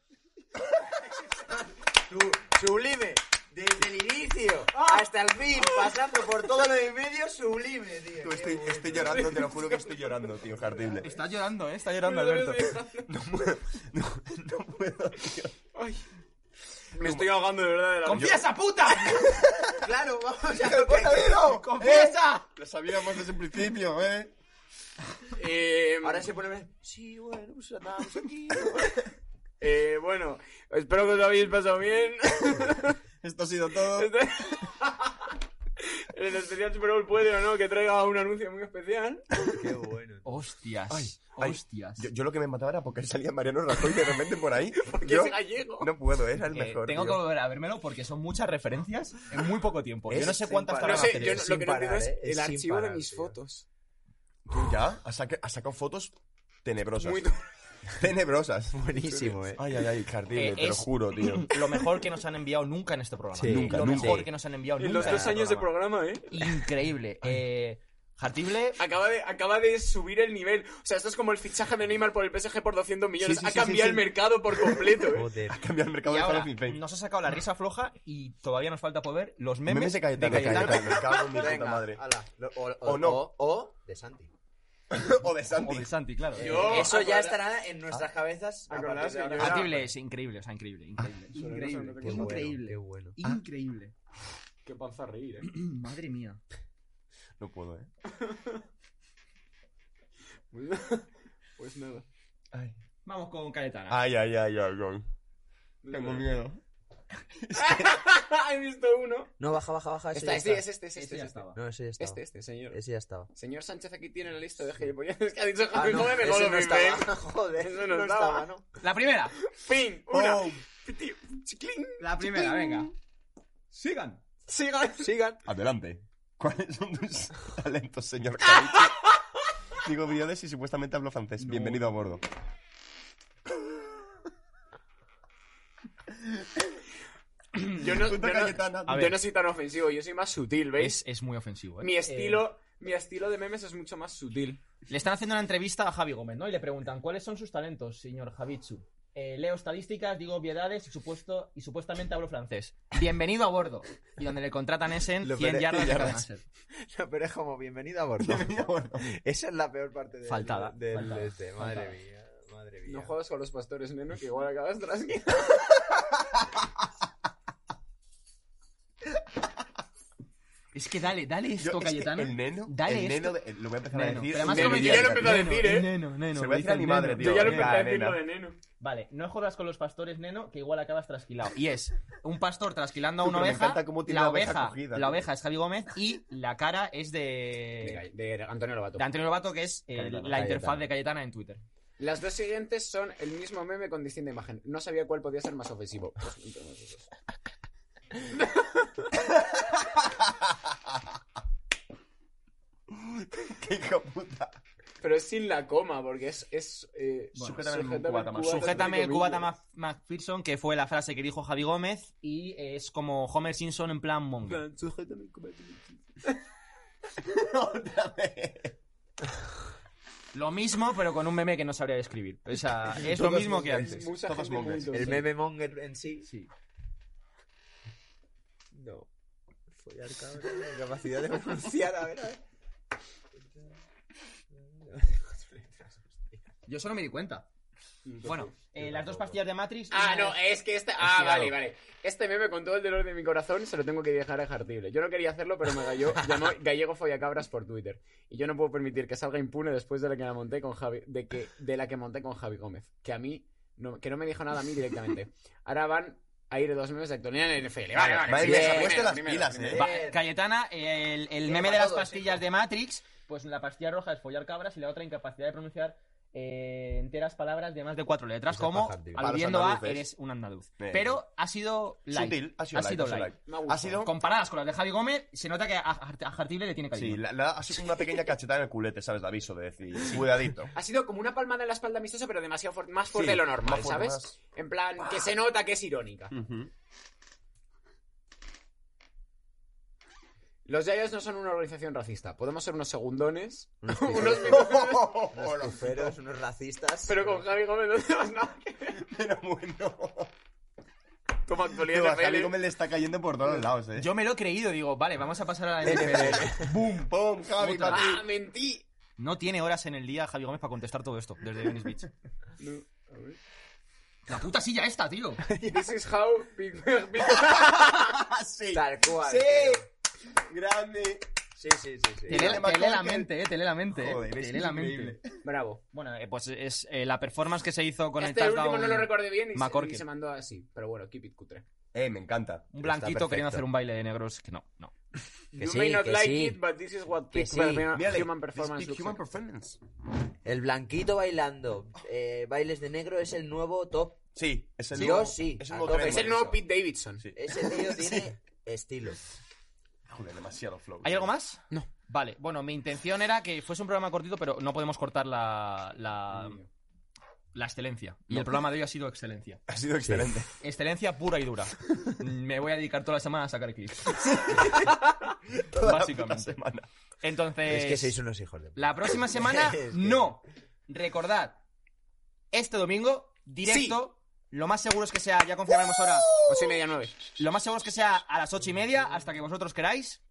S5: Su- Sublime. Desde el inicio
S4: Ah.
S5: hasta el fin, pasando por todos los medios, sublime, tío.
S3: Tú, estoy, estoy llorando, te lo juro que estoy llorando, tío, Jardible.
S4: eh, Está llorando, ¿eh? Está llorando, Alberto.
S3: No puedo, tío.
S2: Me estoy ahogando de verdad de la
S4: ¡Confiesa, puta!
S5: <laughs> Claro,
S4: <laughs>
S5: vamos a Eh,
S4: ¡Confiesa!
S3: Lo sabíamos desde el principio, ¿eh?
S2: Eh,
S5: em, Ahora se pone... Sí, bueno, pues andamos aquí.
S2: eh, bueno, espero que os lo habéis pasado bien.
S3: <laughs> Esto ha sido todo.
S2: Este- <laughs> El especial Super Bowl puede o no que traiga un anuncio muy especial.
S5: Qué bueno.
S4: Hostias,
S3: ay,
S4: hostias.
S3: Yo, yo lo que me mataba era porque salía Mariano Rajoy de repente por ahí.
S2: <laughs> Porque
S3: Yo
S2: es gallego.
S3: no puedo, era el
S4: Eh,
S3: mejor.
S4: tengo
S3: tío.
S4: que volver a vérmelo porque son muchas referencias en muy poco tiempo.
S3: Es
S4: Yo no sé cuántas
S2: No
S4: tardan
S2: sé,
S4: en
S2: yo
S4: hacer
S2: no-
S4: eso.
S2: lo que no
S5: parar,
S2: entiendo es
S5: ¿eh? Es
S2: el
S5: sin
S2: archivo
S5: parar,
S2: de <laughs> mis
S5: tío.
S2: fotos.
S3: Tú ya has, saca- has sacado fotos tenebrosas.
S2: Muy du-
S3: <laughs>
S2: <laughs>
S3: Tenebrosas.
S5: Buenísimo, eh.
S3: Ay, ay, ay, Jardible,
S4: Eh,
S3: te lo
S4: es-
S3: juro, tío.
S4: <laughs> Lo mejor que nos han enviado nunca en este programa.
S5: Sí,
S3: Nunca,
S4: lo
S3: nunca.
S4: mejor que nos han enviado nunca.
S2: En los
S4: en
S2: dos
S4: este
S2: años de programa, ¿eh?
S4: Increíble. Eh, Jartible,
S2: Acaba de, acaba de subir el nivel. O sea, esto es como el fichaje de Neymar por el PSG por 200 millones.
S3: Sí, sí,
S2: ha
S3: sí,
S2: cambiado
S3: sí,
S2: el
S3: sí.
S2: mercado por completo,
S3: <laughs>
S2: ¿eh?
S5: Joder.
S3: Cambiar el mercado
S4: y
S3: de
S4: ahora
S3: Fallout Fame.
S4: nos ha sacado la risa floja y todavía nos falta poder ver los memes,
S3: Memes de Cayetano, de
S4: Cayetano.
S3: Cayetano, me cago en mi puta madre.
S5: ala. Lo- O,
S3: O no.
S5: O,
S2: <laughs>
S5: o de Santi.
S3: O de
S4: O
S3: Santi.
S4: de Santi, claro.
S5: Eh,
S2: Yo-
S5: eso ya
S2: acorda-
S5: estará en
S3: Ah,
S5: nuestras cabezas. a
S2: acordaos
S5: partir
S2: que
S5: de ahora.
S2: yo era-
S4: Jartible es increíble, o sea, increíble, increíble. increíble,
S5: Qué bueno,
S4: increíble.
S5: qué bueno.
S1: Ah.
S4: Increíble.
S2: Qué panza reír, ¿eh?
S4: <clears throat> Madre mía.
S3: No puedo, eh.
S2: Pues nada.
S3: Ay,
S4: Vamos con Cayetana.
S3: ay, ay, ay. ay. Eh, Tengo miedo.
S2: <laughs> He visto uno.
S5: No, baja, baja, baja. Ese
S2: Está,
S5: ya
S2: este, es este,
S5: está.
S2: es
S4: Ese
S2: este.
S4: ya
S2: es este.
S4: estaba.
S5: No, ese ya está.
S2: Este, este, señor.
S5: Ese ya estaba.
S2: Señor Sánchez aquí tiene la lista de gilipollas <laughs> que ha dicho Javi
S5: Ah, no,
S2: Gómez me
S5: ese
S2: jodo,
S5: no
S2: mi
S5: estaba. <laughs> Joder,
S2: Ese no estaba.
S5: no estaba, ¿no?
S4: La primera.
S2: Fin, una.
S3: Oh.
S2: Piti, chiclin.
S4: La primera, venga. Sigan.
S2: Sigan, sigan.
S3: Adelante. ¿Cuáles son
S2: <laughs>
S3: tus talentos, señor Cariche? Digo Briones y supuestamente hablo francés. Bienvenido
S2: <laughs>
S3: a bordo.
S2: Yo
S5: <laughs>
S2: no, yo
S3: Puta Cayetana.
S2: no,
S4: A
S2: yo
S4: ver.
S2: no soy tan ofensivo, yo soy más sutil, ¿veis?
S4: Es, es muy ofensivo, ¿eh?
S2: Mi estilo, mi estilo de memes es mucho más sutil.
S4: Le están haciendo una entrevista a Javi Gómez, ¿no? Y le preguntan, ¿cuáles son sus talentos, señor Javitsu? Eh, leo estadísticas, digo obviedades y, supuesto, y supuestamente hablo francés. Bienvenido a bordo. Y donde le contratan es en
S5: Lo
S4: 100
S7: <laughs>
S5: veré,
S4: yardas de
S5: yardas.
S4: cadena ser.
S5: No, pero es como bienvenido a bordo.
S7: <laughs>
S5: Esa es la peor parte del,
S4: Faltada,
S5: del
S4: faltada,
S5: este. Madre
S4: faltada.
S5: mía, madre mía.
S2: No juegas con los pastores, neno, que igual acabas tras
S4: Es que dale, dale
S3: Yo-
S4: esto,
S3: es que
S4: Cayetano.
S3: el neno,
S4: Dale
S3: el neno
S4: esto.
S3: de- eh, lo voy a empezar
S4: Neno.
S3: a decir.
S4: Pero además
S3: el
S2: como
S3: neno
S2: yo
S3: de
S2: lo empiezo a
S3: Cayetano.
S2: decir, ¿eh?
S4: Neno, neno.
S3: Se lo voy a decir a mi madre, tío.
S2: Yo ya lo
S3: Ah,
S4: eh,
S2: empecé a decir
S3: nena.
S2: lo de neno.
S4: Vale, no jodas con los pastores, neno, que igual acabas trasquilado. Y es un pastor trasquilando a
S3: Tú,
S4: una
S3: pero me
S4: oveja.
S3: encanta cómo tiene
S4: La
S3: la oveja
S4: oveja,
S3: cogida,
S4: la
S3: tío.
S4: oveja es Javi Gómez y la cara es
S2: De,
S4: de.
S2: de Antonio Lobato.
S4: de Antonio Lobato, que es eh,
S3: Cayetano.
S4: la
S5: Cayetano.
S4: interfaz de Cayetana en Twitter.
S2: Las dos siguientes son el mismo meme con distinta imagen. No sabía cuál podía ser más ofensivo. Pues, entonces, eso.
S3: <laughs> Qué hijo de puta.
S2: Pero es sin la coma, porque es... es eh,
S3: Bueno, sujétame el cubata más.
S4: Sujétame el
S2: entre
S4: cubata
S2: comillas.
S4: Mac- McPherson, que fue la frase que dijo Javi Gómez, y es como Homer Simpson en plan mongo.
S2: Plan, Sujétame el cubata más.
S3: Otra vez.
S4: Lo mismo, pero con un meme que no sabría describir.
S7: <laughs>
S4: O sea, Ah, es lo
S3: Todos
S4: mismo que
S3: monjes.
S4: antes.
S2: Mucha
S3: Todos
S2: gente
S3: monjes.
S2: muy
S5: El
S2: tonta.
S5: meme monger en sí.
S4: Sí.
S5: No. Follar cabrón, la capacidad de pronunciar, a ver, a ver.
S4: Yo solo me di cuenta. Bueno, eh, las dos pastillas de Matrix.
S2: Ah,
S4: una
S2: no,
S4: es-
S2: es que este... Ah, vale, vale. Este meme con todo el dolor de mi corazón se lo tengo que dejar a Jartible. Yo no quería hacerlo, pero me
S3: <laughs>
S2: galló, llamó Gallego Follacabras por Twitter. Y yo no puedo permitir que salga impune después de la que la monté con Javi... De, que, de la que monté con Javi Gómez. Que a mí... No, que no me dijo nada a mí directamente. Ahora van a ir dos memes de actualidad en NFL. Vale, vale.
S3: Madre mía, se ha
S2: primero,
S3: puesto las
S2: primero,
S3: pilas,
S2: primero.
S3: eh.
S4: Va- Cayetana, el, el
S5: Sí,
S4: meme
S5: para
S4: de las
S5: todos,
S2: ¿eh?
S4: pastillas
S5: hijo.
S4: de Matrix, pues la pastilla roja es follar cabras y la otra incapacidad de pronunciar eh, enteras palabras de más de cuatro letras,
S5: Esa
S4: como
S5: paja, tío.
S4: aludiendo
S3: Para
S4: a
S3: los andaluces.
S4: eres un andaluz.
S3: Eh,
S4: Pero ha sido light.
S3: Sutil, ha sido
S4: ha
S3: light,
S4: sido
S3: ha sido
S4: light.
S3: light.
S2: Me ha gustado.
S3: Ha sido-
S4: Comparadas con las de Javi Gómez, se nota que a, a- a Jartible le tiene cariño.
S3: Sí, la, la- ha sido como una pequeña cachetada en el culete, ¿sabes? De aviso, de decir, cuidadito.
S2: Ha sido como una palmada en la espalda amistosa, pero demasiado fuerte, más fuerte de lo normal,
S3: más fuerte,
S2: ¿sabes?
S3: más.
S2: En plan, que se nota que es irónica. Los Yayos no son una organización racista. Podemos ser unos segundones, <laughs> unos minutos,
S5: Unos tuferos, unos racistas.
S2: pero con Javi Gómez no tenemos nada que ver.
S3: Pero bueno.
S2: Como
S3: Tío,
S2: actualidad
S3: a
S2: de
S3: Javi
S2: NFL.
S3: Gómez le está cayendo por todos lados, eh.
S4: Yo me lo he creído, digo, vale, vamos a pasar a
S3: <laughs>
S4: la NFL.
S3: ¡Bum! ¡Pum! ¡Javi!
S4: Puta.
S3: papi.
S2: ¡Ah, mentí!
S4: No tiene horas en el día Javi Gómez para contestar todo esto desde Venice
S3: <laughs>
S4: Beach. La puta silla eh. esta, tío.
S3: <laughs>
S2: This is how Big Bang-
S4: <laughs>
S2: Big-
S3: ¡Ah, sí!
S5: Tal cual.
S3: ¡Sí! ¡Grande!
S5: Sí, sí, sí. sí.
S4: Te lee,
S3: Además,
S4: te lee la
S3: como que-
S4: mente, eh, te lee la mente. eh,
S3: Joder, es
S4: te lee la mente.
S3: increíble.
S2: Bravo.
S4: Bueno, eh, pues es eh, la performance que se hizo con
S2: Este
S4: el
S2: último
S4: touchdown,
S2: no lo recordé bien y se,
S4: McCorkey.
S2: y se mandó así. Pero bueno, keep it cutre.
S3: Eh, me encanta.
S4: Un
S5: Está
S4: blanquito queriendo
S5: perfecto.
S4: hacer un baile de negros, que no, no.
S5: Que
S2: you
S5: sí,
S2: may not
S5: que
S2: like
S5: sí.
S2: it, but this is what
S5: Que
S2: peak
S5: sí.
S3: Mírale,
S2: human
S3: this
S2: performance
S3: big
S2: looks
S3: human
S2: like.
S3: performance.
S5: El blanquito bailando, eh, bailes de negro es el nuevo top.
S3: Sí, es el
S5: Sí,
S3: nuevo.
S5: oh, sí,
S3: Es
S5: a
S3: el nuevo
S5: tope.
S3: trend.
S2: Es el nuevo Pete Davidson.
S3: Sí.
S5: Ese
S4: <laughs>
S5: tío tiene estilo.
S3: Joder, demasiado flow.
S4: ¿Hay algo más?
S2: No.
S4: Vale, bueno, mi intención era que fuese un programa cortito, pero no podemos cortar la, la, la excelencia. Y el programa de hoy ha sido excelencia.
S3: Ha sido excelente.
S4: Excelencia pura y dura. Me voy a dedicar toda la semana a
S3: <laughs>
S4: sacar clips.
S3: Toda la puta
S4: Básicamente.
S3: semana.
S4: Entonces,
S5: Pero es que sois unos hijos de puta.
S2: <laughs>
S4: la próxima semana,
S5: Es que-
S4: no. Recordad, este domingo, directo, lo más seguro es que sea, ya confirmaremos ahora.
S2: Ocho y media nueve.
S4: Lo más seguro es que sea a las ocho y media, hasta que vosotros queráis.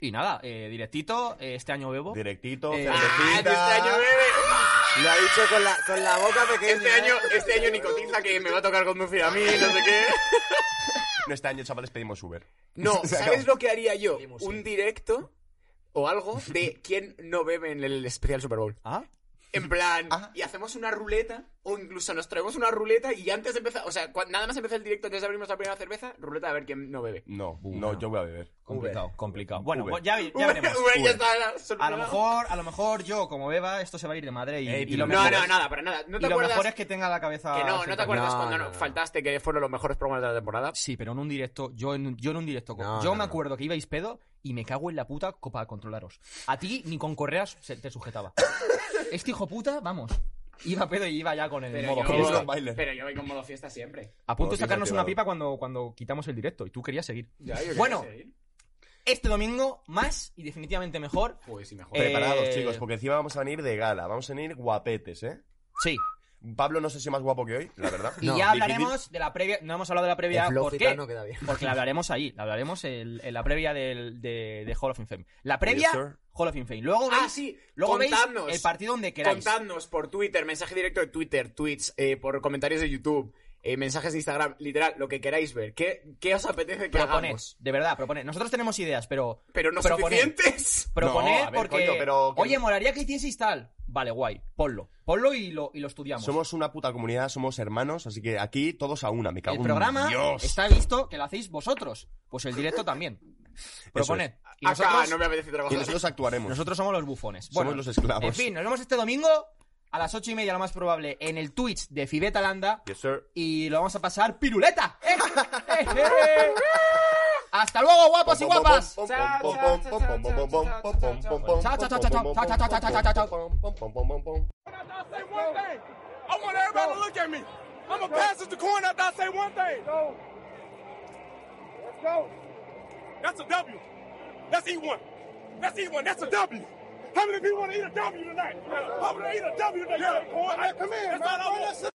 S4: Y nada, eh, directito, eh, este año bebo.
S3: Directito,
S4: Eh,
S2: ¡Ah, este año
S3: cervecita.
S2: bebe!
S5: Lo ha dicho con la, con la boca pequeña.
S2: Este año, este año nicotiza que me va a tocar conducir a mí, no sé qué.
S3: No, este año, chavales, pedimos Uber.
S4: <laughs>
S2: No,
S3: Se
S2: ¿sabes
S3: acabó.
S2: lo que haría yo?
S5: Limusina.
S2: Un directo o algo de quién no bebe en el especial Super Bowl.
S4: ¿Ah?
S2: En plan,
S3: Ah.
S2: y hacemos una ruleta, o incluso nos traemos una ruleta y antes de empezar, o sea, cua- nada más empezar el directo, antes de abrirnos la primera cerveza, ruleta a ver quién no bebe.
S3: No,
S4: Uber.
S3: no, yo voy a beber.
S4: Complicado, complicado. Bueno,
S3: Uber.
S4: pues ya,
S2: <laughs>
S4: vi- ya veremos.
S2: Uber ya
S3: Uber.
S2: está
S4: A
S2: solucionado.
S4: lo mejor, a lo mejor yo, como beba, esto se va a ir de madre y,
S3: Ey,
S4: Eh, y
S3: tío,
S4: lo,
S3: no,
S4: mejor,
S2: No, no, nada, para nada. ¿No
S4: y
S2: te
S4: lo
S2: acuerdas?
S4: mejor es que tenga la cabeza.
S2: Que no, no te
S4: sentada.
S2: acuerdas
S5: No,
S2: cuando
S5: no,
S2: no-
S5: no.
S2: faltaste que fueron los mejores programas de la temporada.
S4: Sí, pero en un directo, yo en, yo en un directo. co-
S5: No,
S4: yo
S5: no,
S4: me
S5: no.
S4: acuerdo que ibais pedo y me cago en la puta copa a controlaros. A ti ni con correas se- te
S5: <laughs>
S4: sujetaba. este hijo puta, vamos. Iba pedo y iba ya con el
S2: Pero
S4: modo
S2: yo-
S3: Como
S4: fiesta.
S3: los bailes.
S2: Pero yo voy con modo fiesta siempre.
S4: A punto
S3: Modo
S4: de
S3: fiesta
S4: sacarnos una
S3: activado.
S4: pipa cuando, cuando quitamos el directo y tú querías seguir.
S2: Ya, yo qué
S4: Bueno.
S2: sé, ¿eh?
S4: Este domingo, más y definitivamente mejor.
S2: Pues sí, mejor.
S4: Eh,
S3: Preparados, chicos, porque encima vamos a venir de gala. Vamos a venir guapetes, ¿eh?
S4: Sí.
S3: Pablo no sé si más guapo que hoy, la
S4: <laughs>
S3: verdad.
S4: Y
S5: No,
S4: ya
S3: difícil.
S4: hablaremos de la previa. No hemos hablado de la previa.
S5: El flow
S4: ¿Por qué?
S5: gitano queda bien.
S4: Porque la hablaremos ahí, la hablaremos el- en la previa del, de, de Hall of Fame. La
S3: Yes,
S4: previa,
S3: sir.
S4: Hall of Fame. Luego
S2: Ah,
S4: veis,
S2: sí,
S4: luego veis
S2: contadnos.
S4: el partido donde queráis.
S2: Contadnos por Twitter, mensaje directo de Twitter, tweets, eh, por comentarios de YouTube, eh, mensajes de Instagram, literal, lo que queráis ver. ¿Qué, qué os apetece que
S4: Proponed,
S2: hagamos?
S4: de verdad, proponed. Nosotros tenemos ideas, pero
S2: Pero no
S4: Proponed.
S2: suficientes.
S4: proponer
S3: No, a ver,
S4: porque
S3: coño, pero que-
S4: oye molaría que hicieseis tal vale guay ponlo ponlo y lo y lo estudiamos
S3: Somos una puta comunidad, somos hermanos, así que aquí todos a una, me cago
S4: el
S3: en
S4: programa
S3: Dios.
S4: está listo que lo hacéis vosotros pues el
S3: <laughs>
S4: directo también proponed y
S2: Acá
S4: nosotros,
S2: no me apetece
S3: Y
S2: trabajar.
S3: nosotros actuaremos.
S4: nosotros somos los bufones
S3: Somos
S4: bueno
S3: los esclavos.
S4: en fin nos vemos este domingo a las ocho y media lo más probable en el Twitch de Fibetalanda
S3: Yes, sir.
S4: y lo vamos a pasar piruleta ¡Eh! ¡Eh! ¡Eh! hasta luego guapos y guapas
S2: Chao, chao, chao, chao, chao, chao, chao, chao.
S4: Chao, chao, chao, chao, chao, chao, chao, chao, chao, chao,
S3: chao.
S7: I say one thing. I want everybody to look at me. I'm gonna pass it the coin after I say one thing. Go. Let's go. That's a W. Let's eat one. Let's eat one. That's a W. How many people want to eat a W tonight? I'm gonna eat a W tonight. Yeah. Come on, come in. That's all I want.